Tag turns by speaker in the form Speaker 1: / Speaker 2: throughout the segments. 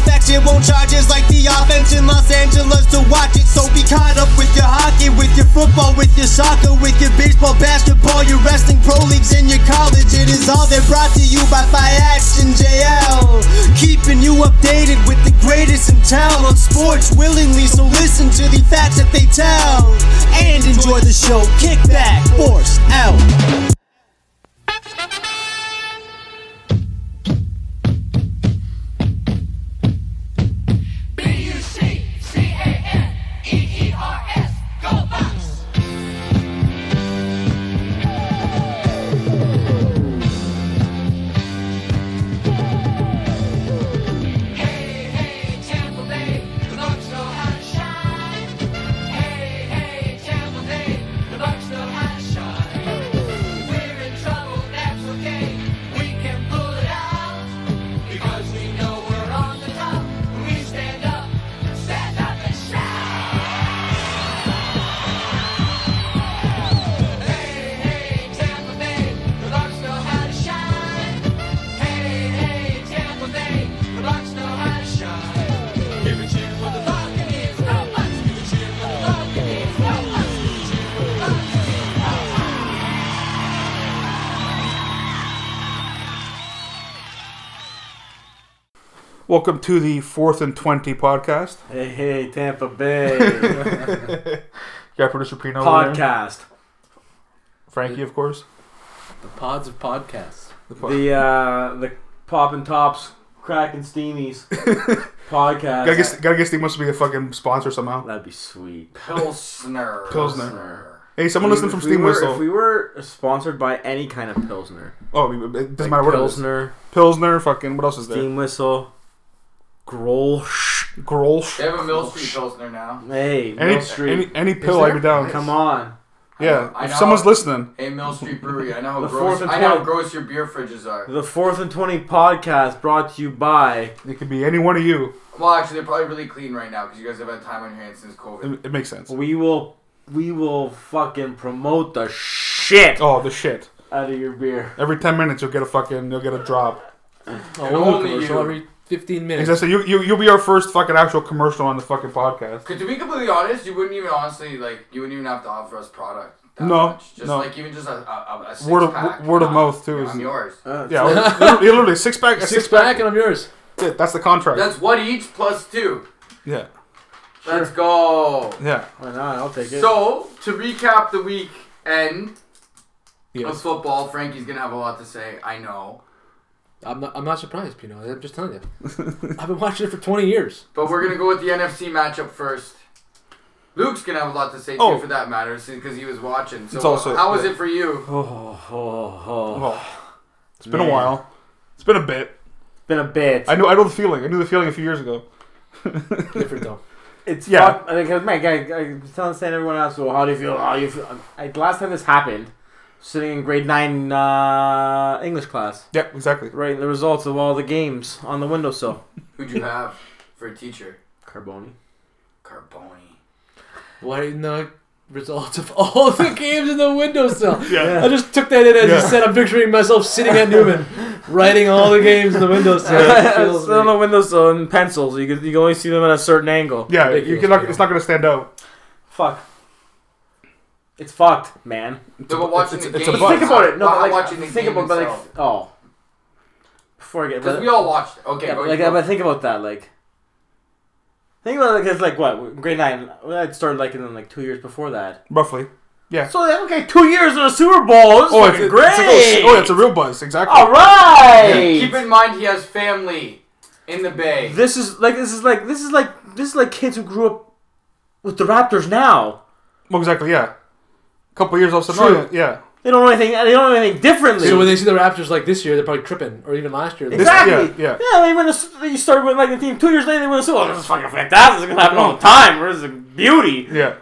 Speaker 1: facts. It won't charge us like the offense in Los Angeles to watch it. So be caught up with your hockey, with your football, with your soccer, with your baseball, basketball, your wrestling, pro leagues, and your college. It is all they're brought to you by Fiats and JL. Keeping you updated with the greatest in town on sports willingly. So listen to the facts that they tell and enjoy the show. Kick back, force out.
Speaker 2: B-U-C-C-A-N-E-E-R-S, go Bucks! Hey, hey, Tampa Bay, the Bucks know how to shine. Hey, hey, Tampa Bay, the Bucks know how to shine. We're in trouble, that's okay. We can pull it out because we know we're on the top. We stand up, stand up and shout. Hey, hey, Tampa Bay, the Bucks know how to shine. Hey, hey, Tampa Bay, the Bucks know how to shine. Give a cheer for the Buccaneers, go Bucks! Give a cheer for the Buccaneers, go Bucks! Give a cheer for the Buccaneers, go Bucks!
Speaker 3: Welcome to the fourth and twenty podcast.
Speaker 4: Hey, hey, Tampa Bay
Speaker 3: Yeah, producer Pino. over there.
Speaker 4: podcast.
Speaker 3: Frankie, of course.
Speaker 5: The pods of podcasts.
Speaker 4: The uh, the poppin' tops, cracking steamies podcast.
Speaker 3: Gotta guess, gotta guess they must be a fucking sponsor somehow.
Speaker 4: That'd be sweet.
Speaker 5: Pilsner.
Speaker 3: Pilsner. Hey, someone listen from
Speaker 4: If we
Speaker 3: Steam
Speaker 4: were-
Speaker 3: Whistle.
Speaker 4: If we were sponsored by any kind of pilsner,
Speaker 3: oh, we- it doesn't matter
Speaker 4: like
Speaker 3: what Pilsner.
Speaker 4: pilsner,
Speaker 3: it is. Pilsner, fucking, what else is there?
Speaker 4: steam whistle, Grolsch.
Speaker 3: Grolsch.
Speaker 5: They have a Mill Street Pilsner now.
Speaker 4: Hey,
Speaker 3: Any,
Speaker 4: Mill Street.
Speaker 3: any, any pill
Speaker 5: there?
Speaker 3: I'd be down.
Speaker 4: Come on.
Speaker 3: Yeah,
Speaker 5: I
Speaker 3: if
Speaker 5: know.
Speaker 3: someone's listening.
Speaker 5: Hey, Mill Street Brewery. I know how
Speaker 4: The
Speaker 5: gross.
Speaker 4: fourth and
Speaker 5: I know how
Speaker 4: twelfth.
Speaker 5: gross your beer fridges are.
Speaker 4: The fourth and twenty podcast brought to you by.
Speaker 3: It could be any one of you.
Speaker 5: Well, actually, they're probably really clean right now because you guys have had time on your hands since COVID.
Speaker 3: It, it makes sense.
Speaker 4: We will. We will fucking promote the shit
Speaker 3: Oh, the shit.
Speaker 4: out of your beer.
Speaker 3: Every 10 minutes, you'll get a fucking, you'll get a drop.
Speaker 5: And only you.
Speaker 6: every 15 minutes.
Speaker 3: Exactly. You, you, you'll be our first fucking actual commercial on the fucking podcast.
Speaker 5: Cause to be completely honest, you wouldn't even honestly like. You wouldn't even have to offer us product. That
Speaker 3: No,
Speaker 5: much. just
Speaker 3: no.
Speaker 5: like even just a, a, a six
Speaker 3: Word of-
Speaker 5: pack.
Speaker 3: word of
Speaker 5: Yeah,
Speaker 3: mouth, too,
Speaker 5: yeah,
Speaker 3: is-
Speaker 5: I'm yours.
Speaker 3: Yeah, literally, literally six pack. a
Speaker 6: Six
Speaker 3: Six,
Speaker 6: pack and I'm yours.
Speaker 3: pack. That's the contract.
Speaker 5: That's one each plus two.
Speaker 3: yeah,
Speaker 5: Let's go.
Speaker 3: yeah,
Speaker 4: Why not? I'll take it.
Speaker 5: So to recap the week end of
Speaker 3: yes.
Speaker 5: football, Frankie's gonna have a lot to say. I know,
Speaker 6: I'm not, I'm not surprised, Pino. I'm just telling you. I've been watching it for 20 years.
Speaker 5: but we're gonna go with the NFC matchup first. Luke's gonna have a lot to say too,
Speaker 3: Oh.
Speaker 5: for that matter, because he was watching. So uh,
Speaker 3: It's also-
Speaker 5: how was
Speaker 3: yeah.
Speaker 5: it for you?
Speaker 4: Oh, oh, oh.
Speaker 3: Well, it's been a
Speaker 4: Man.
Speaker 3: while. It's been a bit.
Speaker 4: Been a bit.
Speaker 3: I know. I know the feeling. I knew the feeling a few years ago.
Speaker 6: Different though.
Speaker 4: it's
Speaker 3: yeah.
Speaker 4: yeah. Fuck, like, 'cause, man, I, I was telling saying everyone else, well, how do you feel? How do you feel? I, last time this happened, sitting in grade nine uh, English class,
Speaker 3: Yeah, exactly.
Speaker 4: writing the results of all the games on the windowsill.
Speaker 5: Who'd you have for a teacher?
Speaker 4: Carboni.
Speaker 5: Carboni.
Speaker 6: Writing the results of all the games in the windowsill.
Speaker 3: Yeah.
Speaker 6: I just took that in as
Speaker 3: Yeah.
Speaker 6: you said. I'm picturing myself sitting at Newman, writing all the games in the windowsill. It feels
Speaker 4: Still on
Speaker 6: like-
Speaker 4: the windowsill in pencils. You can, you can only see them at a certain angle.
Speaker 3: Yeah, you
Speaker 6: Ridiculous
Speaker 3: can not,
Speaker 6: feeling.
Speaker 3: it's not gonna stand out.
Speaker 4: Fuck. It's fucked, man.
Speaker 5: No, but watching
Speaker 3: it's-
Speaker 5: the
Speaker 3: it's a
Speaker 5: game.
Speaker 3: But
Speaker 4: think about it. No,
Speaker 5: Well,
Speaker 4: but, like,
Speaker 5: watching the
Speaker 4: think
Speaker 5: game
Speaker 4: about, but, like,
Speaker 5: itself.
Speaker 4: oh. Before I get,
Speaker 5: Because we all watched. it. Okay,
Speaker 4: Yeah,
Speaker 5: go
Speaker 4: but like,
Speaker 5: ahead.
Speaker 4: but think about that, like. Think about it, because like what grade nine, I started liking them like two years before that.
Speaker 3: Roughly.
Speaker 4: So like, okay, two years in a Super Bowl, this is
Speaker 3: Oh, it's,
Speaker 4: fucking
Speaker 3: it's
Speaker 4: great.
Speaker 3: a little- oh, it's a real buzz. Exactly.
Speaker 4: All right.
Speaker 5: Keep in mind he has family in the Bay.
Speaker 4: This is like this is like this is like this is like kids who grew up with the Raptors now.
Speaker 3: Well, exactly. Yeah. A couple years off.
Speaker 4: True.
Speaker 3: Yeah.
Speaker 4: They don't know anything. They don't know anything differently.
Speaker 6: So when they see the Raptors like this year, they're probably tripping, or even last year.
Speaker 3: This-
Speaker 4: exactly.
Speaker 3: yeah, yeah.
Speaker 4: They win. A, they started with like the team two years later. They win a Super Bowl. This is fucking fantastic. It's gonna happen all the time. This is a beauty.
Speaker 3: Yeah.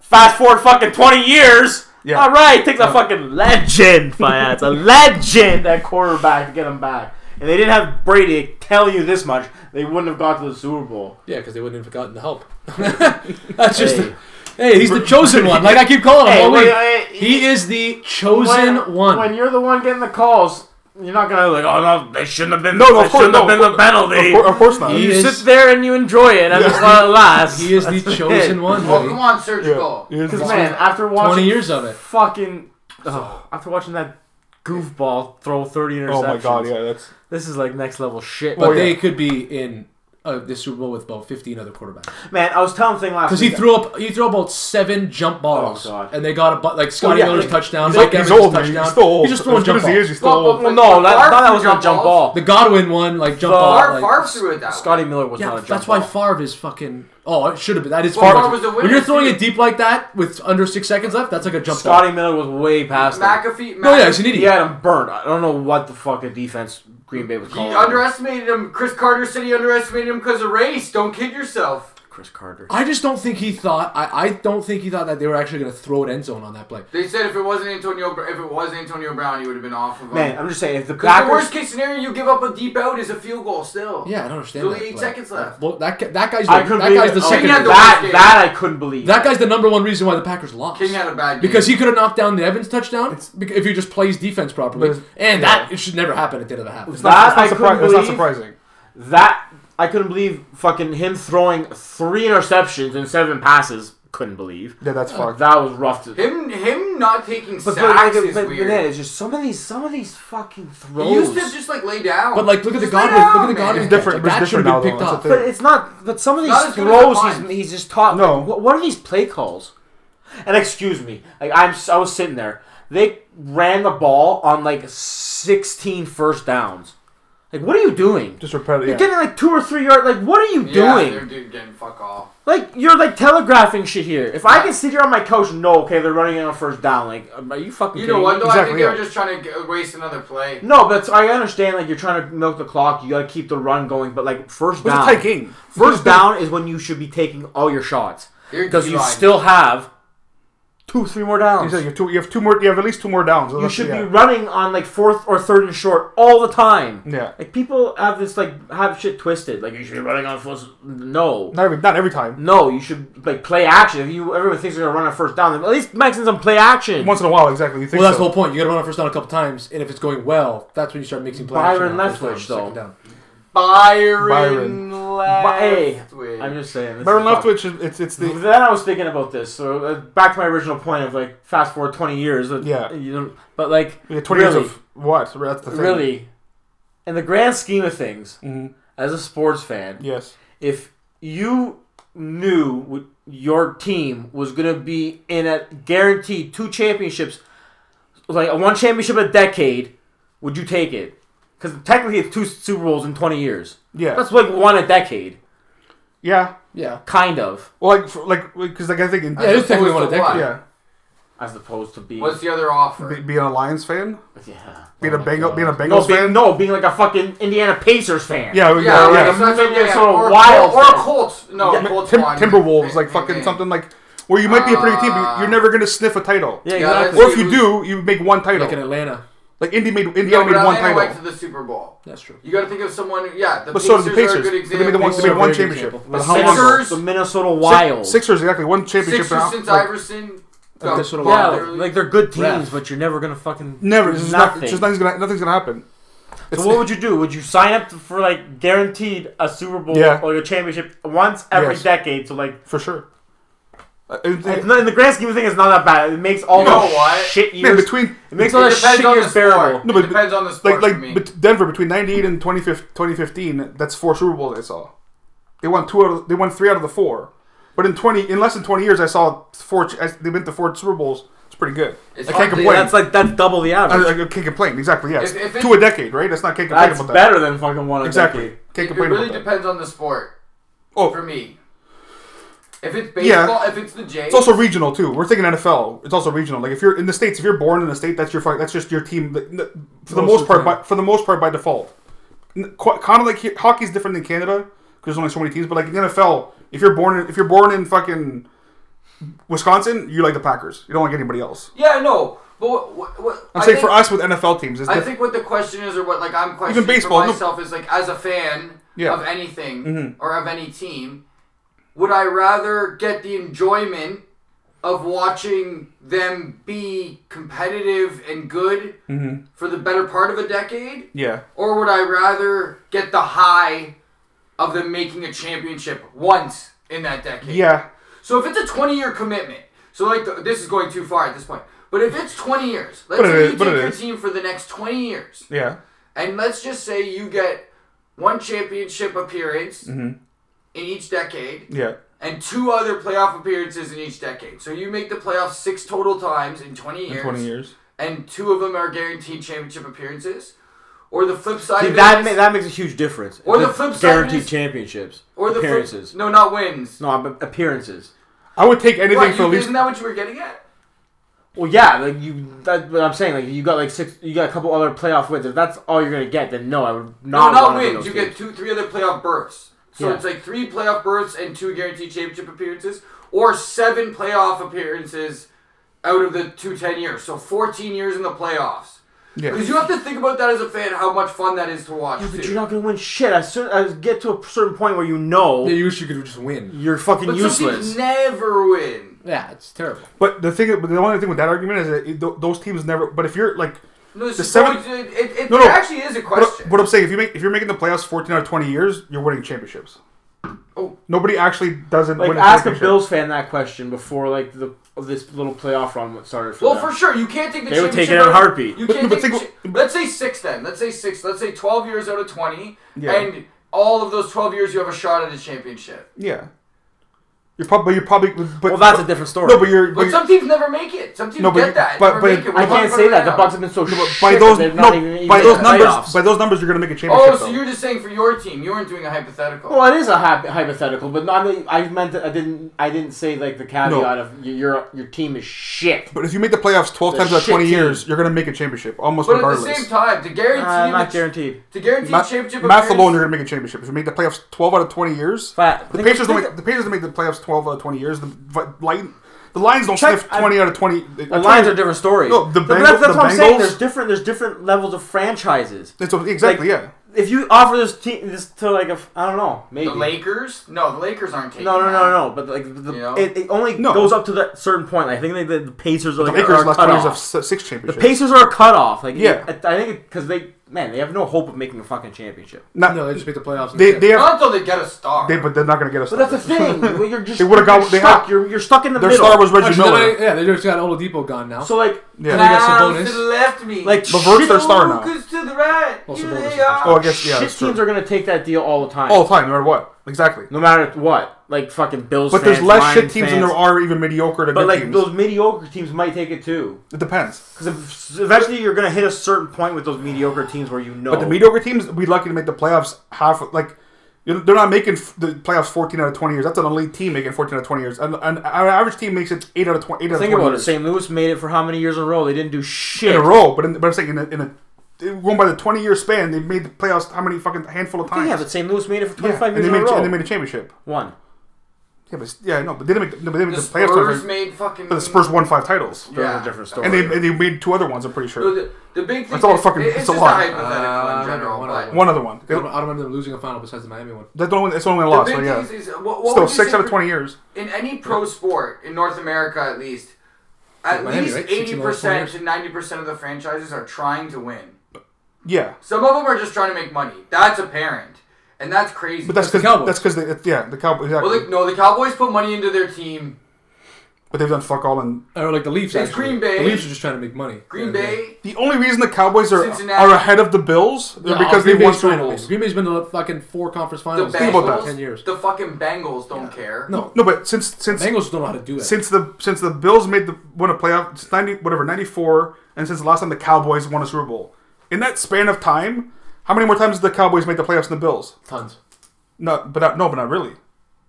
Speaker 4: Fast forward fucking twenty years.
Speaker 3: Yeah.
Speaker 4: All right, takes a fucking legend, Fayette. a legend at quarterback to get him back. And they didn't have Brady tell you this much. They wouldn't have got to the Super Bowl.
Speaker 6: Yeah, because they wouldn't have gotten the help. That's just.
Speaker 4: Hey.
Speaker 6: Hey. he's the chosen one. Like I keep calling him
Speaker 4: Hey,
Speaker 6: all
Speaker 4: wait,
Speaker 6: week.
Speaker 4: wait,
Speaker 6: he is the chosen
Speaker 4: when,
Speaker 6: one.
Speaker 4: When you're the one getting the calls, you're not gonna like, oh no, they shouldn't have been.
Speaker 3: No, no,
Speaker 4: they
Speaker 3: of course,
Speaker 4: shouldn't
Speaker 3: no,
Speaker 4: have been
Speaker 3: of
Speaker 4: the penalty.
Speaker 3: Of, cour- of course not.
Speaker 6: He
Speaker 4: you
Speaker 6: is-
Speaker 4: sit there and you enjoy it. I just let it last.
Speaker 6: he is the
Speaker 4: That's
Speaker 6: chosen
Speaker 4: it.
Speaker 6: one.
Speaker 5: Well,
Speaker 6: buddy.
Speaker 5: Oh, come on, surgical.
Speaker 3: Yeah. Here's
Speaker 4: Because
Speaker 3: the-
Speaker 4: man, after watching
Speaker 6: 20 years of it.
Speaker 4: fucking oh, after watching that goofball throw thirty interceptions,
Speaker 3: Oh my god, yeah, that's
Speaker 4: this is like next level shit.
Speaker 6: But
Speaker 3: Oh, yeah.
Speaker 6: they could be in uh, the Super Bowl with about 15 other quarterbacks.
Speaker 4: man, I was telling thing last
Speaker 6: Because he threw up, he threw about seven jump balls,
Speaker 4: Oh, God.
Speaker 6: and they got a bu- like Scotty
Speaker 3: Oh, yeah,
Speaker 6: Miller's
Speaker 3: like,
Speaker 6: touchdown,
Speaker 3: he's,
Speaker 6: Mike
Speaker 3: old,
Speaker 6: Evans'
Speaker 3: he's old, man.
Speaker 6: touchdown.
Speaker 3: He's still old.
Speaker 6: He's just throwing
Speaker 3: as good
Speaker 6: jump
Speaker 3: as he is,
Speaker 6: balls.
Speaker 3: he's still
Speaker 5: Well,
Speaker 3: old.
Speaker 5: but-
Speaker 4: well, no, that, I
Speaker 5: Favre
Speaker 4: thought that
Speaker 5: threw
Speaker 4: was not a
Speaker 5: jump
Speaker 4: jump
Speaker 5: balls.
Speaker 4: ball.
Speaker 6: The Godwin one, like jump
Speaker 4: The-
Speaker 6: ball.
Speaker 5: Favre,
Speaker 6: like-
Speaker 5: Favre threw it that
Speaker 4: Scotty
Speaker 5: way.
Speaker 4: Miller was
Speaker 6: Yeah,
Speaker 4: not a jump
Speaker 6: that's
Speaker 4: ball.
Speaker 6: why Favre is fucking. Oh, it should have been. That is
Speaker 5: Well,
Speaker 6: Favre.
Speaker 5: Favre was the
Speaker 6: When you're
Speaker 5: winner,
Speaker 6: throwing
Speaker 5: too.
Speaker 6: it deep like that with under six seconds left, that's like a jump
Speaker 4: Scotty Miller was way past him.
Speaker 5: McAfee, McAfee
Speaker 6: ball. No, yeah, he's an
Speaker 4: He
Speaker 6: idiot.
Speaker 4: had him burnt. I don't know what the fuck a defense Green Bay was
Speaker 5: He
Speaker 4: calling.
Speaker 5: underestimated him. Chris Carter said he underestimated him because of race. Don't kid yourself.
Speaker 4: Chris Carter.
Speaker 6: I just don't think he thought. I, I don't think he thought that they were actually going to throw it end zone on that play.
Speaker 5: They said if it wasn't Antonio, Br- if it was Antonio Brown, he would have been off of him.
Speaker 4: Man, I'm just saying if the
Speaker 5: 'Cause
Speaker 4: Packers
Speaker 5: the worst case scenario, you give up a deep out is a field goal still.
Speaker 6: Yeah, I don't understand.
Speaker 5: There's
Speaker 6: that.
Speaker 5: only eight
Speaker 6: Like,
Speaker 5: seconds left.
Speaker 6: Well, that ca- that guy's
Speaker 4: I
Speaker 6: the,
Speaker 4: couldn't
Speaker 6: that
Speaker 4: believe
Speaker 6: guy's
Speaker 4: it.
Speaker 6: the
Speaker 4: Oh,
Speaker 6: second.
Speaker 5: yeah, the-
Speaker 4: that
Speaker 5: worst
Speaker 4: that I couldn't believe.
Speaker 6: That guy's the number one reason why the Packers lost.
Speaker 5: King had a bad game.
Speaker 6: because he could have knocked down the Evans touchdown bec- if he just plays defense properly.
Speaker 3: There's-
Speaker 6: And that it should never happen at the end of the half.
Speaker 4: that I
Speaker 3: That's not,
Speaker 4: couldn't
Speaker 3: surpri- that's not
Speaker 4: believe.
Speaker 3: surprising.
Speaker 4: That I couldn't believe. Fucking him throwing three interceptions and seven passes. Couldn't believe.
Speaker 3: Yeah, that's fucked.
Speaker 4: That was rough. To,
Speaker 5: him him not taking
Speaker 4: but
Speaker 5: sacks
Speaker 4: but, like,
Speaker 5: is
Speaker 4: but, but
Speaker 5: weird.
Speaker 4: then it's just some of these some of these fucking
Speaker 5: he
Speaker 4: throws.
Speaker 5: used to just like lay down.
Speaker 6: But like, look at the
Speaker 5: Just lay
Speaker 6: Godwin.
Speaker 5: down,
Speaker 6: look at the
Speaker 5: man.
Speaker 6: Godwin.
Speaker 3: It's different-
Speaker 6: catch. Like,
Speaker 3: it's
Speaker 6: that
Speaker 3: different
Speaker 6: should
Speaker 3: now, though.
Speaker 6: have been picked
Speaker 3: That's
Speaker 6: up.
Speaker 3: the thing.
Speaker 4: but it's not. But some of
Speaker 5: Not
Speaker 4: these
Speaker 5: as good as
Speaker 4: throws,
Speaker 5: the
Speaker 4: he's,
Speaker 5: Lions.
Speaker 4: he's just taught.
Speaker 3: No.
Speaker 4: What, what are these play calls? And excuse me, like I'm, s- I was sitting there. They ran the ball on like 16 first downs. Like, what are you doing?
Speaker 3: Just repetitive.
Speaker 4: You're
Speaker 3: Yeah.
Speaker 4: getting like two or three yard. Like, what are you
Speaker 5: yeah,
Speaker 4: doing?
Speaker 5: they're- Dude, getting fuck off.
Speaker 4: Like you're like telegraphing shit here. If I can sit here on my couch, no, okay, they're running it on first down. Like, um, are you fucking?
Speaker 5: You
Speaker 4: kidding
Speaker 5: know what?
Speaker 4: me?
Speaker 5: Though I think
Speaker 3: Exactly,
Speaker 5: they
Speaker 3: yeah.
Speaker 5: were just trying to get, waste another play.
Speaker 4: No, but it's- I understand. Like you're trying to milk the clock. You got to keep the run going. But like first
Speaker 3: It was
Speaker 4: down,
Speaker 3: a tight game.
Speaker 4: first down is when you should be taking all your shots
Speaker 5: You're
Speaker 4: because you
Speaker 5: D-line.
Speaker 4: still have two, three more downs.
Speaker 3: You have two. You have two more. You have at least two more downs.
Speaker 4: You should be running on like fourth or third and short all the time.
Speaker 3: Yeah.
Speaker 4: Like people have this like have shit twisted. Like you should be running on first. No.
Speaker 3: Not every. Not every time.
Speaker 4: No, you should like play action. If you everyone thinks they're gonna run on first down, then at least max in some play action.
Speaker 3: Once in a while, exactly. You think
Speaker 6: Well, that's
Speaker 3: so.
Speaker 6: the whole point. You got to run on first down a couple times, and if it's going well, that's when you start mixing plays.
Speaker 4: Byron Leftwich, though.
Speaker 5: Byron,
Speaker 4: But hey,
Speaker 5: Leftwich.
Speaker 4: I'm just saying. this
Speaker 3: Baron
Speaker 4: is fucked.
Speaker 3: Leftwich. is- It's it's the.
Speaker 4: Then I was thinking about this. So uh, back to my original point of like fast forward 20 years. uh,
Speaker 3: Yeah.
Speaker 4: You don't, but like
Speaker 3: Yeah, Twenty
Speaker 4: really,
Speaker 3: years of what? That's the thing.
Speaker 4: really, in the grand scheme of things,
Speaker 3: Mhm.
Speaker 4: as a sports fan,
Speaker 3: Yes.
Speaker 4: if you knew what your team was going to be in a guaranteed two championships, like one championship a decade, would you take it? Because technically, it's two Super Bowls in 20 years.
Speaker 3: Yeah.
Speaker 4: That's like one a decade,
Speaker 3: yeah.
Speaker 6: Yeah.
Speaker 4: kind of,
Speaker 3: Well, like for, like because like I think in,
Speaker 6: Yeah, it is technically one a
Speaker 5: Opposed to
Speaker 6: decade.
Speaker 5: what?
Speaker 3: yeah
Speaker 4: as opposed to being.
Speaker 5: What's the other offer?
Speaker 3: be, being a Lions fan,
Speaker 4: yeah.
Speaker 3: being a
Speaker 5: Oh,
Speaker 6: my
Speaker 3: Bengal,
Speaker 6: God.
Speaker 3: being a
Speaker 4: No,
Speaker 3: Bengals
Speaker 4: being,
Speaker 3: fan.
Speaker 4: no, being like a fucking Indiana Pacers fan.
Speaker 3: Yeah. Yeah. yeah.
Speaker 5: Yeah, yeah, so that's what I'm
Speaker 4: Minnesota
Speaker 5: getting at. or,
Speaker 4: Wild
Speaker 5: or, or
Speaker 4: fan.
Speaker 5: Colts. No,
Speaker 3: Tim-
Speaker 5: Colts.
Speaker 3: Tim-
Speaker 5: won.
Speaker 3: Timberwolves, like
Speaker 5: Hey,
Speaker 3: fucking
Speaker 5: hey.
Speaker 3: something like where you might be a pretty good team, but
Speaker 5: Uh,
Speaker 3: you're never gonna sniff a title.
Speaker 4: Yeah,
Speaker 5: Yeah,
Speaker 4: exactly.
Speaker 5: that's-
Speaker 3: Or if you do, you make one title.
Speaker 6: Like in Atlanta.
Speaker 3: Like Indy made
Speaker 5: Yeah,
Speaker 3: Indiana
Speaker 5: but
Speaker 3: made one
Speaker 5: Atlanta went
Speaker 3: title,
Speaker 5: to the Super Bowl.
Speaker 6: That's true.
Speaker 5: You got to think of someone. Yeah, the
Speaker 3: but
Speaker 5: Pacers,
Speaker 3: so did the
Speaker 5: are a
Speaker 3: Pacers.
Speaker 5: good
Speaker 3: They
Speaker 5: example.
Speaker 3: made the one.
Speaker 6: Pacers
Speaker 3: They
Speaker 6: are
Speaker 3: made
Speaker 6: a
Speaker 3: one
Speaker 6: very good
Speaker 3: championship.
Speaker 6: example.
Speaker 3: But
Speaker 4: The
Speaker 3: how long
Speaker 5: Sixers-
Speaker 3: ago?
Speaker 4: Sixers, the Minnesota Wild.
Speaker 3: Sixers exactly one championship.
Speaker 5: Sixers
Speaker 3: now,
Speaker 5: since
Speaker 3: like,
Speaker 5: Iverson.
Speaker 6: Like
Speaker 5: got
Speaker 6: this sort of
Speaker 4: Yeah,
Speaker 5: blocked
Speaker 6: Wild.
Speaker 5: early.
Speaker 4: like they're good teams,
Speaker 6: Ref.
Speaker 4: but you're never gonna fucking
Speaker 3: Never.
Speaker 4: do
Speaker 3: It's just not-
Speaker 4: nothing.
Speaker 3: it's just nothing's gonna nothing's gonna happen.
Speaker 4: so what would you do? Would you sign up for like guaranteed a Super Bowl
Speaker 3: Yeah.
Speaker 4: or a championship once every
Speaker 3: Yes.
Speaker 4: decade? So like,
Speaker 3: for sure. Uh, it-
Speaker 4: it's
Speaker 3: it-
Speaker 4: not, in the grand scheme of things, it's not that bad. It makes all
Speaker 5: You know
Speaker 4: the
Speaker 5: what?
Speaker 4: shit years.
Speaker 3: man, between
Speaker 4: it makes all
Speaker 5: It
Speaker 4: the
Speaker 5: depends
Speaker 4: shit
Speaker 5: on the
Speaker 4: years bearable.
Speaker 5: sport.
Speaker 3: No, but-
Speaker 5: it depends on the sport
Speaker 3: like
Speaker 5: for me.
Speaker 3: like bet- Denver between '98 and 2015 2015. That's four Super Bowls I saw. They won two. Out of, they won three out of the four. But in 20 in less than 20 years, I saw four. ch- I, they went to four Super Bowls. It's pretty good.
Speaker 5: It's
Speaker 3: I can't
Speaker 5: ugly.
Speaker 3: complain.
Speaker 4: That's like that's double the
Speaker 3: I, I
Speaker 4: average.
Speaker 3: can't complain. Exactly. Yes.
Speaker 5: If- if it-
Speaker 3: to a decade, right? That's not can't complain
Speaker 4: That's
Speaker 3: about that.
Speaker 4: better than fucking one a
Speaker 3: Exactly.
Speaker 4: decade.
Speaker 3: Can't
Speaker 5: it, it
Speaker 3: complain
Speaker 5: really
Speaker 3: about that.
Speaker 5: depends on the sport
Speaker 3: Oh,
Speaker 5: for me. If it's
Speaker 3: Yeah.
Speaker 5: baseball, if it's the Jays,
Speaker 3: It's also regional too. We're thinking NFL. It's also regional. Like if you're in the states, if you're born in the state, that's your fuck. That's just your team. Like, n- For the
Speaker 6: Most
Speaker 3: most
Speaker 6: of the
Speaker 3: part,
Speaker 6: time.
Speaker 3: by, for the most part, by default. Kind of like he- hockey's different than Canada because there's only so many teams. But like in the NFL, if you're born in, if you're born in fucking Wisconsin, you like the Packers. You don't like anybody else.
Speaker 5: Yeah, no. But what, what, what,
Speaker 3: I'm
Speaker 5: I
Speaker 3: saying
Speaker 5: think-
Speaker 3: for us with NFL teams, it's
Speaker 5: I
Speaker 3: diff-
Speaker 5: think what the question is, or what like I'm questioning
Speaker 3: baseball,
Speaker 5: for
Speaker 3: no-
Speaker 5: myself, is like as a fan
Speaker 3: Yeah. Mm-hmm.
Speaker 5: of anything or of any team, would I rather get the enjoyment of watching them be competitive and good for the better part of a decade,
Speaker 3: Mm-hmm. yeah,
Speaker 5: or would I rather get the high of them making a championship once in that decade?
Speaker 3: yeah.
Speaker 5: So if it's a 20 year commitment, so like the, this is going too far at this point, but if it's 20 years, let's
Speaker 3: But it
Speaker 5: say
Speaker 3: is-
Speaker 5: you
Speaker 3: but
Speaker 5: take
Speaker 3: it
Speaker 5: your
Speaker 3: is.
Speaker 5: team for the next 20 years,
Speaker 3: Yeah.
Speaker 5: and let's just say you get one championship appearance in each decade,
Speaker 3: Mm-hmm. Yeah.
Speaker 5: and two other playoff appearances in each decade. So you make the playoffs six total times in 20 years,
Speaker 3: Twenty years.
Speaker 5: and two of them are guaranteed championship appearances. Or the flip side
Speaker 4: See,
Speaker 5: of
Speaker 4: that
Speaker 5: it
Speaker 4: ma-
Speaker 5: is-
Speaker 4: that makes a huge difference.
Speaker 5: Or the
Speaker 4: With
Speaker 5: flip side
Speaker 4: guaranteed
Speaker 5: is-
Speaker 4: championships
Speaker 5: or the flip-
Speaker 4: appearances.
Speaker 5: no, not wins.
Speaker 4: no, but appearances.
Speaker 3: I would take anything
Speaker 5: What,
Speaker 3: for
Speaker 5: you,
Speaker 3: at least.
Speaker 5: isn't that what you were getting at?
Speaker 4: Well, yeah, like you. That's what I'm saying. Like you got like six. You got a couple other playoff wins. If that's all you're gonna get, then no, I would
Speaker 5: No,
Speaker 4: not.
Speaker 5: not
Speaker 4: want to
Speaker 5: wins. You get two, three other playoff berths. So
Speaker 4: Yeah.
Speaker 5: it's like three playoff berths and two guaranteed championship appearances, or seven playoff appearances out of the two ten years. So fourteen years in the playoffs.
Speaker 3: Yeah.
Speaker 5: Because you have to think about that as a fan, how much fun that is to watch.
Speaker 4: But
Speaker 5: too.
Speaker 4: you're not gonna win shit. As soon as get to a certain point where you know
Speaker 6: Yeah, you wish you could just win.
Speaker 4: you're fucking
Speaker 5: but some
Speaker 4: useless.
Speaker 5: teams never win.
Speaker 6: Yeah, it's terrible.
Speaker 3: But the thing, but the only thing with that argument is that it, th- those teams never. But if you're like,
Speaker 5: No, this
Speaker 3: The
Speaker 5: is
Speaker 3: seven-
Speaker 5: always- it, it, it
Speaker 3: No, no.
Speaker 5: actually is a
Speaker 3: what,
Speaker 5: question.
Speaker 3: what I'm saying, if you make if you're making the playoffs 14 out of 20 years, you're winning championships.
Speaker 5: Oh.
Speaker 3: nobody actually doesn't
Speaker 4: like
Speaker 3: win a
Speaker 4: ask a
Speaker 3: championship.
Speaker 4: Bills fan that question before like the this little playoff run started. For
Speaker 5: well,
Speaker 4: them.
Speaker 5: for sure, you can't take the
Speaker 4: They would take it
Speaker 5: championship
Speaker 4: in a
Speaker 5: out-
Speaker 4: heartbeat.
Speaker 5: You
Speaker 3: But-
Speaker 5: can't
Speaker 3: but
Speaker 5: take the
Speaker 3: think-
Speaker 5: cha- let's say six then. Let's say six. Let's say twelve years out of twenty,
Speaker 3: Yeah.
Speaker 5: and all of those twelve years you have a shot at a championship.
Speaker 3: Yeah, you're probably you're probably. But,
Speaker 4: Well, that's
Speaker 3: but-
Speaker 4: a different story.
Speaker 3: No, but you're.
Speaker 5: But
Speaker 3: But
Speaker 5: some teams never make it. Some teams
Speaker 3: No, but
Speaker 5: get
Speaker 3: you-
Speaker 5: that.
Speaker 3: but-
Speaker 5: never
Speaker 3: but
Speaker 5: make it.
Speaker 4: I
Speaker 5: We're
Speaker 4: can't
Speaker 5: talking
Speaker 4: say
Speaker 5: about
Speaker 4: that. The
Speaker 5: right
Speaker 4: Bucks
Speaker 5: now.
Speaker 4: have been so
Speaker 3: you're-
Speaker 4: shit
Speaker 3: by
Speaker 4: that
Speaker 3: those
Speaker 4: they've
Speaker 3: no,
Speaker 4: not even- even
Speaker 3: by
Speaker 4: made
Speaker 3: those
Speaker 4: the
Speaker 3: numbers,
Speaker 4: playoffs.
Speaker 3: by those numbers, you're gonna make a championship.
Speaker 5: Oh, so
Speaker 3: though.
Speaker 5: you're just saying for your team, you weren't doing a hypothetical.
Speaker 4: Well, it is a hy- hypothetical, but not. I meant that I didn't. I didn't say like the caveat
Speaker 3: No.
Speaker 4: of y- your your team is shit.
Speaker 3: But if you make the playoffs 12
Speaker 4: The
Speaker 3: times out of
Speaker 4: shit
Speaker 3: 20 years,
Speaker 4: team.
Speaker 3: you're going to make a championship almost
Speaker 5: but at
Speaker 3: regardless.
Speaker 5: the same time, to guarantee
Speaker 4: Uh,
Speaker 5: the
Speaker 4: not
Speaker 5: ch-
Speaker 4: guaranteed.
Speaker 5: to guarantee
Speaker 3: Ma-
Speaker 5: the championship
Speaker 3: math
Speaker 5: appearance-
Speaker 3: alone, you're going to make a championship. If you make the playoffs 12 out of 20 years,
Speaker 4: But
Speaker 3: the
Speaker 4: think-
Speaker 3: Pacers don't
Speaker 4: think-
Speaker 3: make the Pacers don't make the playoffs 12 out of 20 years. The Vi- Lion, the Lions don't
Speaker 4: Check-
Speaker 3: sniff 20 out of 20.
Speaker 4: The Lions are a different story.
Speaker 3: No, the Bengals-
Speaker 4: But that's, that's
Speaker 3: the
Speaker 4: what I'm saying.
Speaker 3: Bengals-
Speaker 4: There's different. There's different levels of franchises.
Speaker 3: That's what- exactly
Speaker 4: Like-
Speaker 3: yeah.
Speaker 4: If you offer this team this to like a, f- I don't know, maybe.
Speaker 5: The Lakers? No, the Lakers aren't taking.
Speaker 4: no, no,
Speaker 5: that.
Speaker 4: no, no. But like the,
Speaker 5: You know?
Speaker 4: it, it only
Speaker 3: No.
Speaker 4: goes up to that certain point. I think like, the, the Pacers are
Speaker 3: The
Speaker 4: like
Speaker 3: Lakers
Speaker 4: are
Speaker 3: last
Speaker 4: cut
Speaker 3: 20 years
Speaker 4: off.
Speaker 3: have s- six championships.
Speaker 4: The Pacers are a cutoff. Like
Speaker 3: Yeah.
Speaker 4: it- I think because they man they have no hope of making a fucking championship.
Speaker 3: Not-
Speaker 6: No, they just make the playoffs. and
Speaker 3: they
Speaker 6: that's
Speaker 3: they
Speaker 6: it.
Speaker 3: have
Speaker 5: Not until they get a star.
Speaker 3: they, but they're not going to get us.
Speaker 4: But that's the thing. You're just
Speaker 3: They would've got-
Speaker 4: you're
Speaker 3: they
Speaker 4: stuck.
Speaker 3: had-
Speaker 4: you're, you're stuck in the
Speaker 3: their
Speaker 4: middle.
Speaker 3: star was Reggie
Speaker 6: Actually, no,
Speaker 3: Miller.
Speaker 6: they- yeah, they just got Oladipo gone now.
Speaker 4: so like
Speaker 3: Yeah.
Speaker 6: they got
Speaker 5: Clowns
Speaker 6: Sabonis.
Speaker 5: to the left, me.
Speaker 4: like
Speaker 3: Lavert's
Speaker 4: shit,
Speaker 3: their star now.
Speaker 5: Lucas to the right.
Speaker 6: Well,
Speaker 5: Here
Speaker 6: Sabonis is
Speaker 5: they
Speaker 6: the
Speaker 5: are.
Speaker 3: Oh, I guess yeah.
Speaker 4: shit
Speaker 3: That's true. Oh.
Speaker 4: teams are gonna take that deal all the time.
Speaker 3: all the time, no matter what. Exactly.
Speaker 4: no matter what, like fucking Bills.
Speaker 3: But there's
Speaker 4: fans,
Speaker 3: less
Speaker 4: Lions
Speaker 3: shit teams than
Speaker 4: fans.
Speaker 3: there are even mediocre to
Speaker 4: But
Speaker 3: good
Speaker 4: like
Speaker 3: teams.
Speaker 4: those mediocre teams might take it too,
Speaker 3: it depends.
Speaker 4: because eventually you're gonna hit a certain point with those mediocre teams where you know.
Speaker 3: But the mediocre teams, we lucky to make the playoffs half. Like you know, they're not making f- the playoffs fourteen out of twenty years. That's an elite team making fourteen out of twenty years. An, an, an average team makes it eight out of twenty. Eight out
Speaker 4: think
Speaker 3: of 20
Speaker 4: about it.
Speaker 3: years
Speaker 4: St. Louis made it for how many years in a row? They didn't do shit.
Speaker 3: in a row. But, in, but I'm saying in a, in a going by the twenty year span, they made the playoffs how many fucking handful of times?
Speaker 4: Yeah, but St. Louis made it for
Speaker 3: Yeah,
Speaker 4: 25
Speaker 3: and
Speaker 4: years
Speaker 3: they
Speaker 4: in
Speaker 3: made a,
Speaker 4: a row.
Speaker 3: and they made a championship.
Speaker 4: One.
Speaker 3: Yeah, but yeah, no, but they didn't make the, no, but they made
Speaker 5: the
Speaker 3: the, playoffs.
Speaker 5: Spurs
Speaker 3: times,
Speaker 5: made fucking.
Speaker 3: but the Spurs won five titles,
Speaker 4: Those
Speaker 5: Yeah.
Speaker 4: are different
Speaker 3: and
Speaker 4: stories.
Speaker 3: they and they made two other ones. I'm pretty
Speaker 5: So
Speaker 3: sure.
Speaker 5: the, the big thing.
Speaker 3: That's all
Speaker 5: is-
Speaker 3: fucking-
Speaker 5: It's,
Speaker 3: it's a
Speaker 5: just
Speaker 3: lot.
Speaker 5: hypothetical
Speaker 6: Uh,
Speaker 5: in general.
Speaker 6: one
Speaker 5: but-
Speaker 6: other
Speaker 3: One other one.
Speaker 6: I
Speaker 3: They-
Speaker 6: don't, I don't remember them losing a final besides the Miami one.
Speaker 3: That's the only that's the only
Speaker 5: The
Speaker 3: loss.
Speaker 5: big
Speaker 3: So
Speaker 5: thing
Speaker 3: yeah,
Speaker 5: is, is uh, what, what
Speaker 3: still
Speaker 5: would you
Speaker 3: six
Speaker 5: say
Speaker 3: out of
Speaker 5: for-
Speaker 3: twenty years.
Speaker 5: in any pro sport in North America at least, at
Speaker 6: Miami,
Speaker 5: least
Speaker 6: right?
Speaker 5: eighty
Speaker 6: 16 last four
Speaker 5: percent
Speaker 6: years.
Speaker 5: to ninety percent of the franchises are trying to win.
Speaker 3: Yeah,
Speaker 5: Some of them are just trying to make money. That's apparent, and that's crazy.
Speaker 3: but that's
Speaker 6: the
Speaker 3: because
Speaker 6: Cowboys.
Speaker 3: that's because they yeah the Cowboys exactly.
Speaker 5: well, the, no, the Cowboys put money into their team.
Speaker 3: but they've done fuck all and
Speaker 6: Or like the Leafs.
Speaker 5: It's
Speaker 6: actually.
Speaker 5: Green Bay.
Speaker 6: The Leafs are just trying to make money.
Speaker 5: Green
Speaker 6: Yeah, yeah.
Speaker 5: Bay.
Speaker 3: The only reason the Cowboys are
Speaker 5: Cincinnati.
Speaker 3: are ahead of the Bills is
Speaker 6: No,
Speaker 3: because they
Speaker 6: Green
Speaker 3: won
Speaker 6: Bay's trying
Speaker 3: Super
Speaker 6: to win.
Speaker 3: Bowls.
Speaker 6: Green Bay's been to the fucking four conference
Speaker 5: The
Speaker 6: finals.
Speaker 3: Think about
Speaker 5: Bengals,
Speaker 3: that.
Speaker 6: Ten years.
Speaker 5: the fucking Bengals don't care.
Speaker 6: No,
Speaker 3: No, but since since
Speaker 6: Bengals don't know how to do that.
Speaker 3: since the since the Bills made the won a playoff it's ninety whatever ninety four, and since the last time the Cowboys won a Super Bowl, in that span of time, how many more times did the Cowboys make the playoffs than the Bills?
Speaker 6: Tons.
Speaker 3: No, but not, no, but not really.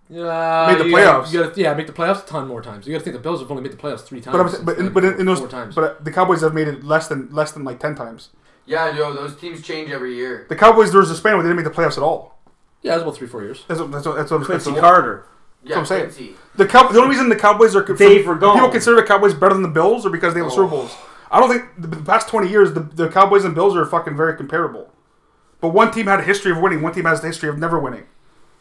Speaker 6: Yeah,
Speaker 3: Made the
Speaker 6: you gotta-
Speaker 3: playoffs.
Speaker 6: you gotta- yeah, make the playoffs a ton more times. You got to think the Bills have only made the playoffs three times.
Speaker 3: But I'm,
Speaker 6: since
Speaker 3: but in,
Speaker 6: then,
Speaker 3: but in, in those
Speaker 6: four times.
Speaker 3: but uh, the Cowboys have made it less than less than like ten times.
Speaker 5: Yeah, yo, those teams change every year.
Speaker 3: The Cowboys there was a span where they didn't make the playoffs at all.
Speaker 6: yeah, it was about three, four years.
Speaker 3: That's what, that's what, that's what, that's
Speaker 4: Quincy
Speaker 3: what-
Speaker 4: Carter.
Speaker 5: Yeah,
Speaker 3: what I'm saying.
Speaker 5: Quincy.
Speaker 3: The Cow- the only reason the Cowboys are
Speaker 4: Dave Ragone.
Speaker 3: people consider the Cowboys better than the Bills are because they have
Speaker 5: Oh.
Speaker 3: Super Bowls. I don't think the, the past twenty years the, the Cowboys and Bills are fucking very comparable. But one team had a history of winning, one team has the history of never winning.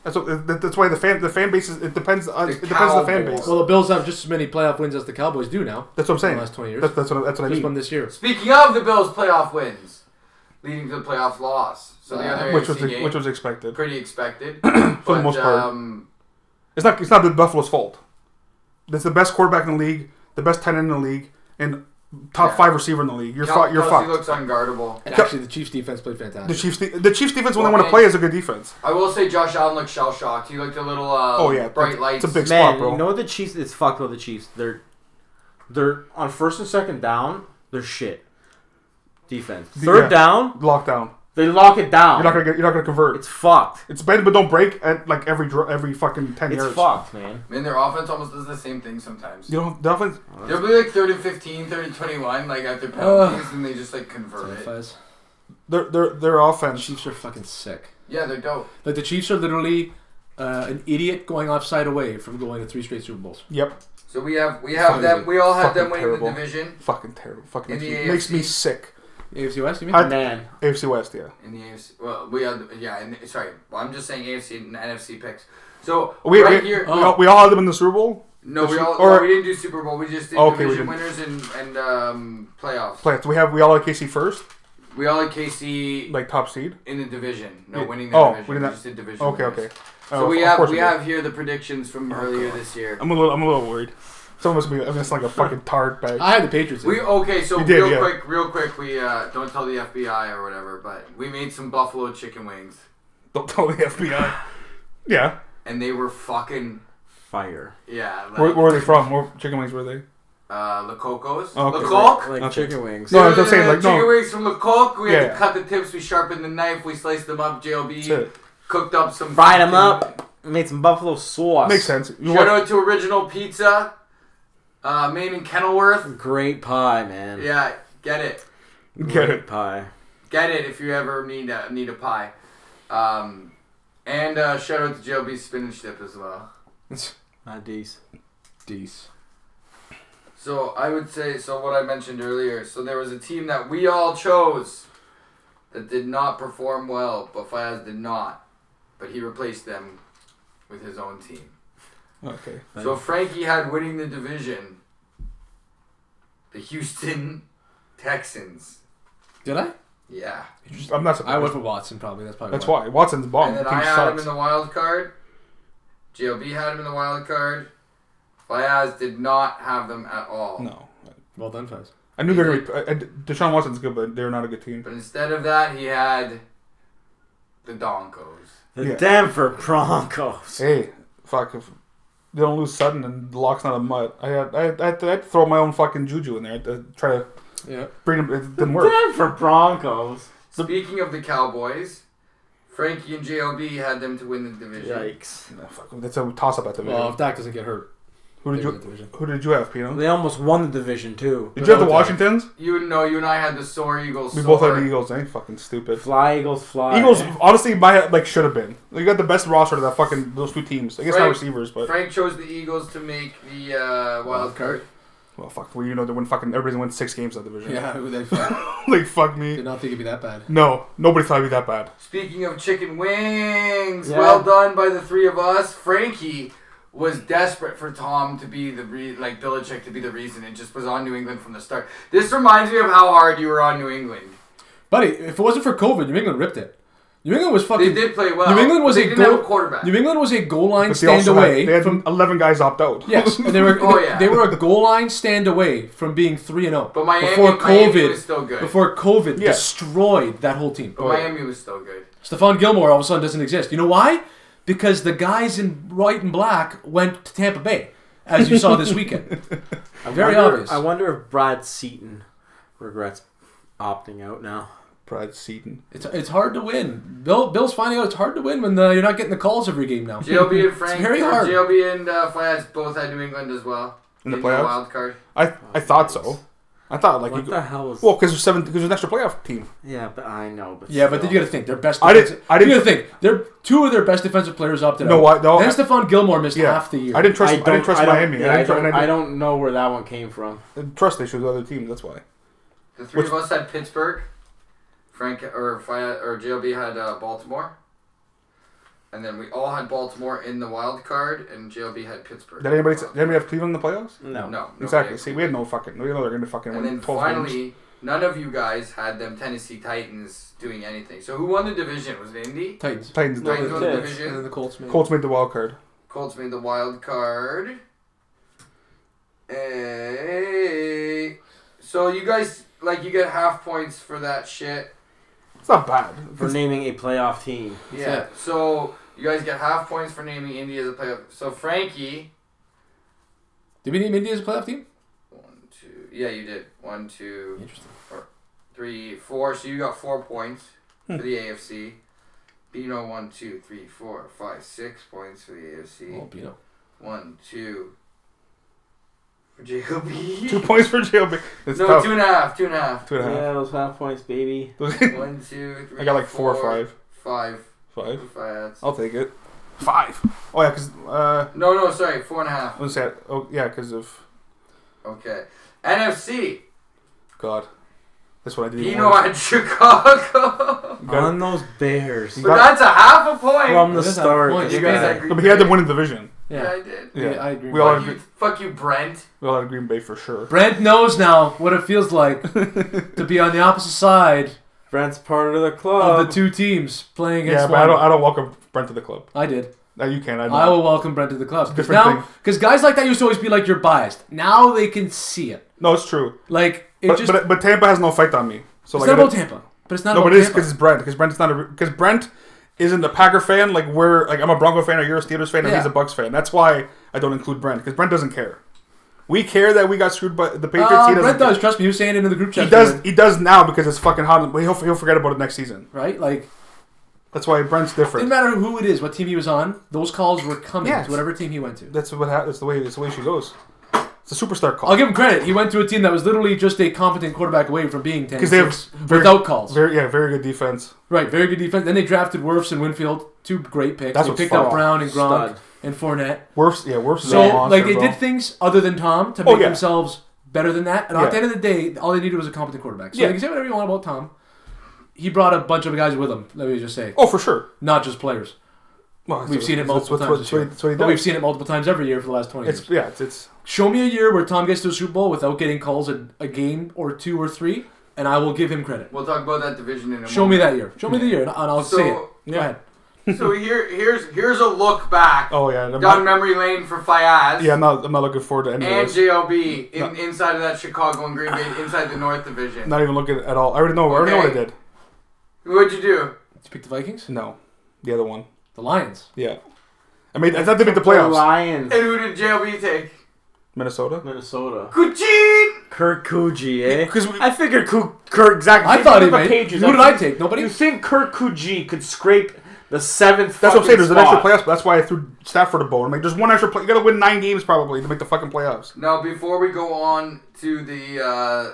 Speaker 3: That's what, that, that's why the fan the fan base is, it depends on,
Speaker 5: The
Speaker 3: it depends on the fan
Speaker 5: Cowboys.
Speaker 3: base.
Speaker 6: Well, the Bills have just as many playoff wins as the Cowboys do now.
Speaker 3: That's what I'm saying.
Speaker 6: the last 20 years.
Speaker 3: That's, that's what I- that's what I
Speaker 6: Just
Speaker 3: mean.
Speaker 6: one this year.
Speaker 5: Speaking of the Bills' playoff wins, leading to the playoff loss. So
Speaker 6: Uh,
Speaker 5: the other
Speaker 3: which
Speaker 5: AFC
Speaker 3: was
Speaker 5: game,
Speaker 3: which was expected.
Speaker 5: pretty expected. but,
Speaker 3: the most part.
Speaker 5: Um,
Speaker 3: It's not it's not Buffalo's fault. That's the best quarterback in the league, the best tight end in the league, and top
Speaker 5: Yeah.
Speaker 3: five receiver in the league. You're
Speaker 5: Kel-
Speaker 3: fu- you're
Speaker 5: Kelsey
Speaker 3: fucked.
Speaker 5: looks unguardable.
Speaker 6: And
Speaker 3: Co-
Speaker 6: actually, the Chiefs' defense played
Speaker 3: the
Speaker 6: fantastic.
Speaker 3: Chiefs de- the Chiefs defense when they want
Speaker 5: Okay.
Speaker 3: to play is a good defense.
Speaker 5: I will say Josh Allen looked shell shocked. He looked a little uh,
Speaker 3: Oh, yeah.
Speaker 5: bright
Speaker 3: It's-
Speaker 5: lights.
Speaker 3: it's a big-
Speaker 4: Man,
Speaker 3: spot, bro.
Speaker 4: you know what the Chiefs? It's fucked about the Chiefs. They're they're on first and second down. They're shit. Defense. Third
Speaker 3: Yeah.
Speaker 4: down,
Speaker 3: Lockdown.
Speaker 4: they lock it down.
Speaker 3: You're not gonna get, you're not gonna convert.
Speaker 4: it's fucked.
Speaker 3: It's bend but don't break at like every dr- every fucking ten
Speaker 4: It's
Speaker 3: yards.
Speaker 4: fucked, man.
Speaker 5: Man, their offense almost does the same thing sometimes.
Speaker 3: You don't the offense.
Speaker 5: They'll be like 30 15, 30 21, like after penalties, and they just like convert it.
Speaker 6: Fez,
Speaker 3: Their their their
Speaker 6: The
Speaker 3: offense.
Speaker 6: Chiefs are fucking sick.
Speaker 5: Yeah, they're dope.
Speaker 6: Like the Chiefs are literally uh, an idiot going offside away from going to three straight Super Bowls.
Speaker 3: Yep.
Speaker 5: So we have we have
Speaker 6: Fucking
Speaker 5: them. We all had
Speaker 3: fucking
Speaker 5: them winning
Speaker 3: terrible.
Speaker 5: the division
Speaker 3: Fucking terrible. Fucking
Speaker 5: In
Speaker 3: makes
Speaker 5: the
Speaker 3: me, makes me
Speaker 5: AFC.
Speaker 3: sick.
Speaker 6: AFC West, you mean?
Speaker 3: I-
Speaker 4: Man,
Speaker 3: AFC West. Yeah.
Speaker 5: in the AFC. Well, we had yeah. In, sorry, I'm just saying AFC and NFC picks. So
Speaker 3: We
Speaker 5: right
Speaker 3: we,
Speaker 5: here.
Speaker 3: we, all, we all had them in the Super Bowl.
Speaker 5: no, we
Speaker 3: the-
Speaker 5: all
Speaker 3: or-
Speaker 5: no, we didn't do Super Bowl. We just did
Speaker 3: Okay, we
Speaker 5: division
Speaker 3: didn't.
Speaker 5: winners and and um, playoffs.
Speaker 3: Plants. We have we all had KC first,
Speaker 5: We all had KC
Speaker 3: like top seed.
Speaker 5: in the division. No,
Speaker 3: Yeah.
Speaker 5: winning the
Speaker 3: Oh,
Speaker 5: division.
Speaker 3: we
Speaker 5: We,
Speaker 3: did not-
Speaker 5: just did division.
Speaker 3: Okay.
Speaker 5: winners.
Speaker 3: Okay.
Speaker 5: So
Speaker 3: Uh,
Speaker 5: we
Speaker 3: of
Speaker 5: have
Speaker 3: course
Speaker 5: we
Speaker 3: did. Oh,
Speaker 5: have here the predictions from earlier this year.
Speaker 3: I'm a little I'm a little worried. Some of us be I'm gonna sound like a fucking tart bag.
Speaker 6: I had the Patriots. in.
Speaker 5: We okay, so
Speaker 3: You did,
Speaker 5: real
Speaker 3: yeah.
Speaker 5: quick, real quick, we uh, don't tell the FBI or whatever, but we made some buffalo chicken wings,
Speaker 3: Don't tell the FBI. Yeah.
Speaker 5: and they were fucking
Speaker 4: fire.
Speaker 5: yeah, like
Speaker 3: Where, where are they from? Where chicken wings were they?
Speaker 5: uh, La Cocos,
Speaker 3: Okay.
Speaker 5: La Coke.
Speaker 4: Like
Speaker 3: Okay.
Speaker 4: chicken wings.
Speaker 3: No, I'm just saying, like, no.
Speaker 5: chicken wings from La Coke. We had
Speaker 3: Yeah.
Speaker 5: to cut the tips. We sharpened the knife. We sliced them up. JLB
Speaker 3: That's it.
Speaker 5: cooked up some.
Speaker 4: Fried them
Speaker 5: fucking-
Speaker 4: up. Made some buffalo sauce.
Speaker 3: Makes sense. You
Speaker 5: Shout
Speaker 3: want-
Speaker 5: out to Original Pizza, uh, made in
Speaker 4: Mm.
Speaker 5: Kenilworth.
Speaker 4: Great pie, man.
Speaker 5: Yeah, get it.
Speaker 3: Get
Speaker 4: Great
Speaker 3: it.
Speaker 4: pie.
Speaker 5: get it if you ever need a need a pie. Um, and uh, shout out to JLB Spinach Dip as well.
Speaker 4: Not these.
Speaker 6: Dece.
Speaker 5: So I would say so what I mentioned earlier. So there was a team that we all chose that did not perform well, but Fayaz did not. But he replaced them with his own team.
Speaker 3: Okay.
Speaker 5: So Frankie had winning the division the Houston Texans.
Speaker 6: Did I?
Speaker 5: Yeah.
Speaker 3: I'm not
Speaker 6: I
Speaker 3: surprised.
Speaker 6: went for Watson, probably. That's probably
Speaker 3: That's why Watson's bomb.
Speaker 5: And then
Speaker 3: Team
Speaker 5: I had him
Speaker 3: Oh, sucks.
Speaker 5: in the wild card. GLB had him in the wild card. Fayaz did not have them at all.
Speaker 3: no.
Speaker 6: Well done, Fez.
Speaker 3: I knew they were gonna be. I, I, Deshaun Watson's good, but they're not a good team.
Speaker 5: But instead of that, he had the Donkos.
Speaker 4: The
Speaker 3: Yeah.
Speaker 4: Denver Broncos.
Speaker 3: Hey, fuck if they don't lose sudden and Locke's not a mutt. I had I had, I had, to, I had to throw my own fucking juju in there. I had to try to
Speaker 6: Yeah.
Speaker 3: bring him. It didn't work.
Speaker 4: Denver Broncos.
Speaker 5: Speaking of the Cowboys, Frankie and JLB had them to win the division.
Speaker 4: Yikes.
Speaker 3: No, fuck, that's a toss up at the minute.
Speaker 6: Well, if Dak doesn't get hurt,
Speaker 3: who did
Speaker 6: they're in the
Speaker 3: you
Speaker 6: division.
Speaker 3: Who did you have, Pino?
Speaker 4: They almost won the division too.
Speaker 3: Did you have the
Speaker 6: Without
Speaker 3: Washingtons?
Speaker 5: You know, you and I had the sore Eagles.
Speaker 3: We both had
Speaker 5: sore.
Speaker 3: the Eagles. Ain't fucking stupid.
Speaker 4: Fly Eagles, fly.
Speaker 3: Eagles, honestly, my like should have been. They got the best roster of that fucking those two teams. I guess not
Speaker 5: Frank-
Speaker 3: receivers, but
Speaker 5: Frank chose the Eagles to make the uh, wild card.
Speaker 3: well, fuck. Well, you know they win fucking everybody's win six games that division.
Speaker 6: Yeah, who they fuck.
Speaker 3: like fuck me.
Speaker 6: Did not think it'd be that bad.
Speaker 3: No, nobody thought it'd be that bad.
Speaker 5: Speaking of chicken wings,
Speaker 4: Yeah.
Speaker 5: well done by the three of us. Frankie was desperate for Tom to be the re- like Belichick to be the reason. It just was on New England from the start. This reminds me of how hard you were on New England.
Speaker 6: Buddy, if it wasn't for COVID, New England ripped it. New England was
Speaker 5: They
Speaker 6: fucking.
Speaker 5: did play well.
Speaker 6: New England was
Speaker 5: they
Speaker 6: a
Speaker 5: didn't
Speaker 6: goal,
Speaker 5: have a quarterback.
Speaker 6: New England was a goal line
Speaker 3: But they
Speaker 6: stand
Speaker 3: also had-
Speaker 6: away
Speaker 3: they had
Speaker 6: from.
Speaker 3: eleven guys opt out.
Speaker 6: Yes, and they were
Speaker 5: Oh, yeah.
Speaker 6: they were a goal line stand away from being three and zero.
Speaker 5: But Miami-
Speaker 6: before
Speaker 5: Miami
Speaker 6: COVID,
Speaker 5: was still good.
Speaker 6: before COVID
Speaker 3: Yeah.
Speaker 6: destroyed that whole team.
Speaker 5: but
Speaker 3: Oh,
Speaker 5: Miami was still good.
Speaker 6: Stephon Gilmore all of a sudden doesn't exist. You know why? Because the guys in white and black went to Tampa Bay, as you saw this weekend. Very
Speaker 4: wonder,
Speaker 6: obvious.
Speaker 4: I wonder if Brad Seaton regrets opting out now.
Speaker 3: Brad Seaton.
Speaker 6: It's, it's hard to win. Bill Bill's finding out it's hard to win when uh you're not getting the calls every game now.
Speaker 5: JLB and Frank,
Speaker 6: It's very
Speaker 5: or
Speaker 6: hard.
Speaker 5: uh, JLB and uh, Fayaz both had New England as well
Speaker 3: In the
Speaker 5: the
Speaker 3: playoffs?
Speaker 5: wild card.
Speaker 3: I I thought so. I thought like
Speaker 4: What
Speaker 3: you
Speaker 4: the hell was?
Speaker 3: well because there's seven because there's an extra playoff team.
Speaker 4: yeah, but I know. But
Speaker 6: Yeah, but
Speaker 4: still.
Speaker 6: then you got to think their best.
Speaker 3: I
Speaker 6: defensive-
Speaker 3: didn't- I didn't-
Speaker 6: You got to think their two of their best defensive players opted
Speaker 3: No,
Speaker 6: out.
Speaker 3: I- no,
Speaker 6: then
Speaker 3: I-
Speaker 6: Stephon Gilmore missed
Speaker 3: Yeah,
Speaker 6: half the year.
Speaker 3: I didn't trust. I,
Speaker 4: don't-
Speaker 3: didn't trust
Speaker 4: don't-
Speaker 3: Miami.
Speaker 4: Yeah, I,
Speaker 3: I, didn't trust,
Speaker 4: don't,
Speaker 3: and I
Speaker 4: I don't know where that one came from.
Speaker 3: didn't trust issues with other teams. That's why.
Speaker 5: The three
Speaker 3: Which-
Speaker 5: of us had Pittsburgh. Frank or Fi- or JLB had uh, Baltimore. And then we all had Baltimore in the wild card, and JLB had Pittsburgh.
Speaker 3: Did anybody did anybody have Cleveland in the playoffs?
Speaker 4: No.
Speaker 5: No.
Speaker 3: Exactly.
Speaker 5: nobody.
Speaker 3: See, we had no fucking. We know they're going to fucking
Speaker 5: And
Speaker 3: win
Speaker 5: then
Speaker 3: 12
Speaker 5: finally,
Speaker 3: games.
Speaker 5: none of you guys had them Tennessee Titans doing anything. So who won the division? Was it Indy?
Speaker 6: Titans.
Speaker 3: Titans.
Speaker 4: No,
Speaker 5: Titans
Speaker 4: it
Speaker 5: won the
Speaker 4: did.
Speaker 6: And then
Speaker 5: division.
Speaker 6: the Colts made.
Speaker 3: Colts made the wild card.
Speaker 5: Colts made the wild card. Eh, So you guys like you get half points for that shit.
Speaker 3: It's not bad.
Speaker 4: For naming a playoff team.
Speaker 5: Yeah. So you guys get half points for naming Indy as a playoff. So Frankie,
Speaker 6: Did we name India as a playoff team?
Speaker 5: one, two, yeah, you did one, two,
Speaker 6: Interesting.
Speaker 5: three, four. So you got four points
Speaker 3: Hmm.
Speaker 5: for the AFC. Bino one, two, three, four, five, six points for the
Speaker 6: Oh,
Speaker 5: AFC.
Speaker 6: Pino.
Speaker 5: One, two. For JLB.
Speaker 3: Two points for JLB. It's
Speaker 5: no,
Speaker 3: tough.
Speaker 5: two and a half, two and a half.
Speaker 3: Two and a half.
Speaker 4: Yeah, those half points, baby.
Speaker 5: One, two, three.
Speaker 3: I got like four or five.
Speaker 5: Five.
Speaker 3: Five. Oh.
Speaker 5: Five.
Speaker 3: I'll take it. Five. Oh yeah, because uh,
Speaker 5: No, no, sorry, four and a half.
Speaker 3: let's say oh yeah, because of
Speaker 5: Okay. NFC.
Speaker 3: God, that's what I did.
Speaker 5: Pino at Chicago.
Speaker 3: Got
Speaker 4: On those Bears.
Speaker 5: But that's a half a point.
Speaker 4: From the
Speaker 6: That is half a
Speaker 4: start.
Speaker 6: point.
Speaker 5: you guys had
Speaker 3: but
Speaker 5: Green
Speaker 3: he had
Speaker 5: Bay.
Speaker 3: to win the division.
Speaker 5: Yeah,
Speaker 6: Yeah.
Speaker 5: I did.
Speaker 3: Yeah,
Speaker 6: I agree.
Speaker 3: We all
Speaker 5: Fuck
Speaker 3: had,
Speaker 5: you,
Speaker 3: Gre-
Speaker 5: fuck you, Brent.
Speaker 3: we all had Green Bay for sure.
Speaker 6: Brent knows now what it feels like to be on the opposite side
Speaker 4: Brent's part of the club.
Speaker 6: of the two teams playing
Speaker 3: Um, Yeah,
Speaker 6: against
Speaker 3: but I
Speaker 6: one.
Speaker 3: don't. I don't welcome Brent to the club.
Speaker 6: I did.
Speaker 3: No, you can't. I, know.
Speaker 6: I will welcome Brent to the club. Because
Speaker 3: Different
Speaker 6: now,
Speaker 3: thing.
Speaker 6: because guys like that used to always be like, you're biased. Now they can see it.
Speaker 3: No, it's true.
Speaker 6: Like, it
Speaker 3: But,
Speaker 6: just.
Speaker 3: but but Tampa has no effect on me. So
Speaker 6: it's
Speaker 3: like
Speaker 6: not
Speaker 3: it-
Speaker 6: about Tampa. But it's not
Speaker 3: No,
Speaker 6: about
Speaker 3: but it is
Speaker 6: Tampa.
Speaker 3: because it's Brent. Because Brent's not a because Brent isn't a Packer fan. Like we're like I'm a Bronco fan or you're a Steelers fan and he's
Speaker 6: Yeah.
Speaker 3: a Bucks fan. That's why I don't include Brent because Brent doesn't care. We care that we got screwed by the Patriots.
Speaker 6: Uh,
Speaker 3: he doesn't.
Speaker 6: Brent
Speaker 3: care.
Speaker 6: does. Trust me. He was saying it in the group chat.
Speaker 3: He does.
Speaker 6: today,
Speaker 3: He does now because it's fucking hot. But he'll he'll forget about it next season.
Speaker 6: Right? Like,
Speaker 3: That's why Brent's
Speaker 6: didn't
Speaker 3: different.
Speaker 6: matter who it is, what team he was on, those calls were coming
Speaker 3: Yes.
Speaker 6: to whatever team he went to.
Speaker 3: That's what hap- that's the way that's the way she goes. It's a superstar call.
Speaker 6: I'll give him credit. He went to a team that was literally just a competent quarterback away from being 10
Speaker 3: Because they have
Speaker 6: six
Speaker 3: very-
Speaker 6: without calls.
Speaker 3: Very yeah, very good defense.
Speaker 6: right, very good defense. Then they drafted Wirfs and Winfield, two great picks.
Speaker 3: That's
Speaker 6: they
Speaker 3: what's
Speaker 6: picked
Speaker 3: fun.
Speaker 6: up Brown and Gronk
Speaker 4: Stud.
Speaker 6: and Fournette.
Speaker 3: Worf's yeah, Worf's is a
Speaker 6: So
Speaker 3: monster,
Speaker 6: like they
Speaker 3: bro.
Speaker 6: did things other than Tom to
Speaker 3: Oh,
Speaker 6: make
Speaker 3: yeah.
Speaker 6: themselves better than that. And at the
Speaker 3: Yeah.
Speaker 6: end of the day, all they needed was a competent quarterback. So
Speaker 3: Yeah.
Speaker 6: you can say whatever you want about Tom. He brought a bunch of guys with him. Let me just say,
Speaker 3: Oh, for sure.
Speaker 6: not just players.
Speaker 3: Well,
Speaker 6: We've
Speaker 3: that's-
Speaker 6: seen it
Speaker 3: that's
Speaker 6: multiple
Speaker 3: what-
Speaker 6: times
Speaker 3: what-
Speaker 6: this
Speaker 3: so he-
Speaker 6: year.
Speaker 3: so he
Speaker 6: But
Speaker 3: does.
Speaker 6: we've seen it multiple times every year for the last twenty
Speaker 3: It's
Speaker 6: years.
Speaker 3: yeah, it's it's
Speaker 6: Show me a year where Tom gets to a Super Bowl without getting calls in a game or two or three, and I will give him credit.
Speaker 5: We'll talk about that division in a
Speaker 6: Show me
Speaker 5: moment.
Speaker 6: that year. Show me the year, and and I'll
Speaker 5: So-
Speaker 6: say it. Go
Speaker 3: Yeah.
Speaker 6: ahead.
Speaker 5: so here, here's here's a look back
Speaker 3: oh yeah. I'm
Speaker 5: down
Speaker 3: not,
Speaker 5: memory lane for Fayaz
Speaker 3: yeah, I'm not I'm not looking forward to any of
Speaker 5: and
Speaker 3: this.
Speaker 5: JLB in, inside of that Chicago and Green Bay inside the North Division.
Speaker 3: Not even looking at all. I already know. I already know what I
Speaker 5: Okay.
Speaker 3: did.
Speaker 5: What'd you do?
Speaker 6: Did you pick the Vikings?
Speaker 3: No, the other one.
Speaker 6: The Lions.
Speaker 3: Yeah, I mean I thought they made the
Speaker 4: the
Speaker 3: playoffs.
Speaker 4: Lions.
Speaker 5: And who did JLB take?
Speaker 3: Minnesota.
Speaker 4: Minnesota.
Speaker 5: Kuchin!
Speaker 4: Kirk Coogee, eh?
Speaker 3: 'Cause we-
Speaker 4: I figured Ku- Kirk exactly.
Speaker 6: I thought he
Speaker 4: the
Speaker 6: made.
Speaker 4: Patriots.
Speaker 6: Who did I take? Nobody.
Speaker 4: You think Kirk Coogee could scrape the seventh?
Speaker 3: That's what I'm saying. There's an extra
Speaker 4: spot?
Speaker 3: playoffs. But that's why I threw Stafford a bone. I'm like, there's one extra play. You gotta win nine games probably to make the fucking playoffs.
Speaker 5: Now, before we go on to the uh,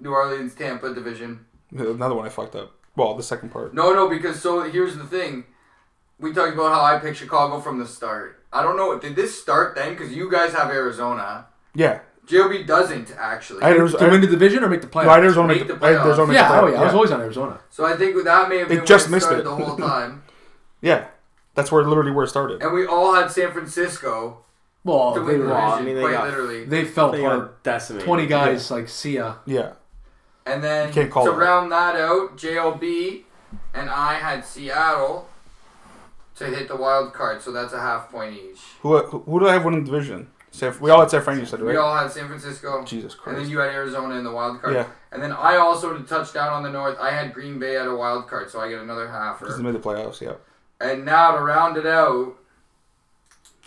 Speaker 5: New Orleans Tampa division,
Speaker 3: Another one I fucked up. Well, the second part.
Speaker 5: no, no, because so here's the thing. We talked about how I picked Chicago from the start. I don't know. Did this start then? Because you guys have Arizona.
Speaker 3: Yeah,
Speaker 5: JLB doesn't, actually.
Speaker 3: I had Arizona.
Speaker 6: to win the division or make the playoffs?
Speaker 3: No, I had Arizona.
Speaker 5: Make
Speaker 3: Make the,
Speaker 5: the
Speaker 3: I had Arizona make the
Speaker 6: yeah, oh
Speaker 3: playoffs.
Speaker 6: yeah, I was always on Arizona.
Speaker 5: so I think that may have been
Speaker 3: just
Speaker 5: where it
Speaker 3: missed
Speaker 5: started
Speaker 3: it.
Speaker 5: the whole time.
Speaker 3: Yeah. That's where literally where it started.
Speaker 5: And we all had San Francisco
Speaker 6: Well,
Speaker 5: to
Speaker 6: they,
Speaker 5: win the
Speaker 6: were,
Speaker 4: lost. I
Speaker 5: division,
Speaker 4: mean, they
Speaker 5: quite
Speaker 4: got-
Speaker 5: literally.
Speaker 6: they fell
Speaker 4: They
Speaker 6: apart.
Speaker 4: got decimated.
Speaker 6: Twenty guys, like see ya.
Speaker 3: Yeah.
Speaker 5: And then
Speaker 3: can't call
Speaker 5: to
Speaker 3: it.
Speaker 5: round that out, JLB and I had Seattle to hit the wild card, so that's a half point each.
Speaker 3: Who who do I have winning the division? San, we all had San Fran. You said
Speaker 5: We
Speaker 3: right.
Speaker 5: all had San Francisco,
Speaker 3: Jesus
Speaker 5: and then
Speaker 3: Christ.
Speaker 5: you had Arizona in the wild card.
Speaker 3: Yeah.
Speaker 5: And then I also to touch down on the north, I had Green Bay at a wild card, so I get another
Speaker 3: Because
Speaker 5: halfer.
Speaker 3: they made the playoffs. Yeah.
Speaker 5: and now to round it out,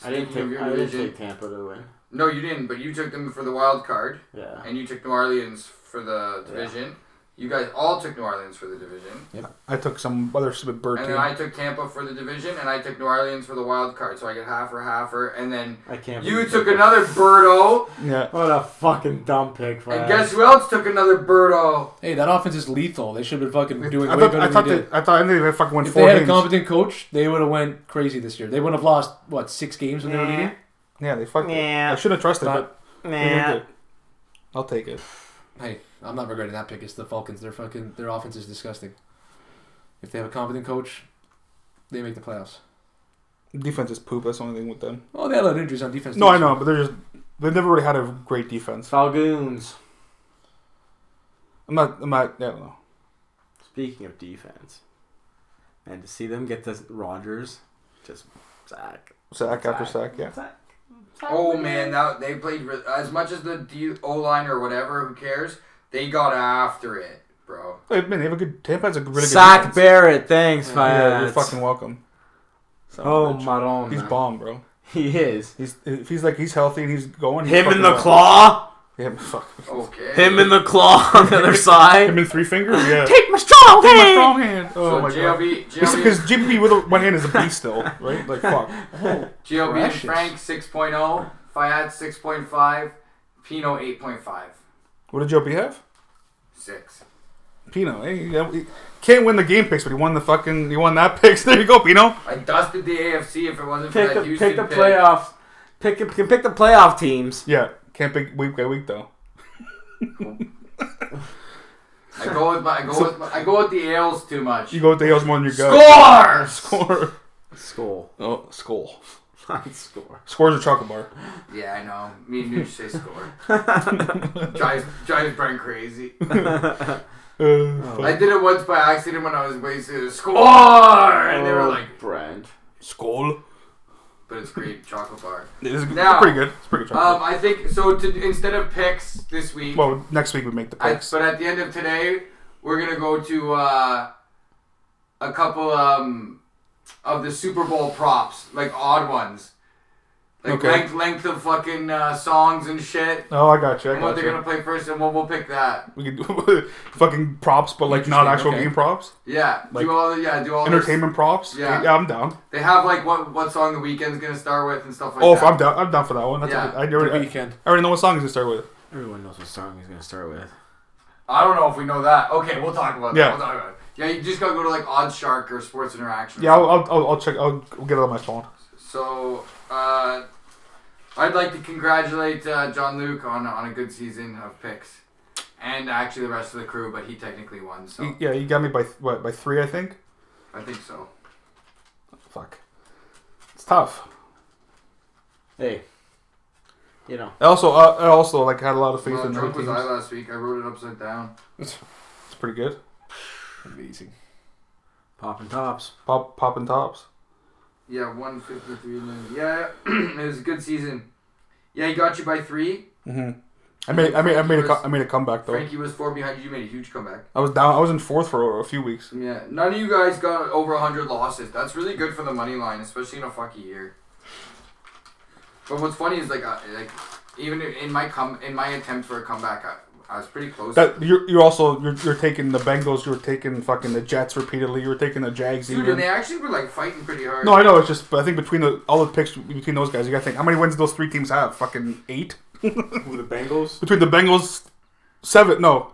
Speaker 4: I didn't
Speaker 5: speaking of
Speaker 4: take.
Speaker 5: your
Speaker 4: I didn't
Speaker 5: division,
Speaker 4: take Tampa to win.
Speaker 5: no, you didn't, but you took them for the wild card,
Speaker 4: Yeah.
Speaker 5: and you took New Orleans for the division. You guys all took New Orleans for the division,
Speaker 3: I took some other stupid bird
Speaker 5: and
Speaker 3: team.
Speaker 5: then I took Tampa for the division, and I took New Orleans for the wild card. So I get half or half or, and then
Speaker 4: I can't
Speaker 5: you
Speaker 4: believe
Speaker 5: took
Speaker 4: that.
Speaker 5: another Birdo,
Speaker 3: yeah.
Speaker 4: What a fucking dumb pick for
Speaker 5: and
Speaker 4: us.
Speaker 5: guess who else took another Birdo?
Speaker 6: Hey, that offense is lethal. They should have been fucking doing
Speaker 3: I
Speaker 6: way
Speaker 3: thought,
Speaker 6: better
Speaker 3: I thought
Speaker 6: than they
Speaker 3: they,
Speaker 6: did.
Speaker 3: I thought I knew they fucking won
Speaker 6: If they
Speaker 3: four
Speaker 6: had a
Speaker 3: games.
Speaker 6: competent coach, they would have went crazy this year. They would have lost what six games when they were leading.
Speaker 3: yeah, they fucked
Speaker 4: Yeah.
Speaker 3: it. I shouldn't have trusted,
Speaker 6: But-
Speaker 3: but they did. I'll take it.
Speaker 6: Hey, I'm not regretting that pick. It's the Falcons. Their fucking their offense is disgusting. If they have a competent coach, they make the playoffs.
Speaker 3: Defense is poop. That's the only thing with them.
Speaker 6: Oh, they had a lot of injuries on defense.
Speaker 3: No,
Speaker 6: too,
Speaker 3: I
Speaker 6: so-
Speaker 3: know, but they're just they've never really had a great defense.
Speaker 4: Falcons.
Speaker 3: I'm not. I'm not. I don't know.
Speaker 7: Speaking of defense, and to see them get this Rogers, just sack.
Speaker 3: Sack after sack. Yeah.
Speaker 5: Oh man, that they played re- as much as the D O line or whatever. Who cares? They got after it, bro.
Speaker 3: Hey, man, they have a good. Tampa has a really good.
Speaker 7: Sack
Speaker 3: defense.
Speaker 7: Barrett, thanks, man.
Speaker 3: Yeah, you're fucking welcome. Son of a
Speaker 4: Oh,
Speaker 3: bitch.
Speaker 4: Maron.
Speaker 3: He's bomb, bro.
Speaker 4: He is.
Speaker 3: He's if he's like he's healthy and he's going. he's
Speaker 7: Him in
Speaker 3: fucking
Speaker 7: the
Speaker 3: bomb.
Speaker 7: claw.
Speaker 3: Yeah, fuck.
Speaker 5: Okay.
Speaker 7: Him in the claw on the other
Speaker 3: Him
Speaker 7: side.
Speaker 3: in three fingers. Yeah.
Speaker 7: Take my strong
Speaker 3: Take my
Speaker 7: hand.
Speaker 3: strong hand. Oh
Speaker 5: so
Speaker 3: my god.
Speaker 5: GLB,
Speaker 3: Because
Speaker 5: GLB,
Speaker 3: GP with a, one hand is a beast still, right? Like fuck.
Speaker 5: GLB and
Speaker 6: precious.
Speaker 5: Frank 6.0, Fayad 6.5, Pino 8.5.
Speaker 3: What did Joe P have?
Speaker 5: Six.
Speaker 3: Pino. eh? He- he can't win the game picks, but he won the fucking. He won that picks. There you go, Pino.
Speaker 5: I dusted the AFC if it wasn't for
Speaker 4: Pick
Speaker 5: that
Speaker 4: the,
Speaker 5: Houston
Speaker 4: pick the
Speaker 5: pick.
Speaker 4: playoff. Pick can pick the playoff teams.
Speaker 3: Yeah. Can't pick week by week though.
Speaker 5: I go with my, I go with my, I go with the ales too much.
Speaker 3: You go with the Hales more than your gut.
Speaker 5: Score!
Speaker 3: Score.
Speaker 7: Score.
Speaker 3: Oh, skull.
Speaker 7: Score.
Speaker 3: Scores a chocolate bar.
Speaker 5: Yeah, I know. Me and Nooch say score. drives drives Brent crazy.
Speaker 3: Uh,
Speaker 5: I
Speaker 3: fuck.
Speaker 5: did it once by accident when I was wasted. Score! And they
Speaker 7: Oh,
Speaker 5: were like,
Speaker 7: Brand.
Speaker 3: Skull.
Speaker 5: but it's great chocolate bar.
Speaker 3: It is
Speaker 5: Now-
Speaker 3: pretty good. It's pretty good.
Speaker 5: Um,
Speaker 3: chocolate.
Speaker 5: I think so. To, instead of picks this week,
Speaker 3: well, next week we make the
Speaker 5: I-
Speaker 3: picks.
Speaker 5: but at the end of today, we're gonna go to uh, a couple um, of the Super Bowl props, like odd ones, like
Speaker 3: Okay.
Speaker 5: length length of fucking uh, songs and shit,
Speaker 3: oh, I got you. I
Speaker 5: and what
Speaker 3: got
Speaker 5: they're
Speaker 3: you.
Speaker 5: gonna play first, and we'll, we'll pick that.
Speaker 3: We could do fucking props, but like not
Speaker 6: Interesting,
Speaker 3: actual
Speaker 6: okay.
Speaker 3: game props.
Speaker 5: Yeah,
Speaker 3: Like,
Speaker 5: do all the yeah, do all this.
Speaker 3: Entertainment props.
Speaker 5: Yeah.
Speaker 3: I'm down.
Speaker 5: They have like what what song the weekend's gonna start with and stuff like
Speaker 3: oh,
Speaker 5: that.
Speaker 3: if I'm down. I'm down for that one. That's
Speaker 5: Yeah.
Speaker 3: I,
Speaker 6: The
Speaker 3: already, I,
Speaker 6: weekend.
Speaker 3: already know what song to start with.
Speaker 7: Everyone knows what song he's gonna start with.
Speaker 5: I don't know if we know that. Okay, we'll talk about
Speaker 3: Yeah.
Speaker 5: that. We'll talk about it. Yeah, you just gotta go to like Odd Shark or Sports Interaction.
Speaker 3: Yeah, I'll, I'll, I'll, I'll check. I'll get it on my phone.
Speaker 5: So, uh, I'd like to congratulate uh, John Luke on on a good season of picks, and actually the rest of the crew. But he technically won, so
Speaker 3: You- yeah, you got me by th- what by three, I think.
Speaker 5: I think so.
Speaker 3: Fuck, it's tough.
Speaker 4: Hey, you know.
Speaker 3: I also, uh, I also like had a lot of faith
Speaker 5: Well,
Speaker 3: in their
Speaker 5: drunk was
Speaker 3: teams.
Speaker 5: I last week. I wrote it upside down.
Speaker 3: It's pretty good.
Speaker 6: Amazing.
Speaker 7: Poppin' tops.
Speaker 3: Pop, popping tops.
Speaker 5: Yeah, one fifty three. Yeah, it was a good season. Yeah, he got you by three.
Speaker 3: Mm-hmm. I made, I made, I made a, co- I made a comeback though.
Speaker 5: Frankie was four behind you. You made a huge comeback.
Speaker 3: I was down. I was in fourth for a few weeks.
Speaker 5: Yeah, none of you guys got over 100 losses. That's really good for the money line, especially in a fucky year. But what's funny is like, uh, like even in my come in my attempt for a comeback, I, I was pretty close.
Speaker 3: That you're, you're also you're, you're taking the Bengals. You're taking fucking the Jets repeatedly. You're taking the Jags.
Speaker 5: Dude,
Speaker 3: even.
Speaker 5: and they actually were like fighting pretty hard.
Speaker 3: No, I know. It's just, but I think between the, all the picks between those guys, you got to think how many wins do those three teams have? Fucking eight
Speaker 7: Who the Bengals?
Speaker 3: between the Bengals, seven. No,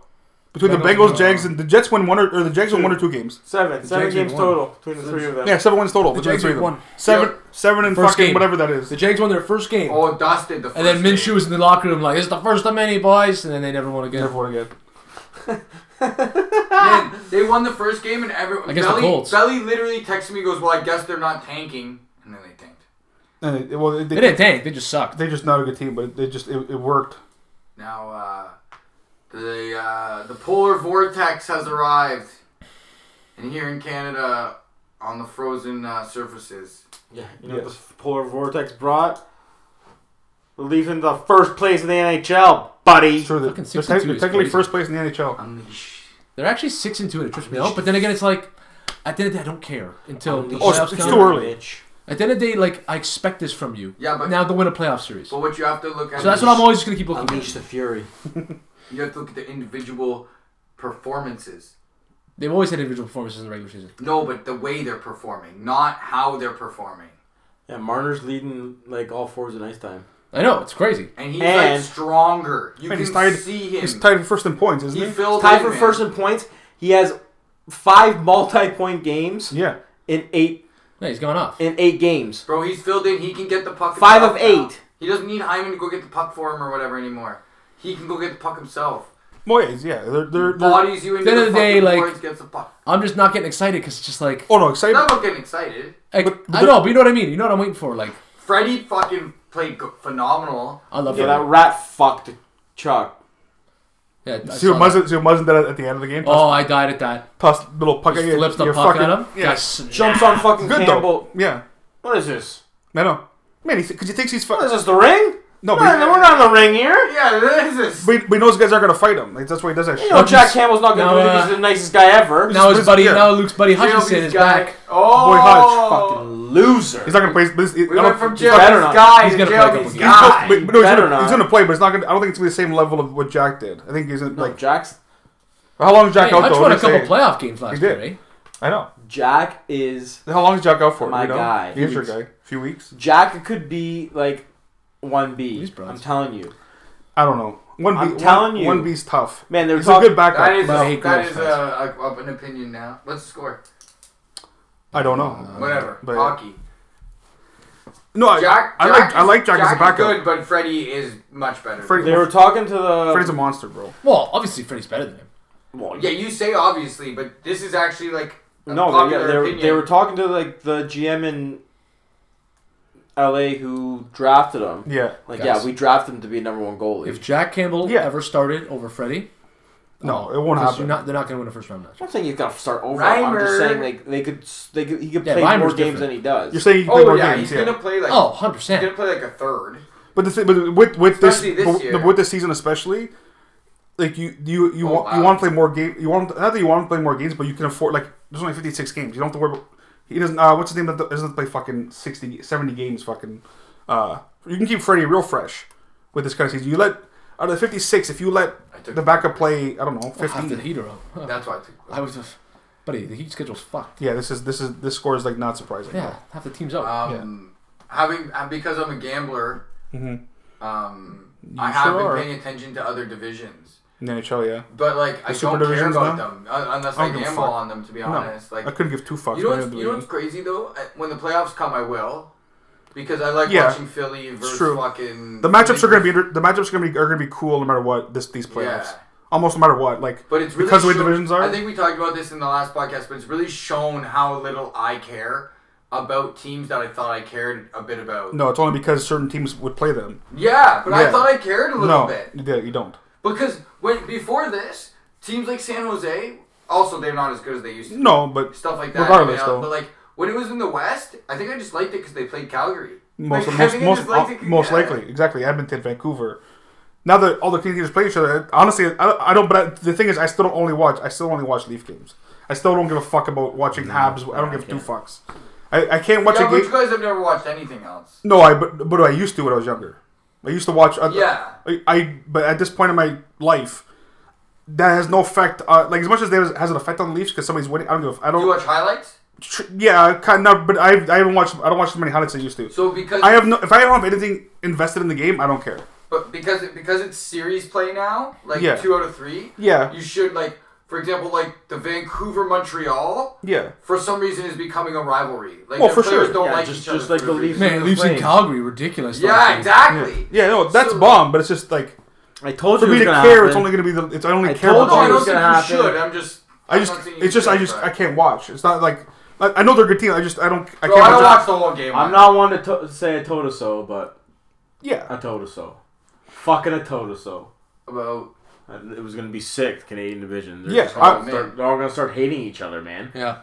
Speaker 3: between the
Speaker 6: Bengals,
Speaker 3: Bengals,
Speaker 6: no.
Speaker 3: Jags, and the Jets win one or, or the Jags win one or two games.
Speaker 4: Seven. Seven
Speaker 6: Jags won
Speaker 4: games
Speaker 6: one.
Speaker 4: total between the three of them.
Speaker 3: Yeah, seven wins total. between
Speaker 6: Jags
Speaker 3: three of them.
Speaker 6: won one.
Speaker 3: Seven,
Speaker 5: Yeah.
Speaker 3: seven, and
Speaker 6: First
Speaker 3: fucking
Speaker 6: game.
Speaker 3: whatever that is.
Speaker 6: The Jags won their first game,
Speaker 5: oh, dusted the. First
Speaker 6: and then
Speaker 5: game.
Speaker 6: Minshew was in the locker room like, "It's the first of many, boys," and then they never won again.
Speaker 3: Never won again.
Speaker 5: Man, they won the first game, and everyone.
Speaker 6: Ah! Against the
Speaker 5: Belly,
Speaker 6: Colts.
Speaker 5: Belly literally texted me, goes, "Well, I guess they're not tanking," and then they tanked.
Speaker 3: And it, well,
Speaker 6: They
Speaker 3: they,
Speaker 6: didn't tank. They just sucked.
Speaker 3: they're just not a good team, but they just it, it worked.
Speaker 5: Now, uh, the uh, the polar vortex has arrived, and here in Canada, on the frozen uh, surfaces.
Speaker 4: Yeah, you know what the polar vortex brought? Leaving the first place in the NHL, buddy.
Speaker 3: Sure, they're,
Speaker 6: Fucking
Speaker 3: they're
Speaker 6: 62 is
Speaker 3: technically technically
Speaker 6: crazy.
Speaker 3: first place in the NHL.
Speaker 5: Unleash.
Speaker 6: They're actually six and two in it. Trips me out. But then again, it's like at the end of the day, I don't care until the
Speaker 3: Oh, it's-
Speaker 6: playoffs
Speaker 3: it's
Speaker 6: come.
Speaker 3: too early.
Speaker 4: Bitch.
Speaker 6: At the end of the day, like I expect this from you.
Speaker 5: Yeah, but-
Speaker 6: now go win a playoff series.
Speaker 5: But what you have to look at.
Speaker 6: So that's
Speaker 5: is-
Speaker 6: what I'm always just gonna keep looking.
Speaker 7: Unleash
Speaker 6: at.
Speaker 7: the Fury.
Speaker 5: You have to look at the individual performances.
Speaker 6: They've always had individual performances in the regular season.
Speaker 5: No, but the way they're performing, not how they're performing.
Speaker 4: Yeah, Marner's leading like all fours in ice time.
Speaker 6: I know it's crazy.
Speaker 5: And he's
Speaker 4: And-
Speaker 5: like stronger. You
Speaker 3: And
Speaker 5: can
Speaker 3: he's tied.
Speaker 5: see him.
Speaker 3: He's tied first in points, isn't
Speaker 5: He
Speaker 3: he?
Speaker 5: filled
Speaker 4: Tied
Speaker 5: in,
Speaker 4: for
Speaker 5: man.
Speaker 4: first in points. He has five multi-point games
Speaker 3: yeah.
Speaker 4: in eight
Speaker 6: Yeah, he's gone off.
Speaker 4: in eight games.
Speaker 5: Bro, he's filled in. He can get the puck.
Speaker 4: Five
Speaker 5: himself
Speaker 4: of
Speaker 5: now.
Speaker 4: eight.
Speaker 5: He doesn't need Hyman to go get the puck for him or whatever anymore. He can go get the puck himself.
Speaker 3: Well, yeah, he's- yeah. They're, they're, they're,
Speaker 5: Bodies you into
Speaker 6: End
Speaker 5: the,
Speaker 6: of the day,
Speaker 5: fucking
Speaker 6: like-
Speaker 5: boards, gets the puck.
Speaker 6: I'm just not getting excited because it's just like,
Speaker 3: oh no, excited.
Speaker 5: Not about getting excited.
Speaker 6: like, I know, but you know what I mean. You know what I'm waiting for. Like,
Speaker 5: Freddie fucking played go- phenomenal.
Speaker 6: I love
Speaker 4: Yeah,
Speaker 6: that.
Speaker 4: that rat fucked Chuck.
Speaker 6: Yeah, I
Speaker 3: See what
Speaker 6: saw
Speaker 3: Muzzin, see what Muzzin did at the end of the game.
Speaker 6: that. Oh, I died at that.
Speaker 3: Toss little puck at
Speaker 6: Just
Speaker 3: you.
Speaker 6: flips the
Speaker 3: you're
Speaker 6: puck
Speaker 3: fucking-
Speaker 6: at him.
Speaker 3: Yeah.
Speaker 6: Yes.
Speaker 4: Jumps on fucking
Speaker 3: Good
Speaker 4: Campbell.
Speaker 3: though. Yeah.
Speaker 4: What is this?
Speaker 3: I know. Man, because he, th- 'cause he thinks he's
Speaker 4: What is
Speaker 3: fucking.
Speaker 4: this? The ring?
Speaker 3: No,
Speaker 4: We're not-
Speaker 3: but,
Speaker 4: we're not in the ring here.
Speaker 5: Yeah, this is.
Speaker 3: he, but, he- but he knows guys aren't gonna fight him. Like, that's why he does that. shit.
Speaker 4: You know Jack Campbell's not
Speaker 6: Now,
Speaker 4: gonna do it. He's
Speaker 6: uh,
Speaker 4: the nicest guy ever.
Speaker 6: Now his
Speaker 3: Just-
Speaker 6: buddy,
Speaker 3: yeah.
Speaker 6: now Luke's buddy Hutchinson
Speaker 5: Jalenby's
Speaker 6: is
Speaker 5: guy.
Speaker 6: back.
Speaker 5: Oh,
Speaker 3: Boy, Hutch,
Speaker 4: fucking loser.
Speaker 3: He's not gonna play. but This,
Speaker 5: We went from
Speaker 4: better
Speaker 5: Jalenby's
Speaker 4: not.
Speaker 5: guy
Speaker 6: He's
Speaker 5: to
Speaker 6: gonna play a couple
Speaker 5: Jalenby's
Speaker 6: games.
Speaker 3: But,
Speaker 5: guy.
Speaker 3: but no, he's,
Speaker 4: Better
Speaker 3: gonna, he's
Speaker 4: not.
Speaker 3: gonna play, but it's not gonna. I don't think it's gonna be the same level of what Jack did. I think he's in,
Speaker 4: Like
Speaker 3: like.
Speaker 4: Jack's
Speaker 3: How long is Jack
Speaker 6: Hey,
Speaker 3: out
Speaker 6: Hutch
Speaker 3: though?
Speaker 6: won a
Speaker 3: What do you
Speaker 6: couple
Speaker 3: say?
Speaker 6: playoff games last
Speaker 3: did.
Speaker 6: year, eh?
Speaker 3: I know.
Speaker 4: Jack is
Speaker 3: How long is Jack out for?
Speaker 4: My
Speaker 3: you know?
Speaker 4: guy.
Speaker 3: The injury
Speaker 4: Few
Speaker 3: guy.
Speaker 4: weeks.
Speaker 3: A few weeks.
Speaker 4: Jack could be like one B.
Speaker 6: He's bronze.
Speaker 4: I'm telling you,
Speaker 3: I don't know. One B.
Speaker 4: I'm telling
Speaker 3: one,
Speaker 4: you.
Speaker 3: one B's tough.
Speaker 4: man. They're
Speaker 3: He's a good
Speaker 4: talking.
Speaker 3: backup.
Speaker 5: That is,
Speaker 6: I hate
Speaker 5: that
Speaker 6: goals
Speaker 5: is
Speaker 6: fans.
Speaker 5: uh, a, of an opinion now. What's the score?
Speaker 3: I don't know.
Speaker 4: Um,
Speaker 5: Whatever.
Speaker 3: But-
Speaker 5: Hockey.
Speaker 3: No, I,
Speaker 5: Jack,
Speaker 3: I
Speaker 5: Jack
Speaker 3: like I
Speaker 5: is-
Speaker 3: like Jack, as a
Speaker 5: is
Speaker 3: backup.
Speaker 5: good, but Freddie is much better.
Speaker 3: Freddie-
Speaker 4: They were talking to the.
Speaker 3: Freddie's a monster, bro.
Speaker 6: Well, obviously Freddie's better than him.
Speaker 4: Well,
Speaker 5: yeah, you say obviously, but this is actually like a
Speaker 4: no, they,
Speaker 5: popular
Speaker 4: they, were,
Speaker 5: opinion.
Speaker 4: they were talking to like the GM in LA who drafted him.
Speaker 3: Yeah.
Speaker 4: Like,
Speaker 6: Guys.
Speaker 4: yeah, we drafted him to be number one goalie.
Speaker 6: If Jack Campbell
Speaker 3: Yeah.
Speaker 6: ever started over Freddie,
Speaker 3: No,
Speaker 6: oh,
Speaker 3: it won't
Speaker 6: 'cause
Speaker 3: happen.
Speaker 6: You're not, they're not going to win a first round match.
Speaker 4: I'm not saying he's got to start over. I'm
Speaker 5: Reimer.
Speaker 4: just saying like they could, s- they could, he could
Speaker 6: Yeah,
Speaker 4: play
Speaker 6: Reimer's
Speaker 4: more
Speaker 6: different.
Speaker 4: games than he does.
Speaker 3: You're saying he can play
Speaker 5: Oh
Speaker 3: more
Speaker 5: yeah,
Speaker 3: games,
Speaker 5: he's
Speaker 3: yeah.
Speaker 5: gonna play like
Speaker 6: Oh, 100
Speaker 5: he's gonna
Speaker 6: percent.
Speaker 5: play like a third.
Speaker 3: But the thing, but with with this,
Speaker 5: Especially this
Speaker 3: but-
Speaker 5: year.
Speaker 3: but with this season especially, like you you you
Speaker 5: Oh,
Speaker 3: want you
Speaker 5: wow.
Speaker 3: want to play more game. You want not that you want to play more games, but you can afford like there's only 56 games. You don't have to worry about. He doesn't. Uh, what's his name? That doesn't play fucking 60, 70 games. Fucking. Uh, you can keep Freddie real fresh with this kind of season. You let out of the 56, if you let
Speaker 5: I took-
Speaker 3: the backup play, I don't know,
Speaker 6: Half
Speaker 3: 15.
Speaker 6: the heater up. Huh.
Speaker 5: That's why I took.
Speaker 6: I was just, buddy, the heat schedule's fucked.
Speaker 3: yeah, this is this is this score is like not surprising.
Speaker 6: Yeah, half the team's out.
Speaker 5: Um, having uh, because I'm a gambler, um, I
Speaker 3: Mm-hmm. You
Speaker 5: have
Speaker 3: sure
Speaker 5: been
Speaker 3: are.
Speaker 5: paying attention to other divisions,
Speaker 3: In the NHL, yeah.
Speaker 5: but like I
Speaker 3: super
Speaker 5: don't care
Speaker 3: divisions
Speaker 5: about
Speaker 3: now?
Speaker 5: them uh, unless
Speaker 3: I
Speaker 5: I,
Speaker 3: don't give a
Speaker 5: gamble
Speaker 3: fuck.
Speaker 5: on them. To be
Speaker 3: No,
Speaker 5: honest, like
Speaker 3: I couldn't give two fucks.
Speaker 5: you know,
Speaker 3: about
Speaker 5: what's,
Speaker 3: the
Speaker 5: you know
Speaker 3: division.
Speaker 5: what's crazy though? I- When the playoffs come, I will, because I like
Speaker 3: Yeah.
Speaker 5: watching Philly versus
Speaker 3: true.
Speaker 5: fucking.
Speaker 3: The matchups are going to be inter- the matchups are going to be are going to be cool no matter what this these playoffs.
Speaker 5: Yeah.
Speaker 3: Almost no matter what, like
Speaker 5: But it's really
Speaker 3: because of the
Speaker 5: show-
Speaker 3: way divisions are.
Speaker 5: I think we talked about this in the last podcast, but it's really shown how little I care about teams that I thought I cared a bit about.
Speaker 3: no, it's only because certain teams would play them.
Speaker 5: Yeah, but
Speaker 3: Yeah.
Speaker 5: I thought I cared a
Speaker 3: No,
Speaker 5: little bit
Speaker 3: you don't- you don't.
Speaker 5: because when before this, teams like San Jose also they're not as good as they used to. be.
Speaker 3: No, but
Speaker 5: Stuff like that.
Speaker 3: Regardless,
Speaker 5: yeah,
Speaker 3: though.
Speaker 5: but like when it was in the West, I think I just liked it because they played Calgary.
Speaker 3: most
Speaker 5: Like, I
Speaker 3: most
Speaker 5: think I
Speaker 3: most, uh,
Speaker 5: just liked it 'cause-
Speaker 3: most
Speaker 5: yeah.
Speaker 3: likely exactly Edmonton, Vancouver. Now that all the teams just play each other, I- honestly, I don't. I don't but I, the thing is, I still don't only watch. I still only watch Leaf games. I still don't give a fuck about watching Habs. I don't give two fucks. I, I can't watch
Speaker 5: Yeah,
Speaker 3: a
Speaker 5: but
Speaker 3: game.
Speaker 5: you guys have never watched anything else.
Speaker 3: No, I but but I used to when I was younger. I used to watch. Other,
Speaker 5: Yeah.
Speaker 3: I, I but at this point in my life, that has no effect. Uh, like as much as there has an effect on the Leafs because somebody's winning. I don't give. a f- I
Speaker 5: Do
Speaker 3: don't.
Speaker 5: you watch highlights?
Speaker 3: tr- yeah, kind of. But I I haven't watched. I don't watch as many highlights as I used to.
Speaker 5: So because
Speaker 3: I have no. If I don't have anything invested in the game, I don't care.
Speaker 5: But because it, because it's series play now, like
Speaker 3: Yeah.
Speaker 5: two out of three,
Speaker 3: Yeah.
Speaker 5: you should like, for example, like the Vancouver Montreal,
Speaker 3: Yeah.
Speaker 5: for some reason is becoming a rivalry. Like
Speaker 3: Well,
Speaker 5: their
Speaker 3: for
Speaker 5: players
Speaker 3: sure.
Speaker 5: don't
Speaker 4: Yeah,
Speaker 5: like
Speaker 4: just-
Speaker 5: each other.
Speaker 4: just like
Speaker 5: for
Speaker 4: the
Speaker 5: a
Speaker 4: Leafs.
Speaker 5: reason.
Speaker 6: Man, it leaves in
Speaker 4: Flames.
Speaker 6: Calgary, ridiculous.
Speaker 5: Yeah, exactly.
Speaker 3: Yeah. No, that's
Speaker 5: So-
Speaker 3: bomb. But it's just like
Speaker 4: I told
Speaker 3: for
Speaker 4: you
Speaker 3: me
Speaker 4: it
Speaker 3: to
Speaker 4: was
Speaker 3: care.
Speaker 4: gonna
Speaker 3: It's only
Speaker 4: happen.
Speaker 3: gonna be the. It's I only
Speaker 4: I
Speaker 3: care.
Speaker 4: told
Speaker 3: about
Speaker 5: No,
Speaker 4: you.
Speaker 5: I
Speaker 3: the-
Speaker 4: It
Speaker 5: don't
Speaker 4: was
Speaker 5: think
Speaker 4: gonna
Speaker 5: you should.
Speaker 4: happen.
Speaker 5: I'm just.
Speaker 3: I just. It's just. I just. I can't watch. It's not like. I, I know they're good team. I just. I don't. I
Speaker 5: Bro,
Speaker 3: can't
Speaker 5: I don't
Speaker 3: watch.
Speaker 5: watch the whole game.
Speaker 4: I'm not one to, to say I told us so, but I
Speaker 3: Yeah.
Speaker 4: told us so. Fucking I told us so.
Speaker 5: about.
Speaker 4: Uh, It was gonna be sixth Canadian division. They're
Speaker 3: Yeah,
Speaker 4: just gonna
Speaker 5: I-
Speaker 4: start- they're all gonna start hating each other, man.
Speaker 6: Yeah.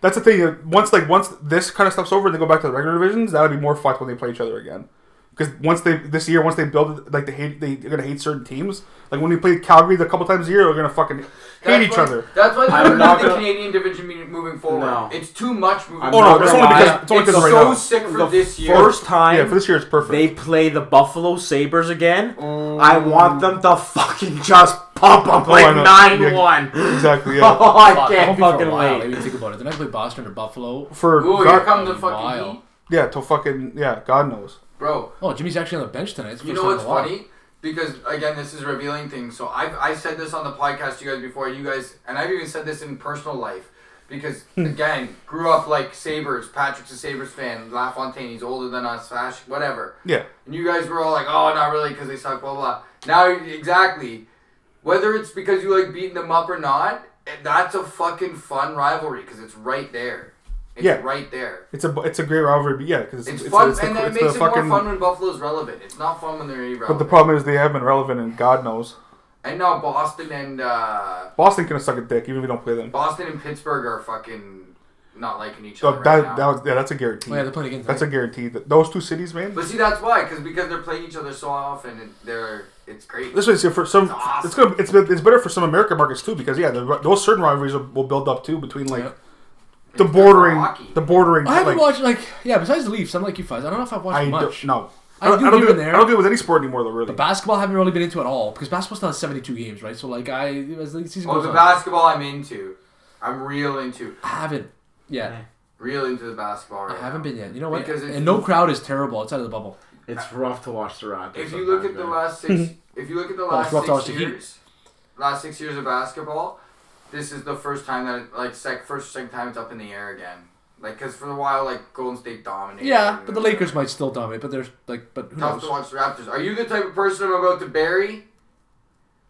Speaker 3: That's the thing. uh, Once like once this kind of stuff's over and they go back to the regular divisions, that'll be more fucked when they play each other again. Because once they this year, once they build it, like they hate, they, they're gonna hate certain teams. Like when we played Calgary a couple times a year, they're gonna fucking hate
Speaker 5: That's
Speaker 3: each
Speaker 5: why-
Speaker 3: other.
Speaker 5: That's why
Speaker 4: I'm
Speaker 5: they're
Speaker 4: not
Speaker 5: not the
Speaker 4: gonna-
Speaker 5: Canadian division meeting- moving forward.
Speaker 4: No.
Speaker 5: It's too much moving
Speaker 4: I'm
Speaker 3: Oh
Speaker 5: forward.
Speaker 3: no,
Speaker 4: not
Speaker 3: it's
Speaker 4: gonna
Speaker 3: only
Speaker 4: lie.
Speaker 3: because it's only
Speaker 5: It's
Speaker 3: because right
Speaker 5: so
Speaker 3: now.
Speaker 5: sick for
Speaker 4: The
Speaker 5: this year.
Speaker 4: First time.
Speaker 3: Yeah, for this year it's perfect.
Speaker 5: Mm.
Speaker 4: they play the Buffalo Sabres again, I want them to fucking just
Speaker 8: up.
Speaker 5: Oh,
Speaker 8: I'm
Speaker 3: I
Speaker 8: like
Speaker 3: know.
Speaker 8: nine one.
Speaker 3: Exactly. Yeah.
Speaker 8: Oh, I
Speaker 6: Fuck, that
Speaker 8: can't
Speaker 6: won't be for a
Speaker 8: fucking
Speaker 6: while.
Speaker 8: wait.
Speaker 6: Maybe think about it. Then I play Boston or Buffalo.
Speaker 3: For
Speaker 5: Ooh, here
Speaker 3: God,
Speaker 5: come the fucking
Speaker 6: Wow.
Speaker 5: heat.
Speaker 3: yeah, till fucking yeah, God knows.
Speaker 5: Bro,
Speaker 6: Oh, Jimmy's actually on the bench tonight. It's the
Speaker 5: you
Speaker 6: first
Speaker 5: know what's
Speaker 6: time in a while.
Speaker 5: funny? Because again, this is revealing things. So I've I said this on the podcast to you guys before. You guys and I've even said this in personal life. Because again, grew up like Sabers. Patrick's a Sabers fan. LaFontaine, he's older than us. Ash, whatever.
Speaker 3: Yeah.
Speaker 5: And you guys were all like, "Oh, not really, because they suck." Blah blah. Now exactly, whether it's because you like beating them up or not, eh, that's a fucking fun rivalry because it's right there. It's
Speaker 3: Yeah.
Speaker 5: right there.
Speaker 3: It's a it's a great rivalry, but yeah, because
Speaker 5: It's,
Speaker 3: it's,
Speaker 5: fun,
Speaker 3: it's, the-
Speaker 5: and that
Speaker 3: it's
Speaker 5: makes
Speaker 3: the
Speaker 5: it
Speaker 3: fucking.
Speaker 5: more fun when Buffalo's relevant. It's not fun when they're irrelevant.
Speaker 3: but the problem is they haven't been relevant, and God knows
Speaker 5: And now Boston and uh,
Speaker 3: Boston can suck a dick even if we don't play them.
Speaker 5: Boston and Pittsburgh are fucking not liking each
Speaker 3: So
Speaker 5: other.
Speaker 3: that
Speaker 5: right now.
Speaker 3: that was, yeah, that's a guarantee.
Speaker 6: Oh, yeah, they're playing again.
Speaker 3: that's a
Speaker 6: tonight.
Speaker 3: guarantee. That those two cities, man.
Speaker 5: but see, that's why, because because they're playing each other so often, and they're it's great.
Speaker 3: This is for some.
Speaker 5: It's awesome.
Speaker 3: It's gonna. It's it's better for some American markets too because yeah, the, those certain rivalries will, will build up too between like
Speaker 6: Yeah.
Speaker 3: the
Speaker 5: It's
Speaker 3: bordering,
Speaker 5: hockey.
Speaker 3: the bordering.
Speaker 6: I haven't
Speaker 3: like,
Speaker 6: watched like yeah. Besides the Leafs, I'm like you guys. I don't know if I've watched
Speaker 3: I
Speaker 6: much.
Speaker 3: don't. No.
Speaker 6: I do
Speaker 3: I don't
Speaker 6: here
Speaker 3: do
Speaker 6: and
Speaker 3: it.
Speaker 6: there.
Speaker 3: I don't do it with any sport anymore though. Really.
Speaker 6: But basketball, I haven't really been into at all because basketball's not 72 games, right? So like I as the season
Speaker 5: oh,
Speaker 6: goes
Speaker 5: the
Speaker 6: on,
Speaker 5: basketball I'm into. I'm real into,
Speaker 6: I haven't. Yeah,
Speaker 5: real into the basketball. Right
Speaker 6: I haven't
Speaker 5: now.
Speaker 6: been yet. You know what?
Speaker 5: Because it's-
Speaker 6: And no crowd is terrible outside of the bubble.
Speaker 4: It's rough to watch the Rock.
Speaker 5: If you look at the last six, if you look at the last
Speaker 6: it's rough to watch
Speaker 5: six
Speaker 6: the Heat.
Speaker 5: years, last six years of basketball, this is the first time that it, like sec first second time it's up in the air again. Like, cause for a while, like Golden State dominated.
Speaker 6: Yeah,
Speaker 5: and-
Speaker 6: but the Lakers might still dominate. But there's like, but who
Speaker 5: Tough to
Speaker 6: knows?
Speaker 5: watch the Raptors. Are you the type of person I'm about to bury?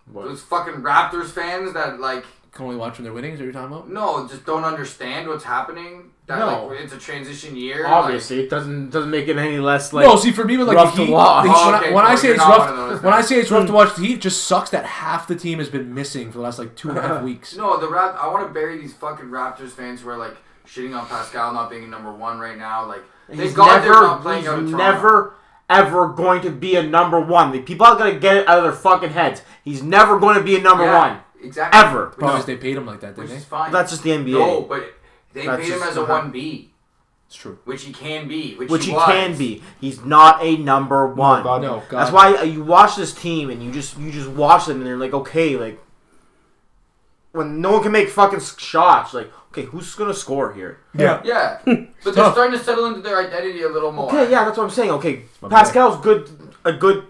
Speaker 5: Those fucking Raptors fans that like
Speaker 6: Can only watch when they're winning. Is that what you're talking about?
Speaker 5: no, just don't understand what's happening. That
Speaker 4: No.
Speaker 5: like it's a transition year.
Speaker 4: obviously it doesn't doesn't make it any less like
Speaker 6: no, see for me with like
Speaker 4: rough
Speaker 6: the
Speaker 4: to
Speaker 6: Heat,
Speaker 4: watch.
Speaker 6: the Heat- when,
Speaker 5: Oh, Okay,
Speaker 6: I, when I
Speaker 5: cool.
Speaker 6: say
Speaker 5: You're
Speaker 6: it's
Speaker 5: not
Speaker 6: rough,
Speaker 5: one of those
Speaker 6: when I
Speaker 5: guys.
Speaker 6: say it's rough to watch, the Heat it just sucks that half the team has been missing for the last like two and a half weeks.
Speaker 5: Like, no, the Rap. I want to bury these fucking Raptors fans who are like shitting on Pascal not being number one right now. Like
Speaker 4: He's
Speaker 5: thank God they're
Speaker 4: never,
Speaker 5: not playing
Speaker 4: he's
Speaker 5: out of Toronto.
Speaker 4: never ever going to be a number one. The people are gonna get it out of their fucking heads. He's never going to be a number
Speaker 5: Yeah,
Speaker 4: one.
Speaker 5: exactly
Speaker 4: Ever.
Speaker 5: Which
Speaker 6: Probably
Speaker 5: is-
Speaker 6: because they paid him like that,
Speaker 5: Which
Speaker 6: didn't they?
Speaker 5: is fine.
Speaker 4: That's just the NBA,
Speaker 5: no, but they
Speaker 4: That's
Speaker 5: paid him
Speaker 4: just
Speaker 5: as a
Speaker 4: not-
Speaker 5: one B,
Speaker 6: It's true.
Speaker 5: which he can be, which,
Speaker 4: which he
Speaker 5: was.
Speaker 4: can be. He's not a number one.
Speaker 3: God,
Speaker 6: No, God.
Speaker 4: That's why you watch this team and you just you just watch them and they're like, okay, like when no one can make fucking s- shots, like okay, who's gonna score here?
Speaker 3: Yeah.
Speaker 5: Yeah, but they're starting to settle into their identity a little more.
Speaker 4: Okay, yeah, that's what I'm saying. Okay, Pascal's good, a good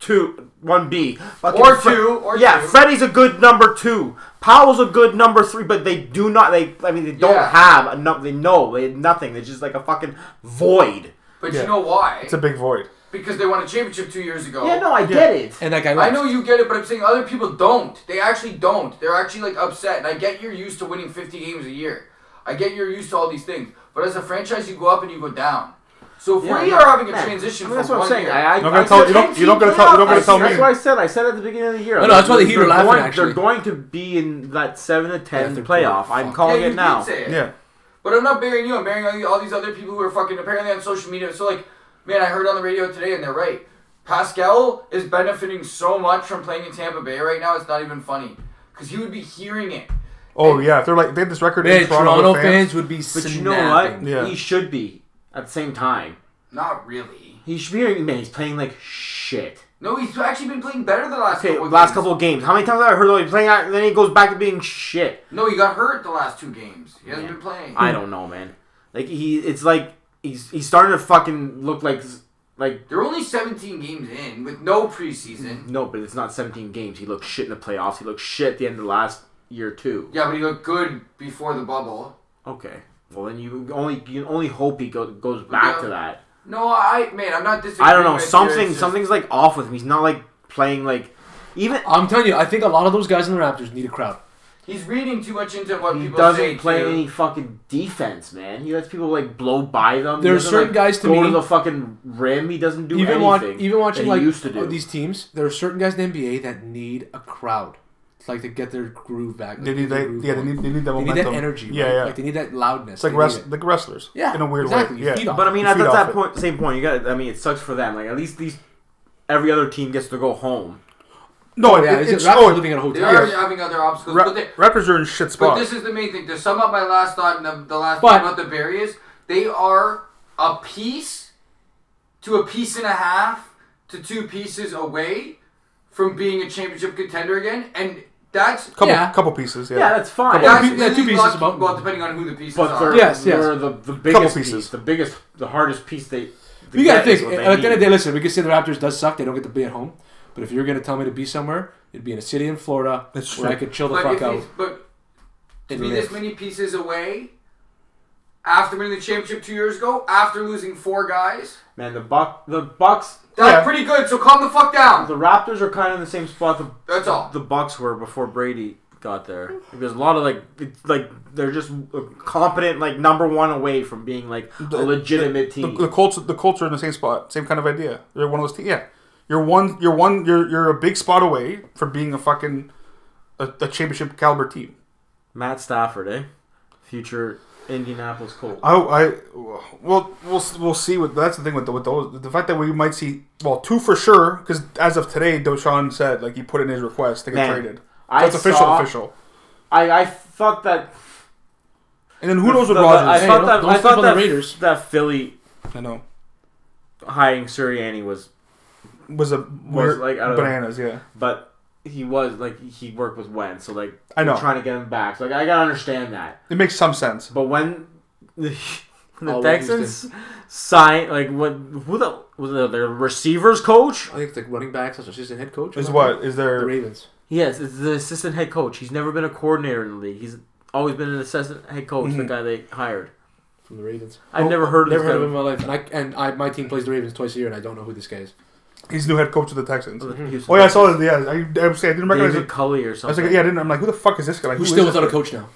Speaker 4: two, one B, Fucking
Speaker 5: Or two, or
Speaker 4: yeah,
Speaker 5: two.
Speaker 4: Freddie's a good number two. Powell's a good number three, but they do not. They, I mean, they don't
Speaker 5: Yeah.
Speaker 4: have enough. They know they have nothing. They're just like a fucking void.
Speaker 5: But
Speaker 3: Yeah.
Speaker 5: you know why?
Speaker 3: It's a big void.
Speaker 5: because they won a championship two years ago.
Speaker 4: Yeah, no, I get it.
Speaker 6: And that guy.
Speaker 5: I
Speaker 6: Left.
Speaker 5: know you get it, but I'm saying other people don't. They actually don't. They're actually like upset. And I get you're used to winning 50 games a year. I get you're used to all these things. But as a franchise, you go up and you go down. So if
Speaker 4: Yeah,
Speaker 5: we
Speaker 4: yeah.
Speaker 5: are having a
Speaker 4: Man,
Speaker 5: transition
Speaker 4: I mean,
Speaker 5: from
Speaker 4: that's what I'm
Speaker 5: one
Speaker 4: saying.
Speaker 5: year,
Speaker 4: I, I,
Speaker 3: You're not gonna
Speaker 4: I-
Speaker 3: tell- you don't- you don't gotta tell- you don't gotta
Speaker 4: I-
Speaker 3: tell
Speaker 4: That's
Speaker 3: me.
Speaker 4: what I said. I said at the beginning of the year.
Speaker 6: No, no, that's why the
Speaker 4: They're
Speaker 6: Heat are laughing,
Speaker 4: going-
Speaker 6: actually.
Speaker 4: they're going to be in that seven to ten
Speaker 6: they're
Speaker 4: playoff.
Speaker 6: poor.
Speaker 4: I'm
Speaker 6: Fuck.
Speaker 4: calling
Speaker 5: yeah, you
Speaker 4: it now.
Speaker 5: did say it.
Speaker 3: Yeah.
Speaker 5: But I'm not burying you. I'm burying all, the- all these other people who are fucking apparently on social media. So like, man, I heard on the radio today, and they're right. Pascal is benefiting so much from playing in Tampa Bay right now. It's not even funny because he would be hearing it.
Speaker 3: Oh yeah. If they're like they had this record
Speaker 6: Man,
Speaker 3: in Toronto,
Speaker 6: Toronto
Speaker 3: with
Speaker 6: fans,
Speaker 3: fans.
Speaker 6: would be.
Speaker 4: But
Speaker 6: Snapping.
Speaker 4: you know what?
Speaker 3: Yeah.
Speaker 4: He should be at the same time.
Speaker 5: Not really.
Speaker 4: He should be. Man, he's playing like shit.
Speaker 5: No, he's actually been playing better the last
Speaker 4: Okay,
Speaker 5: couple of
Speaker 4: last
Speaker 5: games.
Speaker 4: couple of games. How many times have I heard that he's playing? out, and Then he goes back to being shit.
Speaker 5: No, he got hurt the last two games. He hasn't
Speaker 4: Yeah.
Speaker 5: been playing.
Speaker 4: I don't know, man. Like he, it's like he's he's starting to fucking look like like
Speaker 5: They're only 17 games in with no preseason.
Speaker 4: no, but it's not 17 games. He looked shit in the playoffs. He looked shit at the end of last year too.
Speaker 5: Yeah, but he looked good before the bubble.
Speaker 4: Okay. Well, then you only you can only hope he go, goes back
Speaker 5: Yeah.
Speaker 4: to that.
Speaker 5: No, I man, I'm not disagreeing.
Speaker 4: I don't know.
Speaker 5: with you.
Speaker 4: Something
Speaker 5: It's just-
Speaker 4: something's like off with him. He's not like playing like even
Speaker 6: I'm telling you, I think a lot of those guys in the Raptors need a crowd.
Speaker 5: He's reading too much into what
Speaker 4: He
Speaker 5: people say.
Speaker 4: doesn't play
Speaker 5: too.
Speaker 4: any fucking defense, man. He lets people like blow by them. He
Speaker 6: There are
Speaker 4: doesn't,
Speaker 6: certain
Speaker 4: like,
Speaker 6: guys to
Speaker 4: go
Speaker 6: me-
Speaker 4: to the fucking rim. He doesn't do
Speaker 6: even
Speaker 4: anything.
Speaker 6: watch, even watching
Speaker 4: that
Speaker 6: like
Speaker 4: he used to do.
Speaker 6: these teams, there are certain guys in the NBA that need a crowd, It's like to get their groove back.
Speaker 3: They need
Speaker 6: their
Speaker 3: that.
Speaker 6: groove
Speaker 3: Yeah. They
Speaker 6: going.
Speaker 3: need. They need that
Speaker 6: They
Speaker 3: momentum.
Speaker 6: need that energy.
Speaker 3: Yeah.
Speaker 6: right?
Speaker 3: Yeah.
Speaker 6: Like they need that loudness.
Speaker 3: it's like
Speaker 6: They
Speaker 3: rest,
Speaker 6: need it.
Speaker 3: like wrestlers.
Speaker 6: Yeah,
Speaker 3: In a weird
Speaker 6: exactly.
Speaker 3: way.
Speaker 6: You
Speaker 3: Yeah.
Speaker 6: feed off
Speaker 4: But I mean,
Speaker 3: You
Speaker 4: at
Speaker 3: feed
Speaker 4: that,
Speaker 3: off
Speaker 4: that
Speaker 3: it.
Speaker 4: point, same point. You got. I mean, it sucks for them. Like at least these every other team gets to go home.
Speaker 3: No.
Speaker 6: Yeah,
Speaker 3: it-
Speaker 6: it's,
Speaker 3: it's
Speaker 6: Raptors
Speaker 3: oh,
Speaker 6: living in a
Speaker 5: They are
Speaker 6: hotel.
Speaker 5: having other obstacles,
Speaker 3: Ra-
Speaker 5: but, they,
Speaker 3: Raptors are in shit
Speaker 5: but
Speaker 3: spot.
Speaker 5: this is the main thing. To sum up my last thought and the, the last
Speaker 6: But-
Speaker 5: thing about the barriers, they are a piece to a piece and a half to two pieces away from being a championship contender again, and that's
Speaker 3: Couple,
Speaker 6: Yeah.
Speaker 3: couple pieces, yeah.
Speaker 4: Yeah, that's fine.
Speaker 6: Couple
Speaker 5: that's
Speaker 6: pe- yeah, two
Speaker 5: really
Speaker 6: pieces
Speaker 5: lucky-
Speaker 6: about-
Speaker 5: well, depending on who the pieces
Speaker 4: but
Speaker 5: are.
Speaker 4: they're,
Speaker 6: Yes, yes.
Speaker 4: they're the, the biggest
Speaker 3: pieces.
Speaker 4: piece, the biggest, the hardest piece they.
Speaker 6: You gotta
Speaker 4: get is
Speaker 6: think.
Speaker 4: what they
Speaker 6: At the end of
Speaker 4: need.
Speaker 6: the day, listen. We can say the Raptors does suck. They don't get to be at home. But if you're gonna tell me to be somewhere, it'd be in a city in Florida
Speaker 3: That's
Speaker 6: where
Speaker 3: true.
Speaker 6: I could chill the
Speaker 5: But,
Speaker 6: fuck
Speaker 5: if
Speaker 6: out.
Speaker 5: these- but to
Speaker 6: and
Speaker 5: be
Speaker 6: live.
Speaker 5: this many pieces away after winning the championship two years ago, after losing four guys,
Speaker 4: man, the buck, the Bucks,
Speaker 5: that's
Speaker 3: Yeah.
Speaker 5: pretty good. So calm the fuck down.
Speaker 4: the Raptors are kind of in the same spot the
Speaker 5: That's all.
Speaker 4: the Bucks were before Brady got there. Because a lot of like, it's like they're just a competent, like number one away from being like a legitimate
Speaker 3: The,
Speaker 4: team.
Speaker 3: the Colts, the Colts are in the same spot, same kind of idea. They're one of those teams. Yeah, you're one, you're one, you're you're a big spot away from being a fucking a, a championship caliber team.
Speaker 4: Matt Stafford, eh? Future Indianapolis Colts.
Speaker 3: I, I, well, we'll we'll see. What that's the thing with the, with those the fact that we might see well two for sure because as of today, Doshan said like he put in his request to get
Speaker 4: Man,
Speaker 3: traded.
Speaker 4: I
Speaker 3: That's official,
Speaker 4: saw-
Speaker 3: official.
Speaker 4: I, I thought that.
Speaker 3: And then who knows with
Speaker 4: the- the- I
Speaker 3: Rogers?
Speaker 6: Hey,
Speaker 4: thought
Speaker 6: don't-
Speaker 4: that,
Speaker 6: don't
Speaker 4: I
Speaker 6: sleep
Speaker 4: thought
Speaker 6: on the
Speaker 4: that,
Speaker 6: Raiders.
Speaker 4: that Philly
Speaker 3: I know
Speaker 4: hiring Sirianni was,
Speaker 3: was a weird-
Speaker 4: like, out of-
Speaker 3: bananas. Yeah,
Speaker 4: but he was like he worked with Wentz, so like
Speaker 3: I know.
Speaker 4: they're trying to get him back. So like I gotta understand that.
Speaker 3: it makes some sense.
Speaker 4: But when the, the
Speaker 6: Oh,
Speaker 4: Texans signed, like what? Who the was it their receivers coach?
Speaker 6: I think the running backs as assistant head coach. or
Speaker 3: Is
Speaker 6: something.
Speaker 3: what is there?
Speaker 6: the Ravens.
Speaker 4: Yes, it's the assistant head coach. He's never been a coordinator in the league. He's always been an assistant head coach,
Speaker 3: Mm-hmm.
Speaker 4: the guy they hired.
Speaker 6: From the Ravens.
Speaker 3: Oh,
Speaker 4: I've never heard of
Speaker 6: never
Speaker 4: this
Speaker 6: heard of
Speaker 4: guy.
Speaker 6: him in my life. And I and I my team plays the Ravens twice a year, and I don't know who this guy is.
Speaker 3: He's new head coach of the Texans.
Speaker 4: Houston
Speaker 3: Oh yeah, I saw that. Yeah, I, I, was saying, I didn't recognize
Speaker 4: David
Speaker 3: it.
Speaker 4: Culley or
Speaker 3: I was
Speaker 4: something.
Speaker 3: like, yeah, I didn't. I'm like, who the fuck is this guy? Like,
Speaker 6: Who's
Speaker 3: who
Speaker 6: still
Speaker 3: is
Speaker 6: without a
Speaker 3: this
Speaker 6: coach now?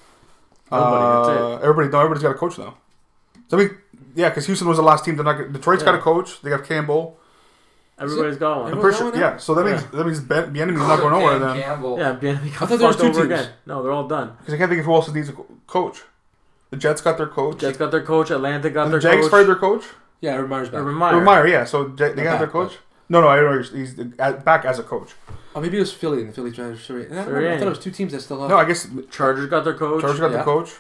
Speaker 3: guy?
Speaker 4: Nobody,
Speaker 3: Uh, everybody, no, everybody's got a coach now. So I mean, yeah, because Houston was the last team to not get. Detroit's got a coach. They got Campbell.
Speaker 4: Everybody's got one.
Speaker 3: I'm
Speaker 6: Everyone
Speaker 3: pretty
Speaker 6: got
Speaker 3: sure.
Speaker 6: one now?
Speaker 3: Yeah, so that means that means Ben Bienemy not going nowhere
Speaker 5: Dan
Speaker 3: then
Speaker 5: Campbell.
Speaker 4: Yeah, yeah, they got
Speaker 6: thought there was
Speaker 4: fucked
Speaker 6: two
Speaker 4: over
Speaker 6: teams.
Speaker 4: again. No, they're all done.
Speaker 3: because I can't think of who else needs a co- coach. The Jets got their coach.
Speaker 4: Jets got their coach. Atlanta got
Speaker 3: and the
Speaker 4: their
Speaker 3: Jags
Speaker 4: coach.
Speaker 3: fired their coach.
Speaker 6: Yeah, Urban Meyer's back.
Speaker 4: Urban
Speaker 6: Or
Speaker 4: Meyer.
Speaker 3: Urban Meyer, yeah. So J- they got
Speaker 6: back,
Speaker 3: their coach. No, no, I don't. know, He's, he's uh, back as a coach.
Speaker 6: oh, maybe it was Philly and the Philly Chargers. Sorry. I, don't remember. I
Speaker 4: Sorry.
Speaker 6: thought it was two teams that still have.
Speaker 3: No, I guess
Speaker 4: Chargers got their coach.
Speaker 3: Chargers got
Speaker 6: Yeah.
Speaker 3: the coach.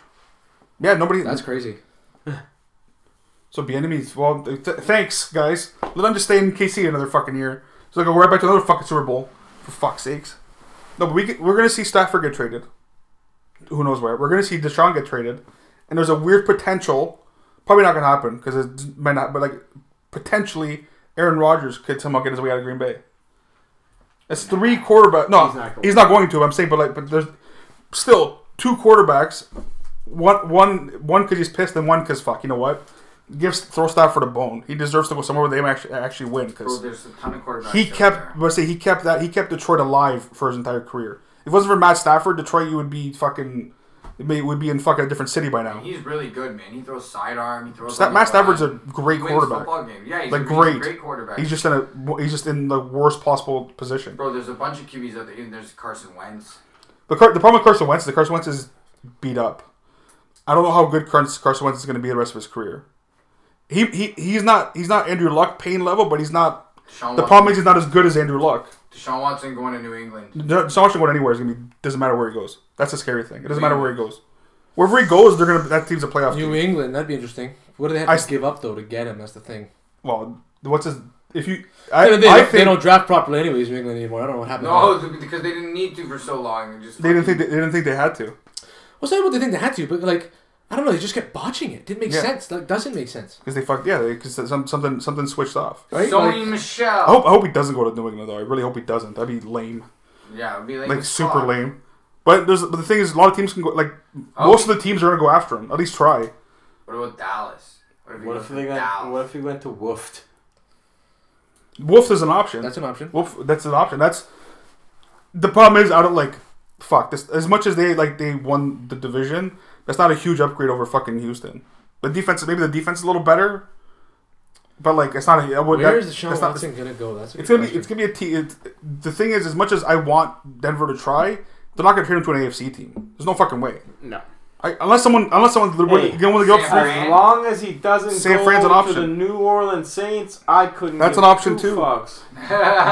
Speaker 3: Yeah, nobody.
Speaker 6: that's crazy.
Speaker 3: So Bienemy, well, th- th- thanks guys. Let them just stay in KC another fucking year. So they go right back to another fucking Super Bowl. For fuck's sakes. No, but we get, we're gonna see Stafford get traded. Who knows where? We're gonna see Deshaun get traded, and there's a weird potential. Probably not gonna happen because it might not. But like potentially, Aaron Rodgers could somehow get his way out of Green Bay. That's three quarterback. No, he's
Speaker 4: He's not
Speaker 3: not,
Speaker 4: going.
Speaker 3: going to. I'm saying, but like, but there's still two quarterbacks. One, one, one could just piss, then one because fuck. You know what? Gives throw Stafford a bone. He deserves to go somewhere where they actually actually win
Speaker 5: Bro,
Speaker 3: because
Speaker 5: there's a ton of quarterbacks.
Speaker 3: he
Speaker 5: out
Speaker 3: kept.
Speaker 5: there.
Speaker 3: Let's say he kept that. He kept Detroit alive for his entire career. If it wasn't for Matt Stafford, Detroit you would be fucking. It may, would be in fucking a different city by now.
Speaker 5: He's really good, man. He throws sidearm. He throws.
Speaker 3: Sta-
Speaker 5: on the
Speaker 3: Matt Stafford's a
Speaker 5: line.
Speaker 3: great
Speaker 5: He wins
Speaker 3: quarterback.
Speaker 5: Football game. Yeah, he's
Speaker 3: Like
Speaker 5: a,
Speaker 3: great.
Speaker 5: He's a great quarterback.
Speaker 3: He's just in a. He's just in the worst possible position.
Speaker 5: Bro, there's a bunch of QBs out there. Even there's Carson Wentz.
Speaker 3: The, Car- the problem with Carson Wentz, the Carson Wentz is beat up. I don't know how good Car- Carson Wentz is going to be the rest of his career. He, he he's not he's not Andrew Luck pain level, but he's not.
Speaker 5: Deshaun
Speaker 3: The
Speaker 5: Watson.
Speaker 3: problem is he's not as good as Andrew Luck.
Speaker 5: Deshaun Watson going to New England.
Speaker 3: No, Deshaun Watson going anywhere is going to be doesn't matter where he goes. That's the scary thing. It doesn't matter where he goes. Wherever he goes, they're gonna that team's a playoff
Speaker 6: New
Speaker 3: team.
Speaker 6: England. That'd be interesting. What do they have
Speaker 3: I
Speaker 6: to
Speaker 3: s-
Speaker 6: give up though to get him? That's the thing.
Speaker 3: Well, what's his if you? I,
Speaker 6: they,
Speaker 3: I
Speaker 6: don't-
Speaker 3: think
Speaker 6: they don't draft properly anyways. New England anymore. I don't know what happened. to
Speaker 5: No,
Speaker 6: that.
Speaker 5: th- because they didn't need to for so long. They just
Speaker 3: they didn't
Speaker 5: fucking-
Speaker 3: think they, they didn't think they had to.
Speaker 6: Well, say what they think they had to, but like, I don't know. They just kept botching it. Didn't make
Speaker 3: Yeah.
Speaker 6: sense. That doesn't make sense.
Speaker 3: Because they fucked, yeah, because some, something something switched off. Right?
Speaker 5: Sony
Speaker 3: Like, oh,
Speaker 5: Michelle.
Speaker 3: I hope I hope he doesn't go to New England though. I really hope he doesn't. That'd be lame.
Speaker 5: Yeah, it'd be like,
Speaker 3: like
Speaker 5: as
Speaker 3: super
Speaker 5: fuck.
Speaker 3: lame. But there's but the thing is, a lot of teams can go like
Speaker 6: Oh.
Speaker 3: most of the teams are gonna go after him. At least try.
Speaker 5: What about Dallas? What if, he
Speaker 4: What
Speaker 5: goes
Speaker 4: if
Speaker 5: to
Speaker 4: they got?
Speaker 5: Dallas?
Speaker 4: What if he went to Wooft?
Speaker 3: Wolf is an option.
Speaker 6: That's an option.
Speaker 3: Wolf. That's an option. That's the problem is I don't like fuck this. As much as they like they won the division, that's not a huge upgrade over fucking Houston. The defense maybe the defense is a little better, but like it's not. A, I would- that-
Speaker 6: Where is Deshaun
Speaker 3: that's not-
Speaker 6: Watson gonna go? That's a
Speaker 3: It's
Speaker 6: good
Speaker 3: gonna be it's
Speaker 6: question.
Speaker 3: gonna be a team. It's, the thing is, as much as I want Denver to try, they're not gonna turn into an AFC team. There's no fucking way.
Speaker 4: No.
Speaker 3: I, unless someone, unless someone's
Speaker 4: Hey,
Speaker 3: willing to go up
Speaker 5: San
Speaker 3: for
Speaker 5: Fran.
Speaker 4: As long as he doesn't
Speaker 3: San
Speaker 4: go
Speaker 3: Fran's an
Speaker 4: to
Speaker 3: option.
Speaker 4: the New Orleans Saints, I couldn't.
Speaker 3: That's an
Speaker 4: give
Speaker 3: option too.
Speaker 4: two fucks.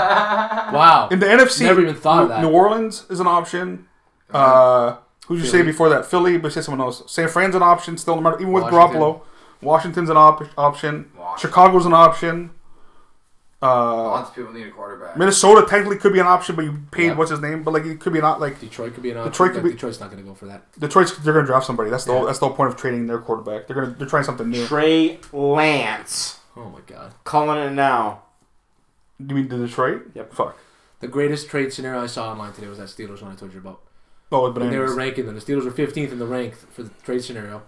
Speaker 6: wow.
Speaker 3: In the NFC,
Speaker 6: Never even thought of
Speaker 3: New-
Speaker 6: that. Uh-huh.
Speaker 3: New Orleans is an option. Uh, who'd you say before that? Philly, but say someone else. San Fran's an option still, no matter even with
Speaker 6: Washington.
Speaker 3: Garoppolo. Washington's an op- option.
Speaker 5: Washington.
Speaker 3: Chicago's an option. Uh,
Speaker 5: Lots of people need a quarterback.
Speaker 3: Minnesota technically could be an option, but you paid
Speaker 6: Yeah.
Speaker 3: what's his name. But like it could be not like
Speaker 6: Detroit could be an option.
Speaker 3: Detroit
Speaker 6: Detroit
Speaker 3: could be-
Speaker 6: Detroit's not going to go for that.
Speaker 3: Detroit's. They're gonna draft somebody. That's the whole,
Speaker 6: Yeah.
Speaker 3: that's the whole point of trading their quarterback. They're gonna they're trying something new.
Speaker 7: Trey Lance.
Speaker 6: Oh my god.
Speaker 7: Calling it now.
Speaker 3: you mean the Detroit?
Speaker 7: Yep.
Speaker 3: Fuck.
Speaker 6: The greatest trade scenario I saw online today was that Steelers one I told you about.
Speaker 3: Oh, but
Speaker 6: When they were
Speaker 3: anyways.
Speaker 6: ranking them, the Steelers were 15th in the rank for the trade scenario.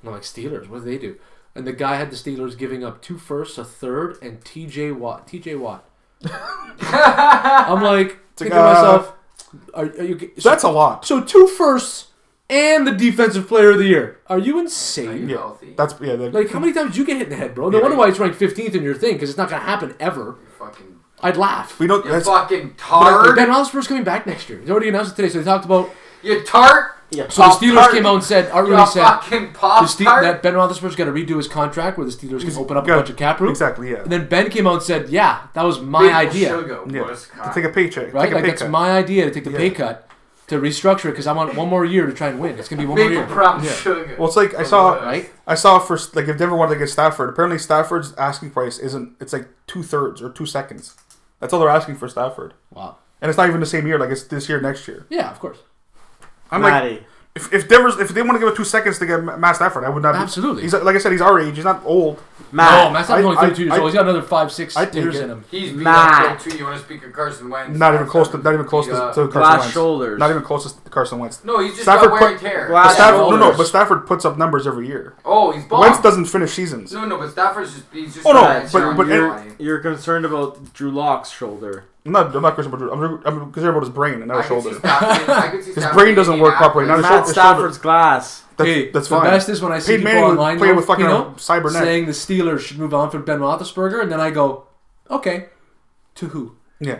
Speaker 6: And I'm like, Steelers, what do they do? And the guy had the Steelers giving up two firsts, a third, and TJ Watt. TJ Watt. I'm like, thinking to
Speaker 3: uh,
Speaker 6: myself, are, are you?
Speaker 3: So that's a lot.
Speaker 6: So two firsts and the defensive player of the year. Are you insane?
Speaker 3: Yeah.
Speaker 5: Healthy.
Speaker 3: That's yeah. That,
Speaker 6: Like how many times did you get hit in the head, bro? No wonder why it's ranked 15th in your thing because it's not gonna happen ever.
Speaker 5: fucking,
Speaker 6: I'd laugh.
Speaker 3: we don't.
Speaker 5: you
Speaker 3: That's,
Speaker 5: fucking
Speaker 6: But Ben
Speaker 5: tart.
Speaker 6: Roethlisberger's coming back next year. He's already announced it today, so they talked about.
Speaker 5: You tart.
Speaker 7: Yeah.
Speaker 6: So the
Speaker 5: Pop
Speaker 6: Steelers
Speaker 5: Tart.
Speaker 6: came out and said, "Art
Speaker 5: You
Speaker 6: really said
Speaker 5: fucking
Speaker 6: the
Speaker 5: pop
Speaker 6: Ste-
Speaker 5: tart.
Speaker 6: that Ben Roethlisberger's got to redo his contract where the Steelers can open up a
Speaker 3: got-
Speaker 6: bunch of cap room."
Speaker 3: exactly. Yeah.
Speaker 6: And then Ben came out and said, "Yeah, that was my
Speaker 5: Maple
Speaker 6: idea,
Speaker 5: Sugar
Speaker 3: yeah.
Speaker 5: was
Speaker 3: To
Speaker 5: cock.
Speaker 3: take a paycheck.
Speaker 6: right?
Speaker 3: Take a
Speaker 6: Like
Speaker 3: pay
Speaker 6: that's
Speaker 3: cut.
Speaker 6: my idea to take the pay cut to restructure it because I want one more year to try and win. It's gonna be one more
Speaker 5: Maple
Speaker 6: year,
Speaker 5: brown sugar.
Speaker 3: Well, it's like I saw.
Speaker 6: right?
Speaker 3: I saw for like if Denver wanted to get Stafford, apparently Stafford's asking price isn't. It's like two thirds or two seconds. That's all they're asking for Stafford,
Speaker 6: Wow.
Speaker 3: and it's not even the same year. Like it's this year, next year.
Speaker 6: Yeah, of course.
Speaker 3: I'm like,
Speaker 7: Matty.
Speaker 3: if, if Denver's if they want to give it two seconds to get Ma- Matt Stafford, I would not. be-
Speaker 6: Absolutely.
Speaker 3: he's like I said, he's our age. He's not old.
Speaker 6: No,
Speaker 7: Matt.
Speaker 6: Matt Stafford's
Speaker 3: I-
Speaker 6: only 32 years
Speaker 3: I-
Speaker 6: old. He's got another five, six
Speaker 3: I take
Speaker 6: years
Speaker 3: it.
Speaker 6: in him.
Speaker 5: He's
Speaker 7: Matt.
Speaker 5: mad too. You want to speak of Carson Wentz?
Speaker 3: Not even close to. Not even close to,
Speaker 5: Beat
Speaker 3: to
Speaker 5: up.
Speaker 3: Carson
Speaker 7: Glass
Speaker 3: Wentz.
Speaker 7: shoulders.
Speaker 3: Not even close to Carson Wentz.
Speaker 5: No, he's just
Speaker 3: Stafford
Speaker 5: got wear and
Speaker 3: put-
Speaker 5: tear.
Speaker 3: But
Speaker 7: Glass
Speaker 3: Stafford, no, no,
Speaker 7: shoulders.
Speaker 3: but Stafford puts up numbers every year.
Speaker 5: Oh, he's bomb.
Speaker 3: Wentz doesn't finish seasons.
Speaker 5: No, no, but Stafford's just he's just.
Speaker 3: Oh, no,
Speaker 5: bad.
Speaker 3: but-
Speaker 5: You're-
Speaker 3: but-
Speaker 5: you're-
Speaker 7: You're concerned about Drew Locke's shoulder.
Speaker 3: I'm not. I'm not concerned about. Drew. I'm, I'm concerned about his brain and not
Speaker 5: I
Speaker 3: his
Speaker 5: could see
Speaker 3: shoulder.
Speaker 5: Stafford. I could see
Speaker 3: His
Speaker 5: Stafford
Speaker 3: brain doesn't
Speaker 5: in
Speaker 3: work properly, not his
Speaker 7: Matt
Speaker 3: shoulder.
Speaker 7: Stafford's glass.
Speaker 3: That's,
Speaker 6: Hey,
Speaker 3: that's
Speaker 6: the
Speaker 3: fine.
Speaker 6: best is when I see
Speaker 3: Peyton
Speaker 6: people
Speaker 3: Manning was
Speaker 6: online
Speaker 3: playing with fucking
Speaker 6: Pino
Speaker 3: Cybernet.
Speaker 6: saying the Steelers should move on from Ben Roethlisberger, and then I go, okay, to who?
Speaker 3: Yeah.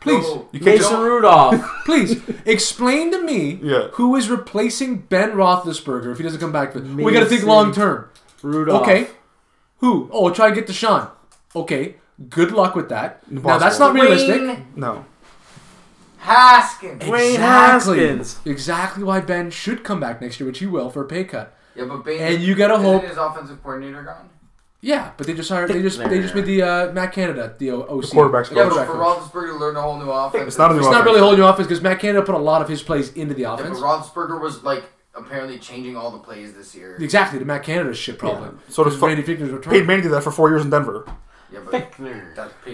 Speaker 6: Please,
Speaker 5: No.
Speaker 3: You can't
Speaker 7: Mason
Speaker 3: just.
Speaker 7: Rudolph.
Speaker 6: please explain to me
Speaker 3: Yeah.
Speaker 6: who is replacing Ben Roethlisberger if he doesn't come back. For, we got to think
Speaker 7: Mason
Speaker 6: long term.
Speaker 7: Rudolph.
Speaker 6: Okay, who? Oh, we'll try and get Deshaun. Okay, good luck with that. Now
Speaker 3: Impossible.
Speaker 6: that's not realistic.
Speaker 5: Wayne
Speaker 3: No.
Speaker 5: Haskins.
Speaker 7: Wayne
Speaker 6: Exactly.
Speaker 7: Haskins.
Speaker 6: Exactly why Ben should come back next year, which he will for a pay cut.
Speaker 5: Yeah, but Bain,
Speaker 6: And you gotta
Speaker 5: isn't
Speaker 6: hope-
Speaker 5: his offensive coordinator gone.
Speaker 6: Yeah, but they just hired. They just they just made the uh, Matt Canada the O- OC.
Speaker 3: quarterback's
Speaker 5: Yeah,
Speaker 6: quarterback
Speaker 5: but for
Speaker 6: coach.
Speaker 5: Roethlisberger to learn a whole new offense.
Speaker 3: It's not a new
Speaker 6: It's not really a whole new offense because Matt Canada put a lot of his plays into the
Speaker 5: Yeah, but
Speaker 6: offense.
Speaker 5: Roethlisberger was like apparently changing all the plays this year.
Speaker 6: Exactly, the Matt Canada shit problem.
Speaker 3: So does
Speaker 6: Because
Speaker 3: fu-
Speaker 6: Randy Fickner's return.
Speaker 3: Peyton Manning did that for four years in Denver,
Speaker 5: Yeah, but that's Peyton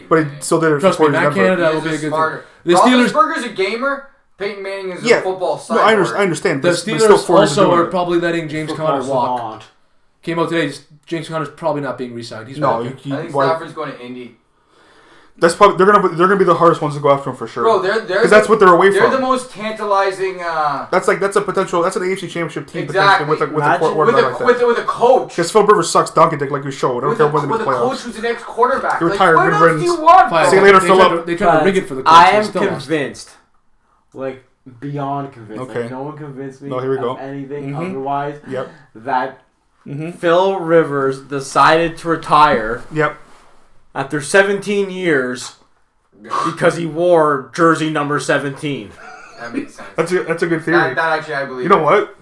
Speaker 3: but
Speaker 5: Manning.
Speaker 3: he still did it
Speaker 6: Trust
Speaker 3: for
Speaker 6: me,
Speaker 3: four years
Speaker 6: Matt
Speaker 3: in Denver.
Speaker 6: Canada
Speaker 5: He
Speaker 6: will
Speaker 5: is
Speaker 6: be a
Speaker 5: just
Speaker 6: good
Speaker 5: smarter.
Speaker 6: thing. The Steelers,
Speaker 5: Roethlisberger's a gamer. Peyton Manning is
Speaker 3: Yeah.
Speaker 5: a football
Speaker 3: No, I, under,
Speaker 5: cyborg.
Speaker 3: I understand. But
Speaker 6: the
Speaker 3: it's- but it's still
Speaker 6: Steelers
Speaker 3: four years of
Speaker 6: also
Speaker 3: doing
Speaker 6: are
Speaker 3: it.
Speaker 6: probably letting James Conner
Speaker 7: Football's
Speaker 6: walk.
Speaker 7: not.
Speaker 6: Came out today. just- James Conner's probably not being re-signed. He's
Speaker 3: No,
Speaker 6: not.
Speaker 3: you,
Speaker 5: I
Speaker 3: you,
Speaker 5: think
Speaker 3: why-
Speaker 5: Stafford's going to Indy.
Speaker 3: that's probably they're gonna they're gonna be the hardest ones to go after him for sure.
Speaker 5: Bro, they're they're
Speaker 3: 'Cause that's what they're away
Speaker 5: they're
Speaker 3: from.
Speaker 5: the most tantalizing. Uh,
Speaker 3: that's like that's a potential. That's an AFC Championship team
Speaker 5: Exactly.
Speaker 3: potentially with a with a
Speaker 7: Imagine-
Speaker 3: quar-
Speaker 5: with
Speaker 3: quarterback
Speaker 5: a
Speaker 3: like that.
Speaker 5: with, a- with a coach.
Speaker 3: Because Phil Rivers sucks donkey dick like we showed. I don't
Speaker 5: with
Speaker 3: care
Speaker 5: a,
Speaker 3: when they
Speaker 5: with a
Speaker 3: the playoffs.
Speaker 5: coach who's an ex-quarterback.
Speaker 3: He
Speaker 5: Like,
Speaker 3: retired
Speaker 5: what
Speaker 3: when
Speaker 5: else
Speaker 3: Rins-
Speaker 5: do you want?
Speaker 6: Fine,
Speaker 5: bro?
Speaker 3: See you later,
Speaker 6: they
Speaker 3: Philip.
Speaker 6: Tried to, they tried to rig it for the. Colts,
Speaker 7: I
Speaker 6: they
Speaker 7: am
Speaker 6: still lost.
Speaker 7: convinced, like beyond convinced.
Speaker 3: Okay.
Speaker 7: Like, no one convinced me
Speaker 3: No, here we
Speaker 7: of
Speaker 3: go.
Speaker 7: anything
Speaker 3: Mhm.
Speaker 7: otherwise.
Speaker 3: Yep.
Speaker 7: That Phil Rivers decided to retire
Speaker 3: Yep.
Speaker 7: after 17 years because he wore jersey number 17.
Speaker 5: That makes sense.
Speaker 3: That's a that's a good theory.
Speaker 5: That, that actually, I believe.
Speaker 3: you know what?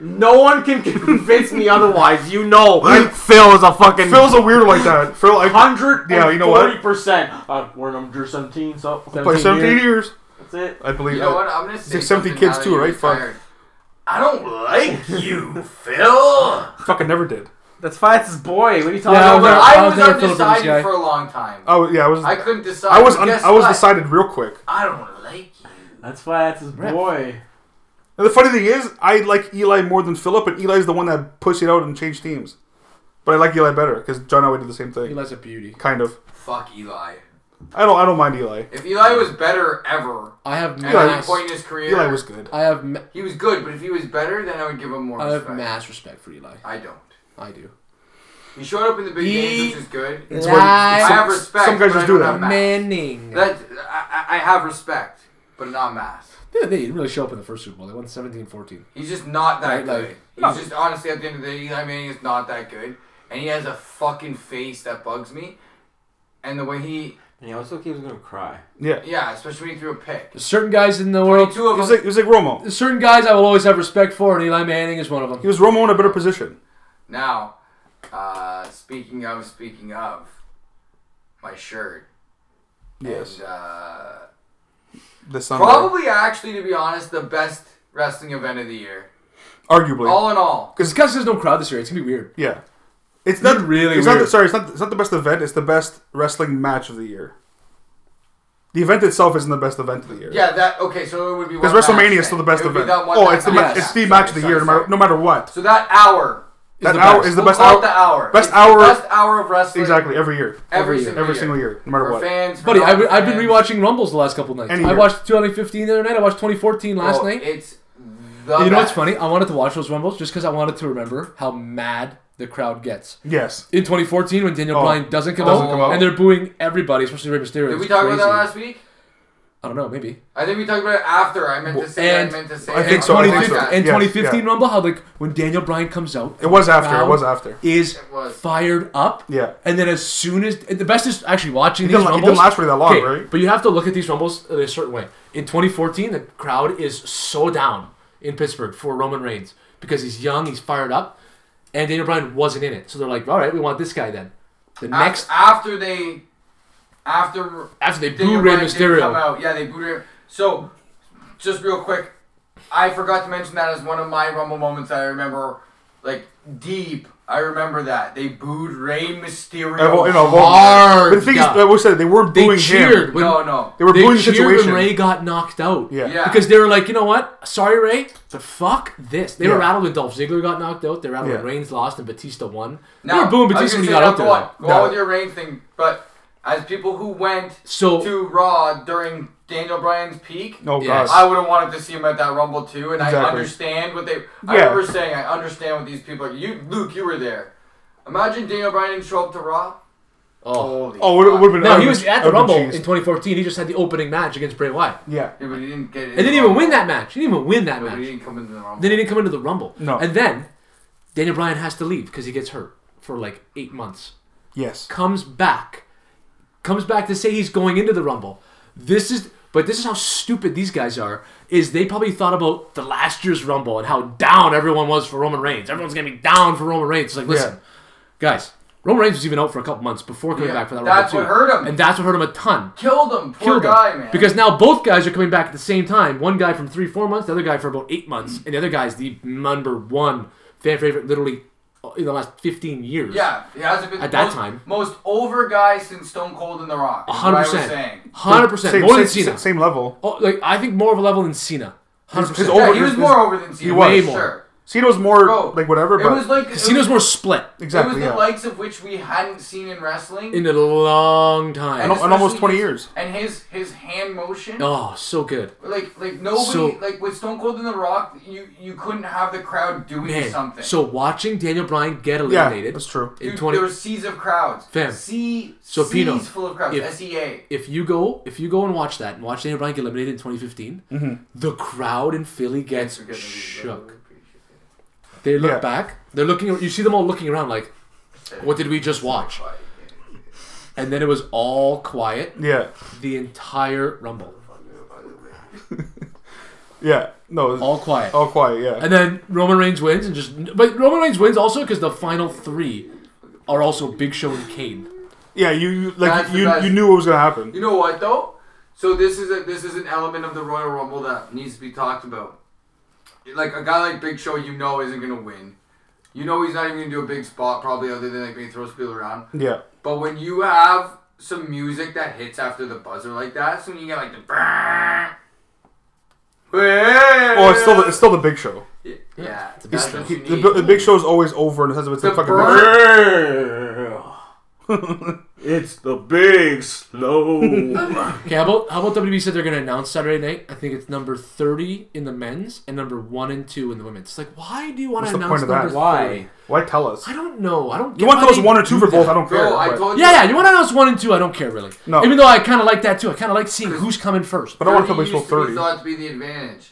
Speaker 7: No one can convince me otherwise. You know,
Speaker 3: I-
Speaker 7: Phil is a fucking
Speaker 3: Phil's a weirdo like that. Phil, I
Speaker 7: 100
Speaker 3: Yeah, you know what?
Speaker 7: percent. Uh, we're number 17, so 17
Speaker 3: played 17
Speaker 7: years.
Speaker 3: years.
Speaker 7: That's it.
Speaker 3: I believe.
Speaker 5: You know
Speaker 3: I-
Speaker 5: what? I'm gonna say
Speaker 3: like 70
Speaker 5: something
Speaker 3: kids
Speaker 5: now
Speaker 3: too,
Speaker 5: that you're
Speaker 3: right? Fuck.
Speaker 5: retired. I don't like you, Phil.
Speaker 3: fucking never did.
Speaker 7: That's Fiat's boy. What are you talking
Speaker 6: Yeah,
Speaker 5: No,
Speaker 7: about?
Speaker 5: but
Speaker 6: never-
Speaker 5: I
Speaker 6: I'll
Speaker 5: was
Speaker 6: never feel the British guy.
Speaker 5: undecided for a long time.
Speaker 3: Oh yeah, I was.
Speaker 5: I
Speaker 3: I,
Speaker 5: couldn't decide.
Speaker 3: was.
Speaker 5: but
Speaker 3: Un,
Speaker 5: guess
Speaker 3: I was
Speaker 5: what?
Speaker 3: decided real quick.
Speaker 5: I don't like you.
Speaker 7: That's Fiat's boy.
Speaker 3: And the funny thing is, I like Eli more than Philip, but Eli's the one that pushed it out and changed teams. But I like Eli better because John Elway did the same thing.
Speaker 6: Eli's a beauty.
Speaker 3: Kind of.
Speaker 5: Fuck Eli.
Speaker 3: I don't. I don't mind Eli.
Speaker 5: If Eli was better ever
Speaker 6: I have
Speaker 5: at any
Speaker 6: mass.
Speaker 5: point in his career,
Speaker 3: Eli was good. Uh,
Speaker 6: I have. Ma-
Speaker 5: he was good. But if he was better, then I would give him more
Speaker 6: I have
Speaker 5: respect.
Speaker 6: mass respect for Eli.
Speaker 5: I don't.
Speaker 6: I do.
Speaker 5: He showed up in the big
Speaker 6: He-
Speaker 5: games, which is good.
Speaker 3: It's where-
Speaker 6: I-
Speaker 5: I
Speaker 3: some-
Speaker 5: have respect.
Speaker 3: Some guys
Speaker 5: but
Speaker 3: just
Speaker 5: I
Speaker 3: do
Speaker 5: don't
Speaker 3: that.
Speaker 5: have mass.
Speaker 6: Manning.
Speaker 5: That I, I I have respect, but not mass.
Speaker 6: Yeah, they didn't really show up in the first Super Bowl. They won 17-14.
Speaker 5: He's just not that
Speaker 6: Like-
Speaker 5: good.
Speaker 6: like-
Speaker 5: He's just honestly at the end of the day, Eli Manning is not that good, and he has a fucking face that bugs me. And the way he,
Speaker 7: And he also keeps gonna cry.
Speaker 3: Yeah.
Speaker 5: yeah, especially when he threw a pick.
Speaker 6: There's certain guys in the world.
Speaker 5: Two
Speaker 3: It
Speaker 5: of
Speaker 3: was
Speaker 5: them.
Speaker 3: like it was like Romo.
Speaker 6: there's Certain guys I will always have respect for, and Eli Manning is one of
Speaker 3: He
Speaker 6: them.
Speaker 3: was Romo in a better position.
Speaker 5: Now, uh, speaking of, speaking of, my shirt.
Speaker 3: Yes.
Speaker 5: And, uh,
Speaker 3: The Sunday.
Speaker 5: probably actually, to be honest, the best wrestling event of the year.
Speaker 3: Arguably.
Speaker 5: All in all,
Speaker 6: Because because there's no crowd this year, it's gonna be weird.
Speaker 3: Yeah. It's not
Speaker 6: really
Speaker 3: It's not the,
Speaker 6: weird.
Speaker 3: sorry. It's not. It's not the best event. It's the best wrestling match of the year. The event itself isn't the best event of the year.
Speaker 5: yeah. That okay. So it would be
Speaker 3: Because
Speaker 5: one match
Speaker 3: WrestleMania
Speaker 5: then.
Speaker 3: is still the best
Speaker 5: It would be
Speaker 3: event.
Speaker 5: that one-
Speaker 3: Oh,
Speaker 5: that
Speaker 3: it's the
Speaker 5: match.
Speaker 3: ma- it's the
Speaker 5: Sorry,
Speaker 3: match of the
Speaker 5: sorry,
Speaker 3: year, no matter,
Speaker 5: sorry.
Speaker 3: no matter what.
Speaker 5: So that hour
Speaker 3: That
Speaker 6: the
Speaker 3: hour
Speaker 6: best.
Speaker 3: is the
Speaker 5: We'll
Speaker 3: best
Speaker 5: call
Speaker 3: hour.
Speaker 5: it the hour.
Speaker 3: Best
Speaker 5: It's the
Speaker 3: hour-
Speaker 5: Best hour of wrestling.
Speaker 3: Exactly, every year,
Speaker 5: Every,
Speaker 6: Every
Speaker 5: single
Speaker 3: every
Speaker 5: year.
Speaker 3: single year, no matter
Speaker 5: For
Speaker 3: what.
Speaker 5: fans, for
Speaker 6: Buddy, I've,
Speaker 5: non-fans.
Speaker 6: I've been rewatching Rumbles the last couple nights.
Speaker 3: Any
Speaker 6: I
Speaker 3: year.
Speaker 6: watched 2015 the other night. I watched 2014 last
Speaker 5: Oh,
Speaker 6: night.
Speaker 5: It's the
Speaker 6: you know what's
Speaker 5: best.
Speaker 6: funny? I wanted to watch those Rumbles just because I wanted to remember how mad the crowd gets.
Speaker 3: Yes.
Speaker 6: In 2014, when Daniel
Speaker 3: Oh.
Speaker 6: Bryan doesn't come,
Speaker 5: Doesn't
Speaker 6: out,
Speaker 5: come out.
Speaker 6: and they're booing everybody, especially Rey
Speaker 5: Did
Speaker 6: Mysterio.
Speaker 5: we
Speaker 6: It's
Speaker 5: talk
Speaker 6: crazy.
Speaker 5: about that last week?
Speaker 6: I don't know, maybe.
Speaker 5: I think we talked about it after. I meant to say.
Speaker 6: And-
Speaker 5: I meant to say.
Speaker 3: I
Speaker 5: it
Speaker 3: think
Speaker 5: on
Speaker 3: so,
Speaker 5: the
Speaker 3: I think so.
Speaker 5: podcast.
Speaker 6: And
Speaker 3: Yes,
Speaker 6: 2015
Speaker 3: yeah.
Speaker 6: Rumble, how like when Daniel Bryan comes out,
Speaker 3: It was after. It
Speaker 6: crowd
Speaker 3: was after.
Speaker 6: Is
Speaker 5: was.
Speaker 6: fired up.
Speaker 3: Yeah.
Speaker 6: And then as soon as and the best is actually watching
Speaker 3: It
Speaker 6: these
Speaker 3: didn't, it
Speaker 6: rumbles.
Speaker 3: didn't last for that long,
Speaker 6: Okay,
Speaker 3: right?
Speaker 6: But you have to look at these rumbles in a certain way. In 2014, the crowd is so down in Pittsburgh for Roman Reigns because he's young, he's fired up, and Daniel Bryan wasn't in it. So they're like, all right, we want this guy then. The
Speaker 5: Af-
Speaker 6: next
Speaker 5: after they after
Speaker 6: after they boo
Speaker 5: Daniel
Speaker 6: Rey
Speaker 5: Bryan didn't come
Speaker 6: Mysterio,
Speaker 5: out. Yeah, they booed him. So just real quick, I forgot to mention that as one of my Rumble moments that I remember, like deep. I remember that they booed Rey Mysterio.
Speaker 3: Uh, well, you know, well,
Speaker 6: Hard
Speaker 3: but the thing is,
Speaker 6: guy.
Speaker 3: like we said, they weren't
Speaker 6: they
Speaker 3: booing
Speaker 6: cheered
Speaker 3: him.
Speaker 6: when
Speaker 5: no, no.
Speaker 3: They were
Speaker 6: they
Speaker 3: booing
Speaker 6: cheered
Speaker 3: the situation.
Speaker 6: when Ray got knocked out.
Speaker 3: yeah.
Speaker 5: Yeah.
Speaker 6: Because they were like, you know what? Sorry, Ray. The fuck this. They were
Speaker 3: Yeah.
Speaker 6: rattled when Dolph Ziggler got knocked out. They were rattled
Speaker 3: Yeah.
Speaker 6: when Reigns lost and Batista won.
Speaker 5: Now,
Speaker 6: they were booing
Speaker 5: I was
Speaker 6: Batista when
Speaker 5: gonna say,
Speaker 6: he
Speaker 5: oh,
Speaker 6: got
Speaker 5: now
Speaker 6: out there.
Speaker 5: Go on, go on
Speaker 6: No.
Speaker 5: with your Reign thing, but as people who went
Speaker 6: So-
Speaker 5: to Raw during Daniel Bryan's peak,
Speaker 3: Oh
Speaker 6: Yes.
Speaker 3: god.
Speaker 5: I would have wanted to see him at that Rumble too, and I
Speaker 3: Exactly.
Speaker 5: understand what they. I
Speaker 3: Yeah.
Speaker 5: remember saying I understand what these people are. You, Luke, you were there. Imagine Daniel Bryan didn't show up to Raw.
Speaker 6: Oh.
Speaker 5: Holy
Speaker 3: Oh, it would have been.
Speaker 6: No, he was at the
Speaker 3: would've
Speaker 6: Rumble
Speaker 3: been
Speaker 6: in
Speaker 3: cheesed.
Speaker 6: 2014. He just had the opening match against Bray Wyatt.
Speaker 3: Yeah.
Speaker 5: Yeah, but he didn't get.
Speaker 6: And didn't even win that match. He didn't even win that
Speaker 5: But he
Speaker 6: match.
Speaker 5: didn't come into the Rumble.
Speaker 6: Then he didn't come into the Rumble.
Speaker 3: No.
Speaker 6: And then Daniel Bryan has to leave because he gets hurt for like eight months.
Speaker 3: Yes.
Speaker 6: Comes back. Comes back to say he's going into the Rumble. This is but this is how stupid these guys are. Is they probably thought about the last year's Rumble and how down everyone was for Roman Reigns. Everyone's gonna be down for Roman Reigns. It's like, listen,
Speaker 3: Yeah.
Speaker 6: guys, Roman Reigns was even out for a couple months before coming
Speaker 5: Yeah,
Speaker 6: back for that
Speaker 5: that's
Speaker 6: Rumble
Speaker 5: what
Speaker 6: too.
Speaker 5: hurt him.
Speaker 6: And that's what hurt him a ton.
Speaker 5: Killed him, poor
Speaker 6: killed him.
Speaker 5: guy, man.
Speaker 6: Because now both guys are coming back at the same time. One guy from three, four months, the other guy for about eight months, and the other guy's the number one fan favorite literally in the last fifteen years.
Speaker 5: yeah, he hasn't been
Speaker 6: At that
Speaker 5: most-
Speaker 6: time.
Speaker 5: most over guy since Stone Cold and The Rock. is what I
Speaker 6: hundred
Speaker 5: was
Speaker 6: percent,
Speaker 5: saying.
Speaker 6: hundred percent,
Speaker 3: Same,
Speaker 6: more than
Speaker 3: same,
Speaker 6: Cena.
Speaker 3: same level.
Speaker 6: Oh, like I think more of a level than Cena. Hundred
Speaker 3: his
Speaker 6: percent.
Speaker 3: over-
Speaker 5: Yeah, he was
Speaker 3: his-
Speaker 5: more over than Cena.
Speaker 3: was.
Speaker 6: Way
Speaker 5: for
Speaker 6: more.
Speaker 5: Sure.
Speaker 3: Cena's more
Speaker 5: Bro,
Speaker 3: like whatever,
Speaker 5: It
Speaker 3: but
Speaker 5: was like it
Speaker 6: Cena's
Speaker 5: was-
Speaker 6: more split
Speaker 3: exactly.
Speaker 5: It was
Speaker 3: yeah.
Speaker 5: the likes of which we hadn't seen in wrestling
Speaker 6: in a long time.
Speaker 3: And- almost
Speaker 5: especially
Speaker 3: 20
Speaker 5: his-
Speaker 3: years.
Speaker 5: And his his hand motion,
Speaker 6: oh, so good.
Speaker 5: like like nobody,
Speaker 6: So-
Speaker 5: like with Stone Cold and The Rock, you you couldn't have the crowd doing
Speaker 6: Man,
Speaker 5: something.
Speaker 6: so watching Daniel Bryan get
Speaker 3: yeah,
Speaker 6: eliminated.
Speaker 3: that's true.
Speaker 6: In
Speaker 5: Dude,
Speaker 6: twenty,
Speaker 5: there were seas of crowds.
Speaker 6: Fam.
Speaker 5: Sea,
Speaker 6: So,
Speaker 5: seas
Speaker 6: Pino,
Speaker 5: full of crowds. E
Speaker 6: if-
Speaker 5: SEA.
Speaker 6: if you go if you go and watch that and watch Daniel Bryan get eliminated in 2015,
Speaker 3: Mm-hmm.
Speaker 6: the crowd in Philly gets shook. They look
Speaker 3: Yeah.
Speaker 6: back. They're looking. You see them all looking around like, "What did we just watch?" And then it was all quiet
Speaker 3: Yeah.
Speaker 6: the entire Rumble.
Speaker 3: Yeah. No. It was all,
Speaker 6: All quiet.
Speaker 3: quiet. Yeah.
Speaker 6: And then Roman Reigns wins and just. But Roman Reigns wins also because the final three are also Big Show and Kane.
Speaker 3: yeah. You, you like
Speaker 5: That's the
Speaker 3: you,
Speaker 5: best.
Speaker 3: you knew what was gonna happen.
Speaker 5: You know what though? So this is a this is an element of the Royal Rumble that needs to be talked about. Like a guy like Big Show, you know, isn't gonna win. You know he's not even gonna do a big spot, probably other than like maybe throw people around.
Speaker 3: Yeah.
Speaker 5: But when you have some music that hits after the buzzer like that, so when you get like the.
Speaker 3: Well,
Speaker 5: Well,
Speaker 3: Oh, it's still the, it's still the big show.
Speaker 5: yeah.
Speaker 3: It's,
Speaker 5: That's what
Speaker 3: he-
Speaker 5: you
Speaker 3: the,
Speaker 5: need.
Speaker 3: bi- the big show is always over and it has a it's
Speaker 5: The
Speaker 3: a fucking.
Speaker 5: burn-
Speaker 7: It's the big slow.
Speaker 6: Okay, how about how about WWE said they're gonna announce Saturday night? I think it's number thirty in the men's and number one and two in the women's. It's like, why do you want
Speaker 3: What's
Speaker 6: to
Speaker 3: the
Speaker 6: announce
Speaker 3: point of that?
Speaker 6: number
Speaker 4: Why?
Speaker 3: Why tell us?
Speaker 6: I don't know. I don't.
Speaker 3: You want those one or two for both? I don't care.
Speaker 5: Bro, I
Speaker 3: but-
Speaker 5: told you.
Speaker 6: Yeah, yeah. You want to announce one and two? I don't care really.
Speaker 3: No.
Speaker 6: Even though I kind of like that too. I kind of like seeing who's coming first.
Speaker 3: but I want to
Speaker 5: 30
Speaker 3: play till
Speaker 5: used to be
Speaker 3: 30.
Speaker 5: thought to be the advantage.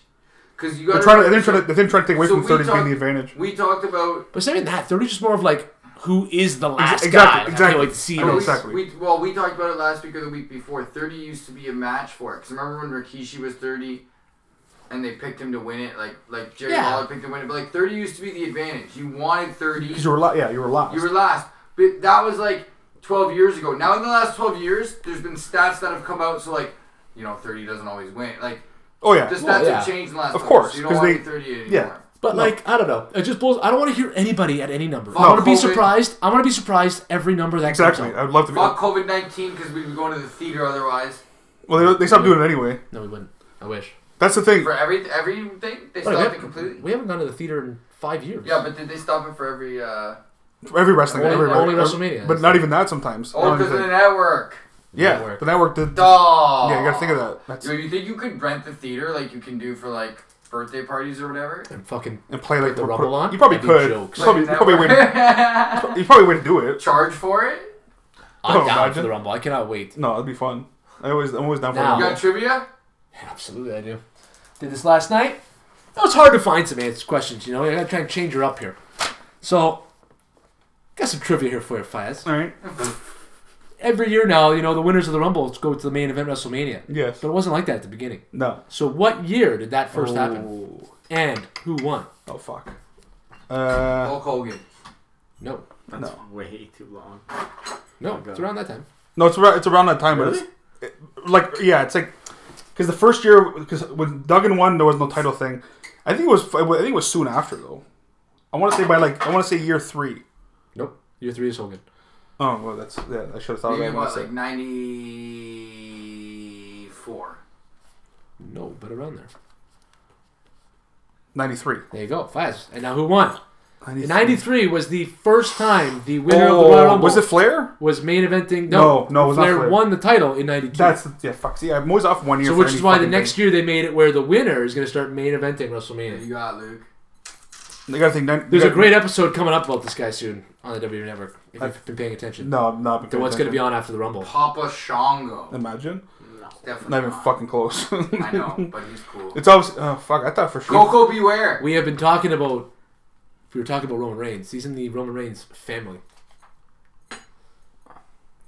Speaker 5: Because you got
Speaker 3: They're trying to, they're trying to, they're trying to take away
Speaker 5: So
Speaker 3: from
Speaker 5: we
Speaker 3: 30 being
Speaker 5: talked-
Speaker 3: the advantage.
Speaker 5: We talked about.
Speaker 6: But saying that, they're just more of like who is the last
Speaker 3: Exactly,
Speaker 6: guy. Like, E I can't
Speaker 3: exactly.
Speaker 6: wait to see.
Speaker 3: I know
Speaker 5: we-
Speaker 6: this.
Speaker 3: exactly.
Speaker 5: We, well, we talked about it last week or the week before. 30 used to be a match for it. Because remember when Rikishi was 30 and they picked him to win it? Like, like Jerry
Speaker 6: Yeah.
Speaker 5: Lawler picked him to win it. But, like, 30 used to be the advantage. You wanted 30.
Speaker 3: Because you were, la- yeah, you were last.
Speaker 5: You were last. But that was like 12 years ago. Now, in the last 12 years, there's been stats that have come out. So, like, you know, 30 doesn't always win. Like,
Speaker 3: Oh yeah,
Speaker 5: the stats
Speaker 6: Well, yeah.
Speaker 5: have changed in the last
Speaker 3: Of
Speaker 5: 12
Speaker 3: course,
Speaker 5: years, so you don't
Speaker 3: 'cause
Speaker 5: want to
Speaker 3: they-
Speaker 5: be 38
Speaker 3: yeah.
Speaker 5: anymore.
Speaker 6: But like I don't know, it just blows. I don't want to hear anybody at any number.
Speaker 5: Fuck
Speaker 6: I want to be
Speaker 5: COVID.
Speaker 6: surprised. I want to be surprised every number that comes
Speaker 3: exactly.
Speaker 6: out.
Speaker 3: I would love to be.
Speaker 5: Fuck COVID 19 because we'd be going to the theater otherwise.
Speaker 3: Well, they, they stopped doing it anyway.
Speaker 6: No, we wouldn't. I wish.
Speaker 3: That's the thing.
Speaker 5: For every everything, they
Speaker 6: What, we,
Speaker 5: stopped it
Speaker 6: haven't-
Speaker 5: completely.
Speaker 6: we haven't gone to the theater in five years.
Speaker 5: Yeah, but did they stop it for every. uh
Speaker 3: For every wrestling,
Speaker 6: Only-
Speaker 3: every,
Speaker 6: only
Speaker 3: every-
Speaker 6: WrestleMania.
Speaker 3: but not even that sometimes.
Speaker 5: Oh, because of the network.
Speaker 3: yeah,
Speaker 6: network.
Speaker 3: the network did.
Speaker 5: Duh.
Speaker 3: Yeah, you gotta think of that. That's,
Speaker 5: Yo, you think you could rent the theater like you can do for like birthday parties or whatever?
Speaker 6: And fucking
Speaker 3: and play like
Speaker 6: Put the Rumble on?
Speaker 3: You probably
Speaker 6: That'd be
Speaker 3: could.
Speaker 6: jokes.
Speaker 3: You probably,
Speaker 5: Like,
Speaker 3: you probably way. To,
Speaker 5: network.
Speaker 3: you probably way to do it.
Speaker 5: Charge for it?
Speaker 6: I'm
Speaker 3: Oh,
Speaker 6: down for
Speaker 3: imagine.
Speaker 6: the rumble. I cannot wait.
Speaker 3: No, that'd be fun. I always, I'm always down for
Speaker 6: Now.
Speaker 5: You
Speaker 3: that.
Speaker 5: got trivia?
Speaker 6: Absolutely, I do. Did this last night. It was hard to find some answers questions. You know, I gotta try and change her up here. So, got some trivia here for you, Faz.
Speaker 3: All right.
Speaker 6: Every year now, you know, the winners of the rumbles go to the main event WrestleMania.
Speaker 3: Yes.
Speaker 6: But it wasn't like that at the beginning.
Speaker 3: No.
Speaker 6: So, what year did that first happen?
Speaker 3: Oh.
Speaker 6: And who won?
Speaker 3: Oh fuck. Uh,
Speaker 5: Hulk Hogan.
Speaker 6: No,
Speaker 3: Oh
Speaker 7: That's
Speaker 3: No.
Speaker 7: way too long.
Speaker 6: no,
Speaker 7: God.
Speaker 6: it's around that time.
Speaker 3: no, it's around, it's around that time, but it's it- like yeah, it's like because the first year because when Duggan won there was no title thing. I think it was I think it was soon after though. I want to say by like I want to say year three.
Speaker 6: Nope, year three is Hogan.
Speaker 3: Oh well, that's yeah. I should have thought of
Speaker 5: Maybe
Speaker 3: that. when I
Speaker 5: about
Speaker 3: said-
Speaker 5: like 94.
Speaker 6: No, but around there.
Speaker 3: 93.
Speaker 6: There you go, Faz. And now who won?
Speaker 3: 93.
Speaker 6: '93 was the first time the winner of the Royal
Speaker 3: Oh,
Speaker 6: Rumble
Speaker 3: was it Flair?
Speaker 6: was main eventing. No,
Speaker 3: No, no, it was not
Speaker 6: Flair
Speaker 3: Flair.
Speaker 6: won the title in '92.
Speaker 3: That's yeah. Fuck. See, I'm always off one year.
Speaker 6: so,
Speaker 3: for
Speaker 6: which
Speaker 3: any
Speaker 6: is why the
Speaker 3: fucking
Speaker 6: next
Speaker 3: thing.
Speaker 6: year they made it where the winner is going to start main eventing
Speaker 5: You
Speaker 6: WrestleMania.
Speaker 5: got Luke.
Speaker 3: They gotta think. nin-
Speaker 6: There's
Speaker 3: they
Speaker 6: a
Speaker 3: gotta-
Speaker 6: great episode coming up about this guy soon on the WWE Network. If you've been paying attention,
Speaker 3: No, I'm not.
Speaker 6: to what's going to be on after the Rumble?
Speaker 5: Papa Shango.
Speaker 3: Imagine.
Speaker 5: Definitely.
Speaker 3: Not even fucking close.
Speaker 5: I know, but he's cool.
Speaker 3: it's always. Oh fuck! I thought for sure.
Speaker 5: Coco Beware.
Speaker 6: We have been talking about. We were talking about Roman Reigns. He's in the Roman Reigns family.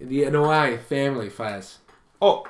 Speaker 6: In the NOI family, Faz.
Speaker 3: Oh,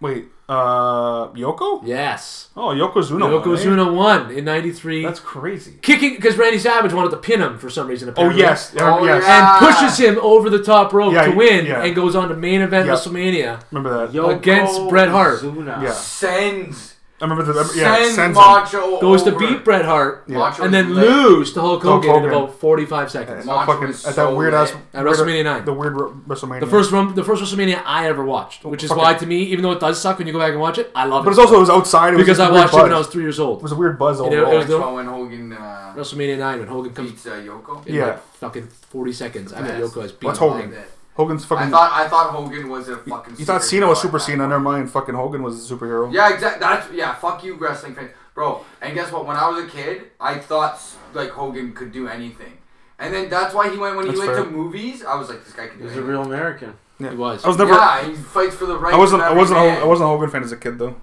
Speaker 3: wait. Uh, Yoko?
Speaker 6: Yes.
Speaker 3: Oh, Yokozuna. won, eh?
Speaker 6: Yokozuna won in '93.
Speaker 3: That's crazy.
Speaker 6: kicking because Randy Savage wanted to pin him for some reason.
Speaker 3: Oh
Speaker 6: Apparently.
Speaker 3: yes, I remember-
Speaker 5: Oh,
Speaker 3: yes.
Speaker 5: yeah.
Speaker 6: and pushes him over the top rope
Speaker 3: Yeah,
Speaker 6: to win,
Speaker 3: yeah.
Speaker 6: and goes on to main event
Speaker 3: Yep.
Speaker 6: WrestleMania.
Speaker 3: Remember that?
Speaker 6: Against Bret Hart.
Speaker 7: Zuna.
Speaker 3: Yeah,
Speaker 5: Sends.
Speaker 3: I remember the. remember- Yeah,
Speaker 5: Sends
Speaker 3: Sensen.
Speaker 5: Macho.
Speaker 6: Goes to
Speaker 5: over.
Speaker 6: beat Bret Hart,
Speaker 3: Yeah.
Speaker 5: Macho
Speaker 6: and
Speaker 5: is
Speaker 6: then
Speaker 5: lit.
Speaker 6: lose to Hulk
Speaker 3: Hulk
Speaker 6: Hogan, in
Speaker 3: Hogan.
Speaker 6: about 45 seconds.
Speaker 3: And
Speaker 5: Macho
Speaker 3: that fucking
Speaker 5: is
Speaker 3: at
Speaker 5: so
Speaker 3: that weird ass
Speaker 5: lit.
Speaker 6: At WrestleMania 9.
Speaker 3: The weird Ru- WrestleMania.
Speaker 6: The first rum, the first WrestleMania I ever watched, which is
Speaker 3: Oh, fuck
Speaker 6: why
Speaker 3: it.
Speaker 6: to me, even though it does suck when you go back and watch it, I love it.
Speaker 3: But it's also it was outside. It was
Speaker 6: because
Speaker 3: just
Speaker 6: I
Speaker 3: a weird
Speaker 6: watched it
Speaker 3: buzz.
Speaker 6: when I was three years
Speaker 3: It
Speaker 6: old.
Speaker 3: was a weird buzz
Speaker 6: know, it
Speaker 3: overall.
Speaker 6: was the-
Speaker 5: Macho and Hogan uh,
Speaker 6: WrestleMania 9 when Hogan comes
Speaker 5: beats uh, Yoko.
Speaker 6: in
Speaker 3: Yeah.
Speaker 6: like fucking 40 seconds after
Speaker 5: Yes.
Speaker 6: Yoko has beat
Speaker 3: What's
Speaker 6: him.
Speaker 3: Hogan?
Speaker 5: Like that.
Speaker 3: Hogan's fucking.
Speaker 5: I thought I thought Hogan was a fucking.
Speaker 3: you thought
Speaker 5: superhero
Speaker 3: Cena was
Speaker 5: at
Speaker 3: Super
Speaker 5: that
Speaker 3: Cena. Never mind. Fucking Hogan was a superhero.
Speaker 5: Yeah, exactly. That's yeah. Fuck you, wrestling fans, bro. And guess what? When I was a kid, I thought like Hogan could do anything, and then that's why he went when he
Speaker 3: That's
Speaker 5: went
Speaker 3: fair.
Speaker 5: to movies. I was like, this guy can do
Speaker 7: He's a
Speaker 5: anything.
Speaker 7: real American.
Speaker 6: He was.
Speaker 3: I was never.
Speaker 5: yeah, he fights for the right.
Speaker 3: I wasn't.
Speaker 5: of
Speaker 3: I
Speaker 5: every
Speaker 3: wasn't.
Speaker 5: man.
Speaker 3: A, I wasn't a Hogan fan as a kid though.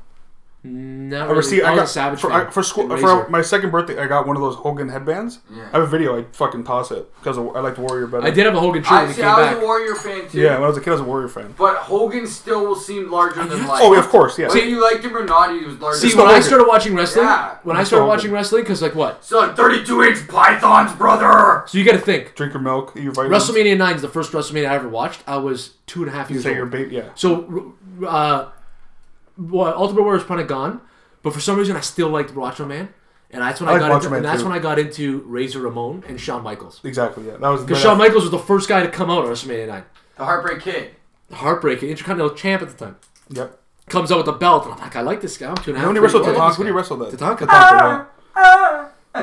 Speaker 6: Not
Speaker 3: I
Speaker 6: really.
Speaker 3: received.
Speaker 6: I
Speaker 3: I
Speaker 6: was a
Speaker 3: got
Speaker 6: Savage
Speaker 3: for,
Speaker 6: fan.
Speaker 3: I, for school
Speaker 6: And
Speaker 3: for
Speaker 6: Razor.
Speaker 3: my second birthday. I got one of those Hogan headbands.
Speaker 5: Yeah.
Speaker 3: I have a video. I fucking toss it because I liked Warrior better.
Speaker 6: I did have a Hogan shirt when
Speaker 5: I
Speaker 6: he
Speaker 5: see.
Speaker 6: came
Speaker 5: I was
Speaker 6: back.
Speaker 5: a Warrior fan too.
Speaker 3: Yeah, when I was a kid, I was a Warrior fan.
Speaker 5: But Hogan still will seem larger than life.
Speaker 3: Oh, yeah, of course, yeah.
Speaker 5: Whether you liked him or not, he was larger.
Speaker 6: See,
Speaker 5: than
Speaker 6: when
Speaker 5: life.
Speaker 6: I started watching wrestling,
Speaker 5: Yeah.
Speaker 6: when I started
Speaker 3: Hogan.
Speaker 6: watching wrestling, because like what?
Speaker 5: son, thirty-two inch pythons, brother.
Speaker 6: So you got to think.
Speaker 3: Drink your milk. Eat your vitamins.
Speaker 6: WrestleMania nine is the first WrestleMania I ever watched. I was two and a half years
Speaker 3: Say
Speaker 6: old.
Speaker 3: your bait. Yeah.
Speaker 6: so, uh, well, Ultimate Warrior is kind of gone, but for some reason I still liked Macho Man, and that's when I,
Speaker 3: I like
Speaker 6: got
Speaker 3: Macho
Speaker 6: into,
Speaker 3: Man
Speaker 6: and that's
Speaker 3: too.
Speaker 6: when I got into Razor Ramon and Shawn Michaels.
Speaker 3: Exactly. Yeah. That was
Speaker 6: Because Shawn Michaels was the first guy to come out at WrestleMania nine.
Speaker 5: The Heartbreak Kid.
Speaker 6: Heartbreaking, Intercontinental Champ at the time
Speaker 3: Yep.
Speaker 6: comes out with the belt, and I'm like, I like this guy. I'm two and a half.
Speaker 3: How many
Speaker 6: three.
Speaker 3: wrestled
Speaker 6: I like
Speaker 3: Tatanka?
Speaker 6: this
Speaker 3: Who do you
Speaker 6: guy.
Speaker 3: wrestle that?
Speaker 6: Tatanka.
Speaker 3: yeah.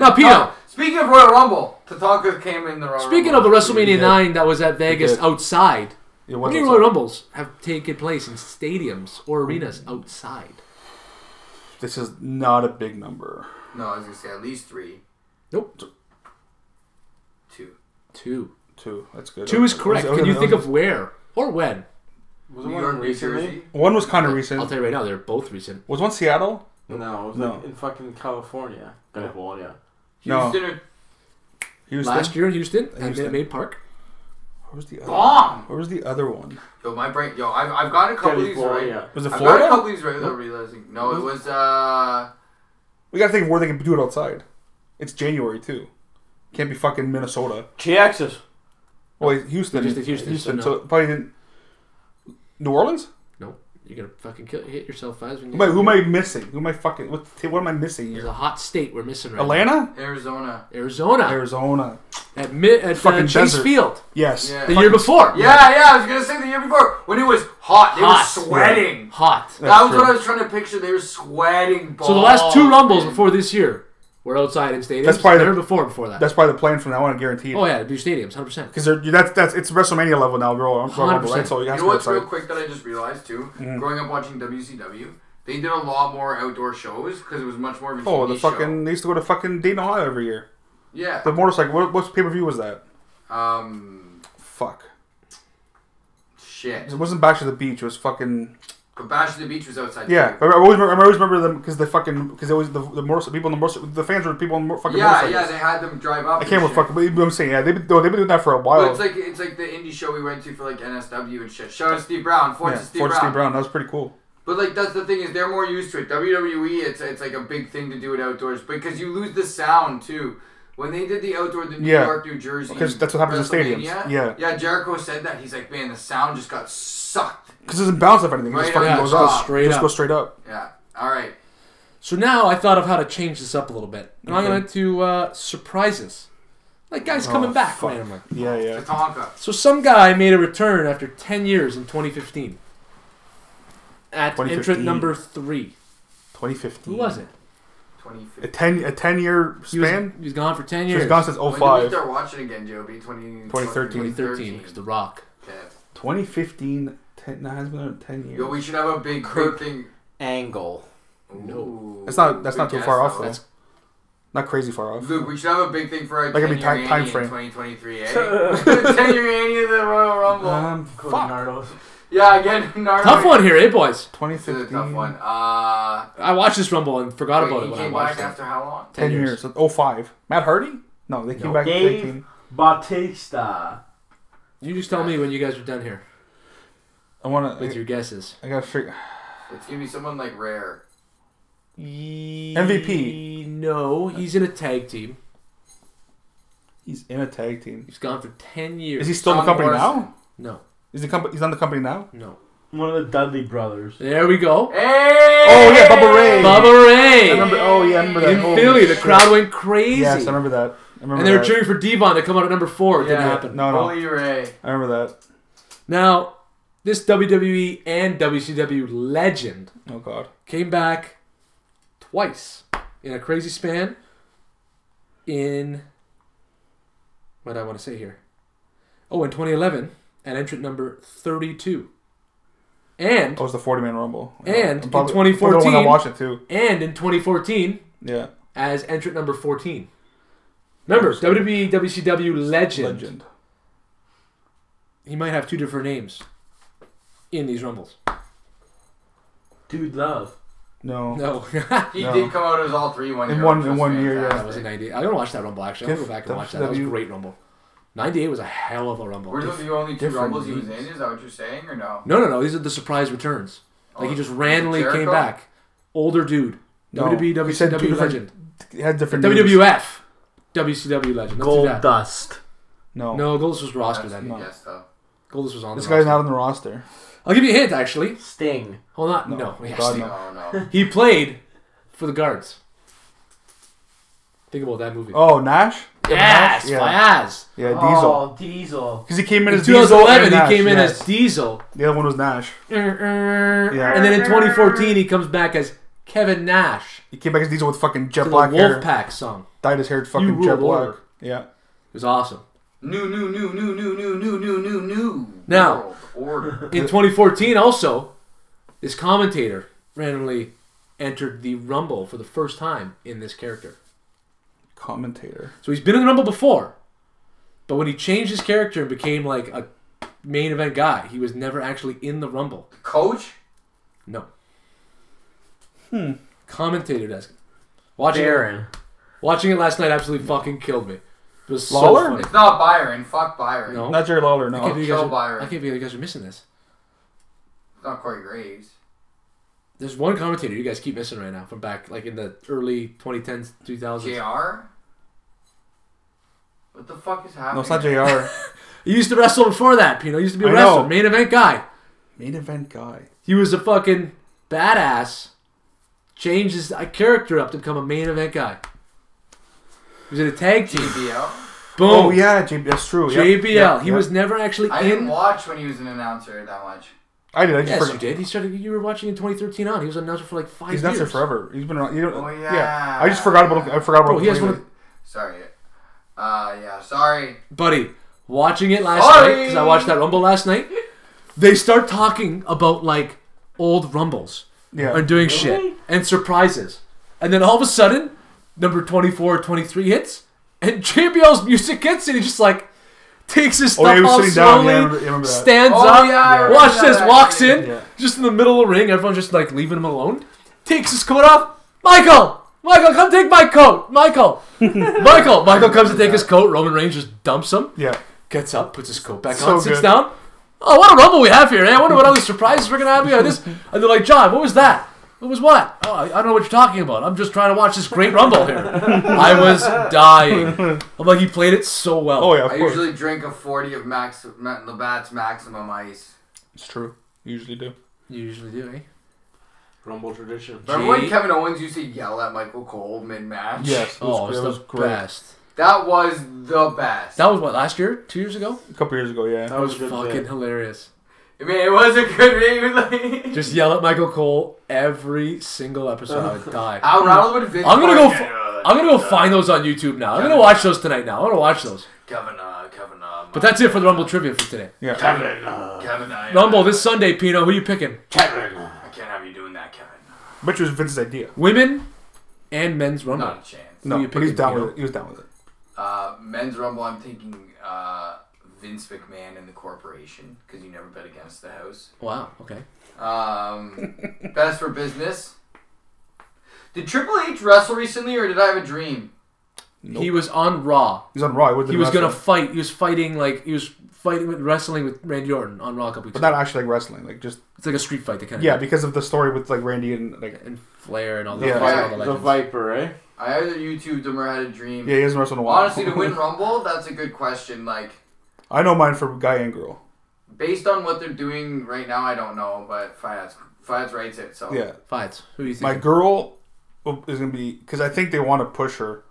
Speaker 6: No, Pino.
Speaker 3: Oh.
Speaker 5: Speaking of Royal Rumble, Tatanka came in the Royal
Speaker 6: Speaking of the
Speaker 5: Rumble.
Speaker 6: WrestleMania
Speaker 3: did.
Speaker 6: 9 that was at Vegas
Speaker 3: did.
Speaker 6: outside,
Speaker 3: It
Speaker 6: how
Speaker 3: was
Speaker 6: many
Speaker 3: outside.
Speaker 6: Royal Rumbles have taken place in stadiums or arenas
Speaker 3: Oh.
Speaker 6: outside?
Speaker 3: This is not a big number.
Speaker 5: No, I was gonna say at least three,
Speaker 6: Nope.
Speaker 5: two.
Speaker 6: Two.
Speaker 3: Two. That's good.
Speaker 6: Two is
Speaker 3: I was-
Speaker 6: correct.
Speaker 3: I was-
Speaker 6: Can you
Speaker 3: I
Speaker 6: think
Speaker 3: was-
Speaker 6: of where or when?
Speaker 7: Was it
Speaker 5: New
Speaker 7: one
Speaker 5: York, New
Speaker 7: recently?
Speaker 5: Jersey.
Speaker 3: One was kind of
Speaker 6: I'll
Speaker 3: recent.
Speaker 6: tell you right now, they're both recent.
Speaker 3: Was one Seattle?
Speaker 7: No, it was
Speaker 3: No.
Speaker 7: like in fucking California. California.
Speaker 3: No.
Speaker 5: Houston or
Speaker 3: Houston.
Speaker 6: Last year in Houston, at
Speaker 3: Houston.
Speaker 6: Minute Maid Park.
Speaker 3: Where was the other?
Speaker 5: bomb.
Speaker 3: Where was the other one?
Speaker 5: Yo, my brain. Yo, I've, I've got a couple of these right.
Speaker 7: California.
Speaker 3: Was it
Speaker 5: I've got a
Speaker 3: Florida?
Speaker 5: couple of these right without realizing. No, it was uh.
Speaker 3: We gotta think of where they can do it outside. It's January too. Can't be fucking Minnesota.
Speaker 7: Texas.
Speaker 3: Well, Houston.
Speaker 6: Just did Houston, so
Speaker 3: So, it probably didn't. New Orleans?
Speaker 6: Nope. You're gonna fucking kill, hit yourself fast when you.
Speaker 3: Who am, I, who am I missing? Who am I fucking? What, what am I missing
Speaker 6: There's
Speaker 3: here?
Speaker 6: a hot state we're missing right now.
Speaker 3: Atlanta,
Speaker 5: Arizona.
Speaker 6: Arizona.
Speaker 3: Arizona.
Speaker 6: At mid at
Speaker 3: Fucking
Speaker 6: fucking uh, Chase
Speaker 3: desert.
Speaker 6: Field
Speaker 3: Yes.
Speaker 5: Yeah.
Speaker 6: the year before.
Speaker 5: Yeah, yeah, I was gonna say the year before when it was hot, they
Speaker 6: Hot.
Speaker 5: were sweating.
Speaker 6: Hot.
Speaker 5: That was
Speaker 3: true.
Speaker 5: what I was trying to picture. They were sweating balls.
Speaker 6: So the last
Speaker 5: Oh,
Speaker 6: two rumbles
Speaker 5: man.
Speaker 6: before this year were outside in stadiums.
Speaker 3: That's probably the-
Speaker 6: never before before that.
Speaker 3: That's probably the plan from now on. I guarantee you.
Speaker 6: oh yeah, new stadiums, hundred percent.
Speaker 3: Because that's that's it's WrestleMania level now, bro. I'm sorry,
Speaker 6: 100%.
Speaker 3: right? So you
Speaker 5: You
Speaker 3: have
Speaker 5: know what's
Speaker 3: to go
Speaker 5: real
Speaker 3: outside.
Speaker 5: quick that I just realized too?
Speaker 3: Mm-hmm.
Speaker 5: Growing up watching WCW, they did a lot more outdoor shows because it was much more of a
Speaker 3: Oh,
Speaker 5: TV
Speaker 3: the
Speaker 5: show.
Speaker 3: fucking they used to go to fucking Dayton, Ohio every year.
Speaker 5: yeah.
Speaker 3: The motorcycle. What, what pay per view was that?
Speaker 5: Um,
Speaker 3: Fuck.
Speaker 5: shit.
Speaker 3: It wasn't Bash to the Beach. It was fucking
Speaker 5: But Bash at the Beach was outside.
Speaker 3: yeah.
Speaker 5: too.
Speaker 3: I always remember, I always remember them because they fucking because always the the motorcycle people on the motorcycle the fans were people on the fucking
Speaker 5: Yeah,
Speaker 3: motorcycles.
Speaker 5: yeah. They had them drive up.
Speaker 3: I can't
Speaker 5: and
Speaker 3: remember
Speaker 5: shit.
Speaker 3: fucking. But I'm saying yeah, they've been, no, they've been doing that for a
Speaker 5: But
Speaker 3: while.
Speaker 5: it's like it's like the indie show we went to for like NSW and shit. Shout out Steve Brown, Forge
Speaker 3: yeah,
Speaker 5: to Steve
Speaker 3: Ford
Speaker 5: Brown.
Speaker 3: Steve Brown. That was pretty cool.
Speaker 5: But like that's the thing is they're more used to it. WWE, it's it's like a big thing to do it outdoors because you lose the sound too. When they did the outdoor, the New
Speaker 3: Yeah.
Speaker 5: York, New Jersey,
Speaker 3: 'Cause that's what happens in stadiums.
Speaker 5: WrestleMania,
Speaker 3: Yeah.
Speaker 5: yeah. Jericho said that he's like, man, the sound just got sucked.
Speaker 3: Because it doesn't bounce off anything. It just
Speaker 5: Right,
Speaker 3: fucking
Speaker 5: yeah,
Speaker 3: goes
Speaker 5: it's
Speaker 3: up.
Speaker 5: just
Speaker 6: straight
Speaker 3: just
Speaker 6: up.
Speaker 3: goes straight up.
Speaker 5: Yeah. All right.
Speaker 6: So now I thought of how to change this up a little bit. And I'm going to uh, surprises, like guys coming back
Speaker 3: Oh, fuck.
Speaker 6: randomly.
Speaker 5: oh,
Speaker 3: Yeah, yeah.
Speaker 5: Tatanka.
Speaker 6: So some guy made a return after 10 years in 2015 at
Speaker 3: 2015.
Speaker 6: entrant number three.
Speaker 3: 2015.
Speaker 6: Who was it?
Speaker 3: A
Speaker 5: 2015.
Speaker 3: ten a ten year
Speaker 6: He was,
Speaker 3: span.
Speaker 6: he was gone for 10
Speaker 3: She's
Speaker 6: years.
Speaker 3: gone since
Speaker 5: When did we
Speaker 3: 05.
Speaker 5: start watching again, Joby? 20,
Speaker 3: 2013.
Speaker 6: 2013 because The Rock.
Speaker 5: Okay.
Speaker 3: 2015. Ten, no, it hasn't been on ten years.
Speaker 5: Yo, we should have a big
Speaker 7: Kirk.
Speaker 5: group thing.
Speaker 7: Angle.
Speaker 5: No.
Speaker 3: That's not- that's not too far off, though.
Speaker 5: That's
Speaker 3: Not crazy far off.
Speaker 5: Luke, we should have a big thing for our
Speaker 3: Like, I mean,
Speaker 5: 10
Speaker 3: time-
Speaker 5: year
Speaker 3: time
Speaker 5: annie in
Speaker 3: frame.
Speaker 5: 2023, eh? 10 year annie of the Royal Rumble.
Speaker 3: Um, fuck.
Speaker 5: yeah, again, Naruto.
Speaker 6: Tough one here, eh, boys?
Speaker 5: This is a
Speaker 3: 2015.
Speaker 5: tough one. Uh,
Speaker 6: I watched this Rumble and forgot
Speaker 5: wait,
Speaker 6: about
Speaker 5: he
Speaker 6: it when I
Speaker 5: came
Speaker 6: watched
Speaker 5: back
Speaker 6: it.
Speaker 5: after how long?
Speaker 3: 10
Speaker 6: 10
Speaker 3: years. So 05. Matt Hardy? No, they came back. They
Speaker 7: Dave.
Speaker 3: came,
Speaker 7: Batista.
Speaker 6: You just tell me when you guys are done here
Speaker 3: I want
Speaker 6: with
Speaker 3: to.
Speaker 6: your guesses.
Speaker 3: I, gotta figure.
Speaker 5: It's gonna be someone like rare.
Speaker 3: MVP.
Speaker 6: No, he's in a tag team.
Speaker 3: He's in a tag team.
Speaker 6: He's gone for 10 years.
Speaker 3: Is he still in the
Speaker 5: John
Speaker 3: company
Speaker 5: Morrison.
Speaker 3: now?
Speaker 6: No,
Speaker 3: Is the company? He's on the company now.
Speaker 6: no.
Speaker 7: One of the Dudley brothers.
Speaker 6: There we go.
Speaker 5: Hey!
Speaker 3: Oh yeah, Bubba Ray.
Speaker 6: Bubba Ray.
Speaker 3: I remember. Oh yeah, I remember that.
Speaker 6: in
Speaker 3: Holy
Speaker 6: Philly, the
Speaker 3: shit.
Speaker 6: crowd went crazy.
Speaker 3: Yes, I remember that. I remember
Speaker 6: and they were
Speaker 3: that.
Speaker 6: cheering for Devon to come out at number four. It didn't
Speaker 5: Yeah.
Speaker 6: happen.
Speaker 3: No, no,
Speaker 5: Holy Ray.
Speaker 3: I remember that.
Speaker 6: Now, this WWE and WCW legend
Speaker 3: Oh god.
Speaker 6: came back twice in a crazy span in what do I want to say here. Oh, in 2011 at entrant number 32. And
Speaker 3: That was the 40 man rumble.
Speaker 6: And
Speaker 3: I'm
Speaker 6: in
Speaker 3: probably- I'm probably the one
Speaker 6: 2014
Speaker 3: I watched it too.
Speaker 6: and in 2014
Speaker 3: Yeah.
Speaker 6: as entrant number 14. Remember, E, WWE WCW legend.
Speaker 3: Legend.
Speaker 6: He might have two different names in these rumbles.
Speaker 7: Dude Love.
Speaker 3: No.
Speaker 6: No.
Speaker 5: He
Speaker 3: No.
Speaker 5: did come out as all three one
Speaker 3: In
Speaker 5: year.
Speaker 3: one-
Speaker 5: which
Speaker 3: in
Speaker 5: was
Speaker 3: one year, yeah.
Speaker 6: That was a 98. I'm gonna watch that rumble actually. I'm gonna go back and watch that. That was a great rumble. 98 was a hell of a rumble.
Speaker 5: Were those the only two
Speaker 3: Different
Speaker 5: rumbles he was in?
Speaker 3: leagues.
Speaker 5: Is that what you're saying or no?
Speaker 6: No, no, no. These are the surprise returns. Like he just randomly
Speaker 5: Oh, Jericho?
Speaker 6: came back. Older dude.
Speaker 3: No.
Speaker 6: WWE
Speaker 3: He said two
Speaker 6: WCW
Speaker 3: different
Speaker 6: legend.
Speaker 3: It had different. names.
Speaker 6: WWF. WCW legend. Let's do
Speaker 7: Gold
Speaker 6: that.
Speaker 7: Dust.
Speaker 3: No.
Speaker 6: No, Goldust was roster
Speaker 5: That's
Speaker 6: then.
Speaker 5: a guess though.
Speaker 6: Goldust was on.
Speaker 3: This
Speaker 6: the
Speaker 3: guy's
Speaker 6: roster.
Speaker 3: not on the roster.
Speaker 6: I'll give you a hint actually.
Speaker 7: Sting.
Speaker 6: Hold on. No. Yes.
Speaker 3: God, no.
Speaker 5: No, no.
Speaker 6: He played for the guards. Think about that movie.
Speaker 3: Oh, Nash.
Speaker 6: yes,
Speaker 3: Yeah.
Speaker 6: Fiaz.
Speaker 3: Yeah, Uh, Diesel.
Speaker 7: Oh, Diesel.
Speaker 3: Because he came in
Speaker 6: In
Speaker 3: as Diesel and
Speaker 6: 2011,
Speaker 3: Nash,
Speaker 6: he came in
Speaker 3: yes.
Speaker 6: as Diesel.
Speaker 3: the other one was Nash.
Speaker 6: And then in 2014, he comes back as Kevin Nash
Speaker 3: He came back as Diesel with fucking jet
Speaker 6: to the
Speaker 3: black hair,
Speaker 6: Wolfpack song.
Speaker 3: dyed his hair
Speaker 6: You
Speaker 3: fucking
Speaker 6: rule
Speaker 3: jet black.
Speaker 6: order.
Speaker 3: Yeah,
Speaker 6: It was awesome.
Speaker 5: New, new, new, new, new, new, new, new, new, new.
Speaker 6: Now-
Speaker 5: World order.
Speaker 6: In 2014, also, this commentator randomly entered the Rumble for the first time in this character.
Speaker 3: commentator.
Speaker 6: So he's been in the Rumble before, but when he changed his character and became like a main event guy, he was never actually in the Rumble.
Speaker 5: Coach?
Speaker 6: No. Hmm. Commentator desk. Watching
Speaker 7: Baron.
Speaker 6: it, watching it last night absolutely fucking killed me. It was so
Speaker 3: Lawler?
Speaker 6: funny.
Speaker 5: It's not Byron. Fuck Byron.
Speaker 6: No.
Speaker 3: Not Jerry Lawler.
Speaker 6: I can't
Speaker 3: No.
Speaker 6: believe you guys
Speaker 5: Oh, Joe
Speaker 6: are,
Speaker 5: Byron.
Speaker 6: I can't believe you guys are missing this.
Speaker 5: It's not Corey Graves.
Speaker 6: There's one commentator you guys keep missing right now from back like in the early 2010s, 2000s.
Speaker 5: JR? What the fuck is happening?
Speaker 3: No, it's not Jr.
Speaker 6: He used to wrestle before that. Pino used to be a
Speaker 3: I
Speaker 6: wrestler,
Speaker 3: know.
Speaker 6: main event guy.
Speaker 3: Main event guy.
Speaker 6: He was a fucking badass. Changed his uh, character up to become a main event guy. He was in a tag team.
Speaker 5: BL.
Speaker 6: Boom.
Speaker 3: Oh, yeah, J- that's true. Yep,
Speaker 6: JBL.
Speaker 3: yep,
Speaker 6: he
Speaker 3: yep.
Speaker 6: was never actually
Speaker 5: I didn't
Speaker 6: in.
Speaker 5: watch when he was an announcer that much.
Speaker 3: I did. I just
Speaker 6: Yes, you
Speaker 3: forgot.
Speaker 6: did. He started. You were watching in 2013 on. He was an announcer for like five
Speaker 3: He's
Speaker 6: years.
Speaker 3: nuts forever. He's been around. You know,
Speaker 5: Oh,
Speaker 3: yeah.
Speaker 5: yeah.
Speaker 3: I just forgot about. I forgot about.
Speaker 6: Bro, Oh, he has one
Speaker 3: completely.
Speaker 6: of,
Speaker 5: Sorry. Uh, yeah, sorry.
Speaker 6: buddy. Watching it last
Speaker 5: Sorry.
Speaker 6: night because I watched that Rumble last night. They start talking about like old Rumbles
Speaker 3: yeah.
Speaker 6: and doing shit and surprises, and then all of a sudden, number 24 or 23 hits, and JBL's music hits, and he's just like takes his
Speaker 3: Oh, yeah,
Speaker 6: stuff
Speaker 3: he was
Speaker 6: off
Speaker 3: sitting down. Yeah, I
Speaker 6: slowly,
Speaker 3: remember- I remember that.
Speaker 6: stands
Speaker 5: Oh,
Speaker 6: up,
Speaker 5: yeah, I remember
Speaker 6: watch
Speaker 5: that
Speaker 6: this, walks
Speaker 5: actually.
Speaker 6: in,
Speaker 3: Yeah.
Speaker 6: just in the middle of the ring, everyone's just like leaving him alone, takes his coat off, Michael! Michael, come take my coat! Michael! Michael! Michael comes to take his coat, Roman Reigns just dumps him,
Speaker 3: Yeah.
Speaker 6: gets up, puts his coat back
Speaker 3: So
Speaker 6: on, sits
Speaker 3: good.
Speaker 6: down. Oh, what a rumble we have here! Eh? I wonder what other surprises we're gonna have here. This, and they're like, John, what was that? What was what? Oh, I I don't know what you're talking about. I'm just trying to watch this great rumble here. I was dying. I'm like, he played it so well.
Speaker 3: Oh yeah. Of
Speaker 5: I
Speaker 3: course.
Speaker 5: usually drink a 40 of Max Ma- Labatt's Maximum Ice.
Speaker 3: it's true. You usually do.
Speaker 6: You usually do, eh?
Speaker 7: Rumble tradition.
Speaker 5: Remember when
Speaker 6: Gee.
Speaker 5: Kevin Owens used to yell at Michael Cole mid match?
Speaker 3: Yes. It was,
Speaker 6: Oh, it was,
Speaker 3: it was
Speaker 6: the
Speaker 3: great.
Speaker 6: best.
Speaker 5: That was the best.
Speaker 6: That was what last year, two years ago.
Speaker 3: A couple years ago. Yeah.
Speaker 6: That was,
Speaker 7: was a good
Speaker 6: fucking
Speaker 7: bit.
Speaker 6: hilarious.
Speaker 5: I mean, it was a good read. Like,
Speaker 6: Just yell at Michael Cole every single episode. I would die.
Speaker 5: Al Ronald would Vince
Speaker 6: I'm gonna go.
Speaker 5: Carter.
Speaker 6: F- I'm gonna go find those on YouTube now. I'm gonna watch those tonight. Now I'm gonna watch those.
Speaker 5: Kevin, uh, Kevin, uh,
Speaker 6: But that's it for the Rumble trivia for today.
Speaker 3: Yeah.
Speaker 5: Kevin, uh, Kevin, I,
Speaker 6: Rumble this Sunday, Pino. Who you picking?
Speaker 5: Kevin, I can't have you doing that, Kevin.
Speaker 3: Which was Vince's idea.
Speaker 6: Women and men's Rumble.
Speaker 5: Not a chance.
Speaker 3: No,
Speaker 6: you
Speaker 3: but he's
Speaker 6: picking,
Speaker 3: down
Speaker 6: Pino?
Speaker 3: with it. He was down with it.
Speaker 5: Uh, men's Rumble, I'm thinking uh, Vince McMahon and the corporation because you never bet against the house.
Speaker 6: Wow. Okay.
Speaker 5: Um, best for business. Did Triple H wrestle recently, or did I have a dream?
Speaker 6: He was on Raw.
Speaker 3: He's on Raw. would've
Speaker 6: He
Speaker 3: been
Speaker 6: was gonna
Speaker 3: wrestling.
Speaker 6: fight. He was fighting like he was fighting with wrestling with Randy Orton on Raw a couple weeks.
Speaker 3: but
Speaker 6: ago.
Speaker 3: not actually like wrestling. Like just
Speaker 6: It's like a street fight. They kind of
Speaker 3: yeah, because of the story with like Randy and like
Speaker 6: and Flair and all the,
Speaker 3: Yeah.
Speaker 6: all
Speaker 7: The
Speaker 6: the legends.
Speaker 7: Viper, eh?
Speaker 5: I either YouTubed him or had a dream.
Speaker 3: yeah, he hasn't wrestled in a while.
Speaker 5: Honestly, to win Rumble, that's a good question. Like,
Speaker 3: I know mine for guy and girl.
Speaker 5: based on what they're doing right now, I don't know, but Fayad's, Fayad's writes it, so.
Speaker 3: Yeah,
Speaker 6: Fights. Who do you think?
Speaker 3: my girl is gonna be because I think they want to push her.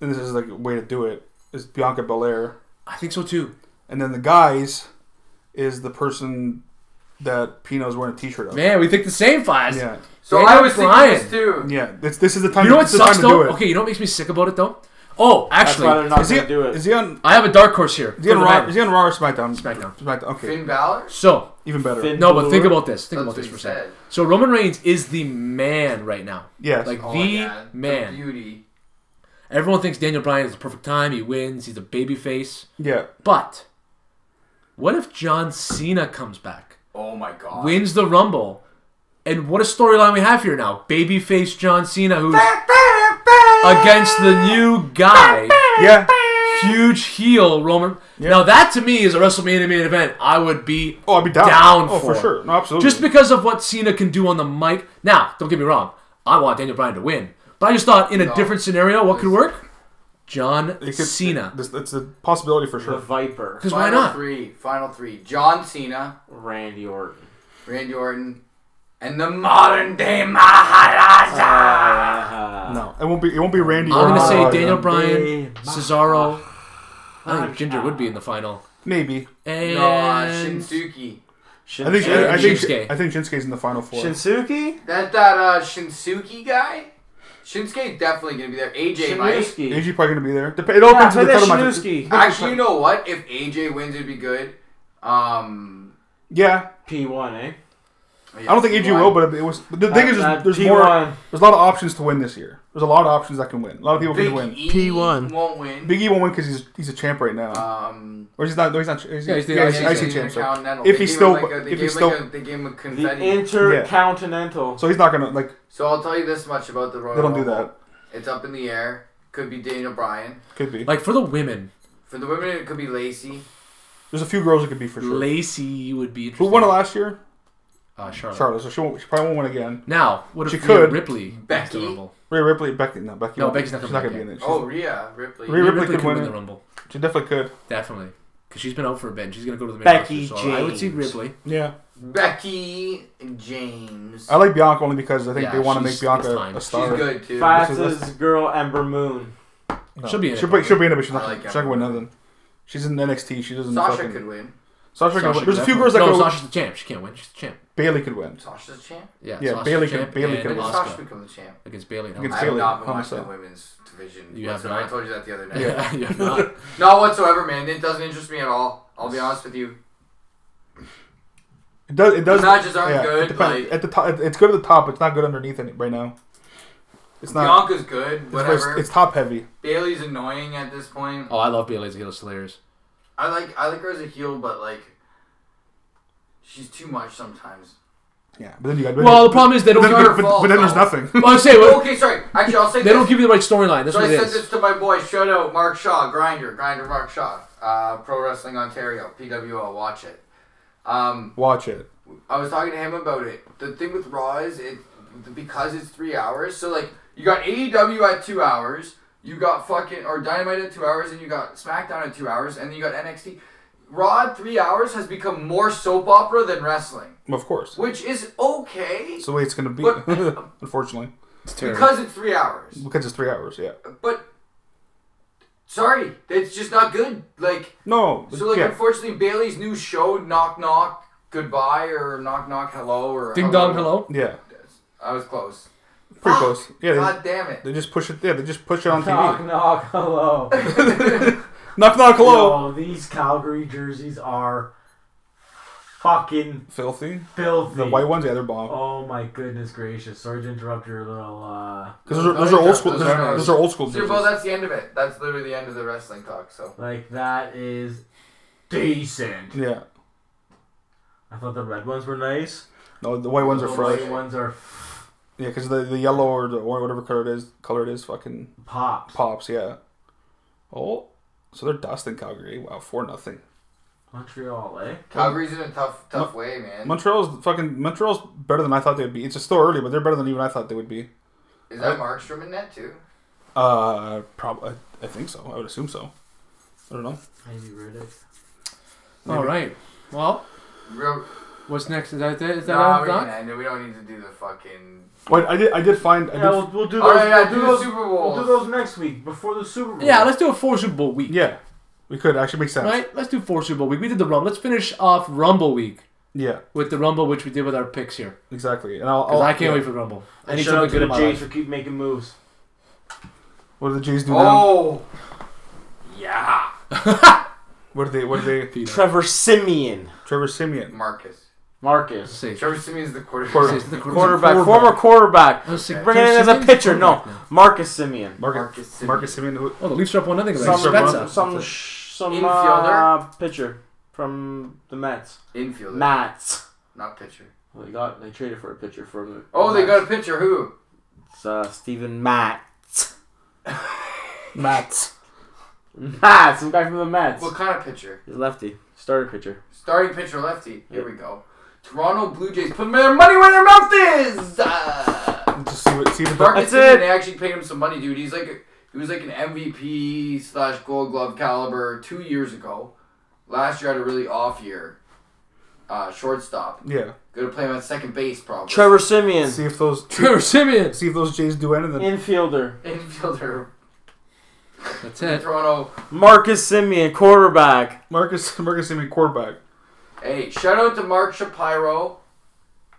Speaker 3: And this is like a way to do it is Bianca Belair,
Speaker 6: I think so too.
Speaker 3: and then the guys is the person that Pino's wearing a T-shirt of.
Speaker 6: Man, we think the same fights.
Speaker 3: Yeah,
Speaker 5: So
Speaker 6: Daniel
Speaker 5: I was
Speaker 6: Bryan.
Speaker 5: thinking this too.
Speaker 3: yeah. This this is the time.
Speaker 6: You know what
Speaker 3: this is
Speaker 6: sucks
Speaker 3: the time
Speaker 6: though?
Speaker 3: To do it.
Speaker 6: Okay, you know what makes me sick about it though? Oh,
Speaker 7: That's why they're
Speaker 6: actually,
Speaker 7: not
Speaker 3: Is he,
Speaker 7: gonna do
Speaker 3: is
Speaker 7: it.
Speaker 3: he on?
Speaker 6: I have a dark horse here.
Speaker 3: Is he on
Speaker 6: for the
Speaker 3: Raw?
Speaker 6: men.
Speaker 3: Is he on Raw or SmackDown?
Speaker 6: SmackDown.
Speaker 3: Okay,
Speaker 5: Finn Balor?
Speaker 6: So,
Speaker 3: even better.
Speaker 7: Finn
Speaker 6: no, but think
Speaker 7: Balor?
Speaker 6: about this. Think
Speaker 5: That's
Speaker 6: about
Speaker 5: what
Speaker 6: this
Speaker 5: he
Speaker 6: for a second.
Speaker 5: said.
Speaker 6: So Roman Reigns is the man right now.
Speaker 3: Yes.
Speaker 6: Like
Speaker 5: Oh,
Speaker 6: the
Speaker 5: yeah,
Speaker 6: man.
Speaker 5: The beauty.
Speaker 6: Everyone thinks Daniel Bryan is the perfect time. He wins. He's a babyface.
Speaker 3: yeah.
Speaker 6: But what if John Cena comes back,
Speaker 5: Oh my god.
Speaker 6: wins the Rumble, and what a storyline we have here now? Babyface John Cena, who's against the new guy,
Speaker 3: Yeah.
Speaker 6: huge heel Roman. Now that to me is a WrestleMania main event. I would be
Speaker 3: Oh, I'll be down.
Speaker 6: Down
Speaker 3: oh, for
Speaker 6: for it.
Speaker 3: sure. No, absolutely.
Speaker 6: just because of what Cena can do on the mic. Now, don't get me wrong, I want Daniel Bryan to win, but I just thought in a different scenario, what could work? John
Speaker 3: It could-
Speaker 6: Cena,
Speaker 3: This, that's a possibility for
Speaker 7: The
Speaker 3: sure.
Speaker 7: Viper,
Speaker 6: because
Speaker 5: Final
Speaker 6: why not?
Speaker 5: three. Final three. John Cena,
Speaker 7: Randy Orton.
Speaker 5: Randy Orton, and the modern day Maharaja.
Speaker 7: Ah,
Speaker 3: No, it won't be. It won't be Randy.
Speaker 6: I'm gonna
Speaker 3: Orton.
Speaker 6: say
Speaker 3: Uh,
Speaker 6: Daniel
Speaker 3: yeah.
Speaker 6: Bryan,
Speaker 7: Bye.
Speaker 6: Cesaro. I think Ginger would be in the final.
Speaker 3: Maybe.
Speaker 6: And
Speaker 5: No, uh, Shinsuke.
Speaker 3: I think.
Speaker 6: And
Speaker 3: I, I think.
Speaker 6: Shinsuke.
Speaker 3: I think Shinsuke's in the final four.
Speaker 7: Shinsuke?
Speaker 5: That that uh Shinsuke guy? Shinsuke's definitely gonna be there. AJ might.
Speaker 7: Shinsuke.
Speaker 3: AJ probably gonna be there. Dep- It all depends
Speaker 7: play
Speaker 3: on the
Speaker 7: that
Speaker 3: title match.
Speaker 7: Shinsuke.
Speaker 3: It-
Speaker 5: Actually, you know what? If AJ wins, it'd be good. Um,
Speaker 3: yeah.
Speaker 7: P1, eh?
Speaker 3: I don't think AJ will, but it was. but The thing is,
Speaker 7: Uh,
Speaker 3: there's, there's
Speaker 7: P1.
Speaker 3: more. There's a lot of options to win this year. There's a lot of options that can win. A lot of people
Speaker 5: Big
Speaker 3: can win.
Speaker 5: E
Speaker 9: P1.
Speaker 5: won't win.
Speaker 3: Big E won't win because he's he's a champ right now,
Speaker 5: um,
Speaker 3: or he's not. No, he's not. He's,
Speaker 6: Yeah, he's the
Speaker 3: yeah,
Speaker 6: IC
Speaker 3: he's IC
Speaker 6: champ.
Speaker 3: champ. So.
Speaker 5: Intercontinental.
Speaker 3: If he's
Speaker 5: They gave him
Speaker 3: still-
Speaker 5: like a- they
Speaker 3: if he's
Speaker 5: gave like
Speaker 3: still-
Speaker 5: a- they gave him a
Speaker 7: The
Speaker 5: confetti.
Speaker 7: Intercontinental.
Speaker 3: so he's not gonna like.
Speaker 5: so I'll tell you this much about the Royal.
Speaker 3: They don't do
Speaker 5: Rumble.
Speaker 3: that.
Speaker 5: It's up in the air. Could be Dana Bryan.
Speaker 3: Could be.
Speaker 6: Like for the women,
Speaker 5: For the women, it could be Lacey.
Speaker 3: There's a few girls it could be for sure.
Speaker 6: Lacey would be
Speaker 3: Who
Speaker 6: interesting.
Speaker 3: won it last year?
Speaker 6: Uh, Charlotte.
Speaker 3: Charlotte. So she, won't, she probably won't win again.
Speaker 6: Now, what if
Speaker 3: She
Speaker 6: Rhea
Speaker 3: could.
Speaker 6: Ripley wins
Speaker 5: Becky?
Speaker 6: the Rumble?
Speaker 3: Rhea Ripley, Becky. No, Becky.
Speaker 6: No,
Speaker 3: won't-
Speaker 6: Becky's not
Speaker 3: She's
Speaker 6: gonna
Speaker 3: not gonna
Speaker 6: be
Speaker 3: be
Speaker 6: in
Speaker 3: in it. She's-
Speaker 5: Oh, Rhea Ripley.
Speaker 3: Rhea
Speaker 6: Rhea
Speaker 3: Ripley
Speaker 6: Ripley
Speaker 3: could
Speaker 6: could
Speaker 3: win
Speaker 6: win
Speaker 3: it.
Speaker 6: the Rumble.
Speaker 3: She definitely could.
Speaker 6: Definitely. because she's been out for a bit. and She's gonna go to the main
Speaker 4: Becky
Speaker 6: roster, so I would see
Speaker 4: James.
Speaker 6: Ripley.
Speaker 3: Yeah,
Speaker 5: Becky James.
Speaker 3: I like Bianca only because I think
Speaker 6: Yeah,
Speaker 3: they want to make
Speaker 6: she's-
Speaker 3: Bianca
Speaker 6: it's fine.
Speaker 3: a
Speaker 6: She's
Speaker 5: She's
Speaker 3: star.
Speaker 5: good too.
Speaker 4: Fox's girl Ember Moon.
Speaker 3: No.
Speaker 6: She'll be in
Speaker 3: She'll,
Speaker 6: it,
Speaker 3: be, she'll be in it, but she's
Speaker 5: I
Speaker 3: not.
Speaker 5: like
Speaker 3: she's not
Speaker 5: Emma.
Speaker 3: going nothing. She's in NXT. She doesn't.
Speaker 5: Sasha
Speaker 3: fucking-
Speaker 5: could win.
Speaker 3: Sasha, could
Speaker 6: Sasha
Speaker 3: win. There's a few
Speaker 6: definitely-
Speaker 3: girls that
Speaker 6: no,
Speaker 3: go.
Speaker 6: Sasha's the champ. She can't win. She's the champ.
Speaker 3: Bailey could win.
Speaker 5: Sasha's the champ.
Speaker 6: Yeah,
Speaker 3: Yeah,
Speaker 6: Sasha's
Speaker 3: Bailey
Speaker 6: the
Speaker 3: can-
Speaker 6: champ
Speaker 3: Bailey
Speaker 6: and
Speaker 3: can
Speaker 5: When did
Speaker 3: win.
Speaker 6: Asuka.
Speaker 5: Sasha become the champ?
Speaker 6: against Bailey. And
Speaker 3: Against
Speaker 6: Asuka.
Speaker 5: I have
Speaker 3: Bailey,
Speaker 5: not been
Speaker 3: huh,
Speaker 5: watching
Speaker 3: so.
Speaker 5: the women's division.
Speaker 6: You have
Speaker 5: whatsoever.
Speaker 6: not.
Speaker 5: I told you that the other day.
Speaker 6: Yeah, yeah, not.
Speaker 5: Not whatsoever, man. It doesn't interest me at all. I'll be honest with you.
Speaker 3: It does. It does.
Speaker 5: matches aren't
Speaker 3: yeah,
Speaker 5: good,
Speaker 3: It depends.
Speaker 5: like-
Speaker 3: at the top, it- it's good at the top. It's not good underneath it right now. It's not.
Speaker 5: Bianca's good,
Speaker 3: it's- It's,
Speaker 5: whatever.
Speaker 3: it's top heavy.
Speaker 5: Bailey's annoying at this point.
Speaker 6: Oh, I love Bailey as a heel. It's hilarious.
Speaker 5: I like I like her as a heel, but like she's too much sometimes.
Speaker 3: Yeah, but then you got.
Speaker 6: Well, the problem is they don't.
Speaker 3: But,
Speaker 5: It's
Speaker 6: Give
Speaker 5: not
Speaker 3: but,
Speaker 5: her
Speaker 6: you,
Speaker 3: but,
Speaker 5: fault,
Speaker 3: but then there's
Speaker 5: though.
Speaker 3: nothing.
Speaker 6: well, I say well,
Speaker 5: Okay, sorry. Actually, I'll say
Speaker 6: they don't
Speaker 5: this.
Speaker 6: give you the right storyline. That's
Speaker 5: so I
Speaker 6: what it
Speaker 5: said
Speaker 6: is.
Speaker 5: this to my boy. Shout out Mark Shaw, Grinder, Grinder Mark Shaw, uh, Pro Wrestling Ontario, PWO. Watch it. Um,
Speaker 3: Watch it.
Speaker 5: I was talking to him about it. The thing with Raw is it because it's three hours. So like you got AEW at two hours, you got fucking or Dynamite at two hours, and you got SmackDown at two hours, and then you got NXT. Raw at three hours has become more soap opera than wrestling,
Speaker 3: Of course.
Speaker 5: which is okay
Speaker 3: It's the way it's gonna be.
Speaker 5: But-
Speaker 3: Unfortunately,
Speaker 6: It's terrible.
Speaker 5: because it's three hours.
Speaker 3: because it's three hours. Yeah.
Speaker 5: But sorry, it's just not good. Like
Speaker 3: No.
Speaker 5: so, like
Speaker 3: yeah.
Speaker 5: unfortunately, Bailey's new show, Knock Knock Goodbye or Knock Knock Hello or
Speaker 6: Ding dong, hello.
Speaker 3: Yeah.
Speaker 5: I was close.
Speaker 3: Pretty
Speaker 5: Fuck.
Speaker 3: close. Yeah. They,
Speaker 5: God damn it.
Speaker 3: they just push it. Yeah. They just push it on
Speaker 4: Knock
Speaker 3: TV.
Speaker 4: knock hello.
Speaker 3: Knock knock. Hello.
Speaker 7: Yo, these Calgary jerseys are fucking
Speaker 3: Filthy.
Speaker 7: filthy.
Speaker 3: The white ones. Yeah, they're bomb.
Speaker 7: Oh my goodness gracious! Sorry to interrupt your little. uh
Speaker 3: Because those, are- those are old school.
Speaker 5: Oh, Those
Speaker 3: Those
Speaker 5: are
Speaker 3: are,
Speaker 5: ours.
Speaker 3: those are old school.
Speaker 5: So,
Speaker 3: jerseys.
Speaker 5: well, that's the end of it. That's literally the end of the wrestling talk. So
Speaker 7: Like that is decent.
Speaker 3: Yeah.
Speaker 7: I thought the red ones were nice.
Speaker 3: No, the white ones are
Speaker 7: The
Speaker 3: fresh.
Speaker 7: white ones are
Speaker 3: Yeah, because the, the yellow or the or whatever color it is, color it is, fucking
Speaker 7: pop.
Speaker 3: pops. Yeah. Oh, so they're dusting Calgary. Wow, four nothing.
Speaker 7: Montreal, eh?
Speaker 5: Calgary's in a tough, tough way, man.
Speaker 3: Montreal's fucking Montreal's better than I thought they would be. It's still early, but they're better than even I thought they would be.
Speaker 5: Is that Markstrom in that too?
Speaker 3: Uh, probably. I think so. I would assume so. I don't know.
Speaker 7: Maybe Riddick.
Speaker 6: All right. Well,
Speaker 5: Real,
Speaker 6: what's next? Is that it? Is that
Speaker 5: nah,
Speaker 6: all
Speaker 5: we,
Speaker 6: done?
Speaker 5: can end it. we don't need to do the fucking.
Speaker 3: Wait, I did. I did find. I did,
Speaker 7: Yeah, we'll, we'll do those.
Speaker 5: All right, yeah,
Speaker 7: we'll
Speaker 5: do the
Speaker 7: those.
Speaker 5: Super
Speaker 7: We'll do
Speaker 5: Bowls.
Speaker 7: those next week before the Super Bowl.
Speaker 6: Yeah, let's do a four Super Bowl week.
Speaker 3: yeah, we could actually make sense.
Speaker 6: Right? Let's do four Super Bowl week. We did the Rumble. Let's finish off Rumble week
Speaker 3: Yeah,
Speaker 6: with the Rumble, which we did with our picks here.
Speaker 3: exactly. And I'll.
Speaker 6: 'Cause
Speaker 3: I'll
Speaker 6: I can't
Speaker 3: Oh, yeah.
Speaker 6: wait for Rumble. I
Speaker 7: And
Speaker 6: need
Speaker 7: shout out
Speaker 6: something
Speaker 7: to
Speaker 6: good
Speaker 7: the
Speaker 6: in my
Speaker 7: Jays
Speaker 6: life.
Speaker 7: for keep making moves.
Speaker 3: What do the Jays do now?
Speaker 5: Oh, yeah,
Speaker 3: What do they? What do they?
Speaker 4: Trevor Simeon.
Speaker 3: Trevor Simeon,
Speaker 5: Marcus.
Speaker 4: Marcus.
Speaker 6: Say-
Speaker 5: Trevor Simeon's the quarterback.
Speaker 6: say the
Speaker 4: Quarterback, former quarterback.
Speaker 6: I was like,
Speaker 4: Bring it in as a
Speaker 6: Simeon's
Speaker 4: pitcher. No,
Speaker 6: quarterback now.
Speaker 4: Marcus Simeon.
Speaker 3: Marcus,
Speaker 5: Marcus
Speaker 3: Marcus Simeon.
Speaker 5: Simeon.
Speaker 3: who-
Speaker 6: Oh, the Leafs are up one nothing.
Speaker 3: Some-
Speaker 6: against
Speaker 3: some-
Speaker 6: Spezza.
Speaker 3: Spencer.
Speaker 4: Some sh- some uh,
Speaker 5: Infielder?
Speaker 4: pitcher from the Mets.
Speaker 5: Infielder,
Speaker 4: Mats.
Speaker 5: not pitcher.
Speaker 4: Well, they got they traded for a pitcher from. the-
Speaker 5: Oh, they got a pitcher. Who?
Speaker 4: It's, uh, Stephen Mats. Mats. Mats, some guy from the Mets.
Speaker 5: What kind of pitcher?
Speaker 4: He's lefty. Starter pitcher.
Speaker 5: Starting pitcher, lefty. Here we go. Toronto Blue Jays put their money where their mouth is. Ah.
Speaker 3: Just see what see what the,
Speaker 5: Marcus
Speaker 4: That's it.
Speaker 5: Simeon, they actually paid him some money, dude. He's like he was like an MVP slash Gold Glove caliber two years ago. Last year had a really off year. Uh, shortstop.
Speaker 3: yeah.
Speaker 5: Gonna play him at second base, probably.
Speaker 4: Trevor Simeon.
Speaker 3: See if those
Speaker 6: Trevor Simeon.
Speaker 3: see if those Jays do anything.
Speaker 4: Infielder.
Speaker 5: infielder.
Speaker 6: That's
Speaker 5: for
Speaker 6: it.
Speaker 5: Toronto.
Speaker 4: Marcus Simeon, quarterback.
Speaker 3: Marcus Marcus Simeon quarterback.
Speaker 5: Hey, shout out to Mark Shapiro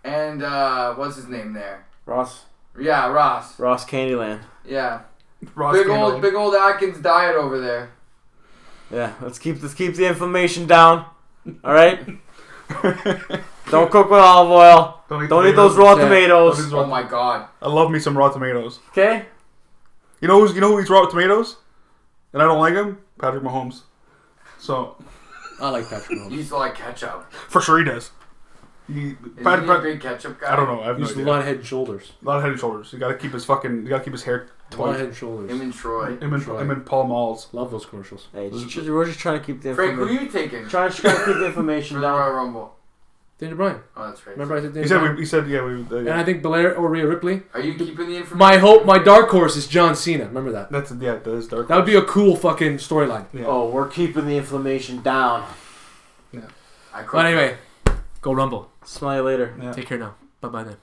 Speaker 5: and uh, what's his name there?
Speaker 4: Ross.
Speaker 5: Yeah, Ross.
Speaker 4: Ross Candyland.
Speaker 5: Yeah,
Speaker 3: Ross
Speaker 5: big
Speaker 3: Candle.
Speaker 5: old big old Atkins diet over there.
Speaker 4: Yeah, let's keep let's keep the inflammation down. All right. Don't cook with olive oil. Don't eat those
Speaker 3: tomatoes.
Speaker 4: raw
Speaker 6: Yeah.
Speaker 4: tomatoes.
Speaker 5: Oh my God.
Speaker 3: I love me some raw tomatoes.
Speaker 4: Okay.
Speaker 3: You know who's you know who eats raw tomatoes? And I don't like him? Patrick Mahomes. So
Speaker 6: I like Patrick Mahomes.
Speaker 5: He used to like ketchup.
Speaker 3: for sure he does. He,
Speaker 5: Is
Speaker 3: Pat,
Speaker 5: he a
Speaker 3: Pat-
Speaker 5: big ketchup guy?
Speaker 3: I don't know. I have no
Speaker 6: He's a
Speaker 3: idea.
Speaker 6: lot of head and shoulders.
Speaker 3: a lot of head and shoulders. You gotta keep his fucking you gotta keep his hair
Speaker 6: A lot of head
Speaker 3: tight.
Speaker 6: and shoulders.
Speaker 5: Him and Troy.
Speaker 3: Him and,
Speaker 6: Troy.
Speaker 3: him and Paul Malls.
Speaker 6: Love those commercials.
Speaker 4: Hey, just- just- we're just trying to keep the
Speaker 5: Frank, who
Speaker 4: inflammation.
Speaker 5: you taking?
Speaker 4: Trying to, trying to keep the information
Speaker 5: For the
Speaker 4: down.
Speaker 5: Royal Rumble.
Speaker 6: Daniel Bryan.
Speaker 5: Oh, that's right.
Speaker 6: Remember I said Daniel
Speaker 3: He said
Speaker 6: Bryan?
Speaker 3: we. He said yeah. We. uh,
Speaker 6: and I think Belair or Rhea Ripley.
Speaker 5: Are you keeping the information?
Speaker 6: My hope, my dark horse is John Cena. Remember that.
Speaker 3: that's yeah. That is dark.
Speaker 6: That would be a cool fucking storyline.
Speaker 3: Yeah.
Speaker 7: Oh, we're keeping the inflammation down.
Speaker 5: I
Speaker 6: But
Speaker 5: quit.
Speaker 6: anyway, go Rumble.
Speaker 7: Smile later.
Speaker 6: Take care now. Bye bye then.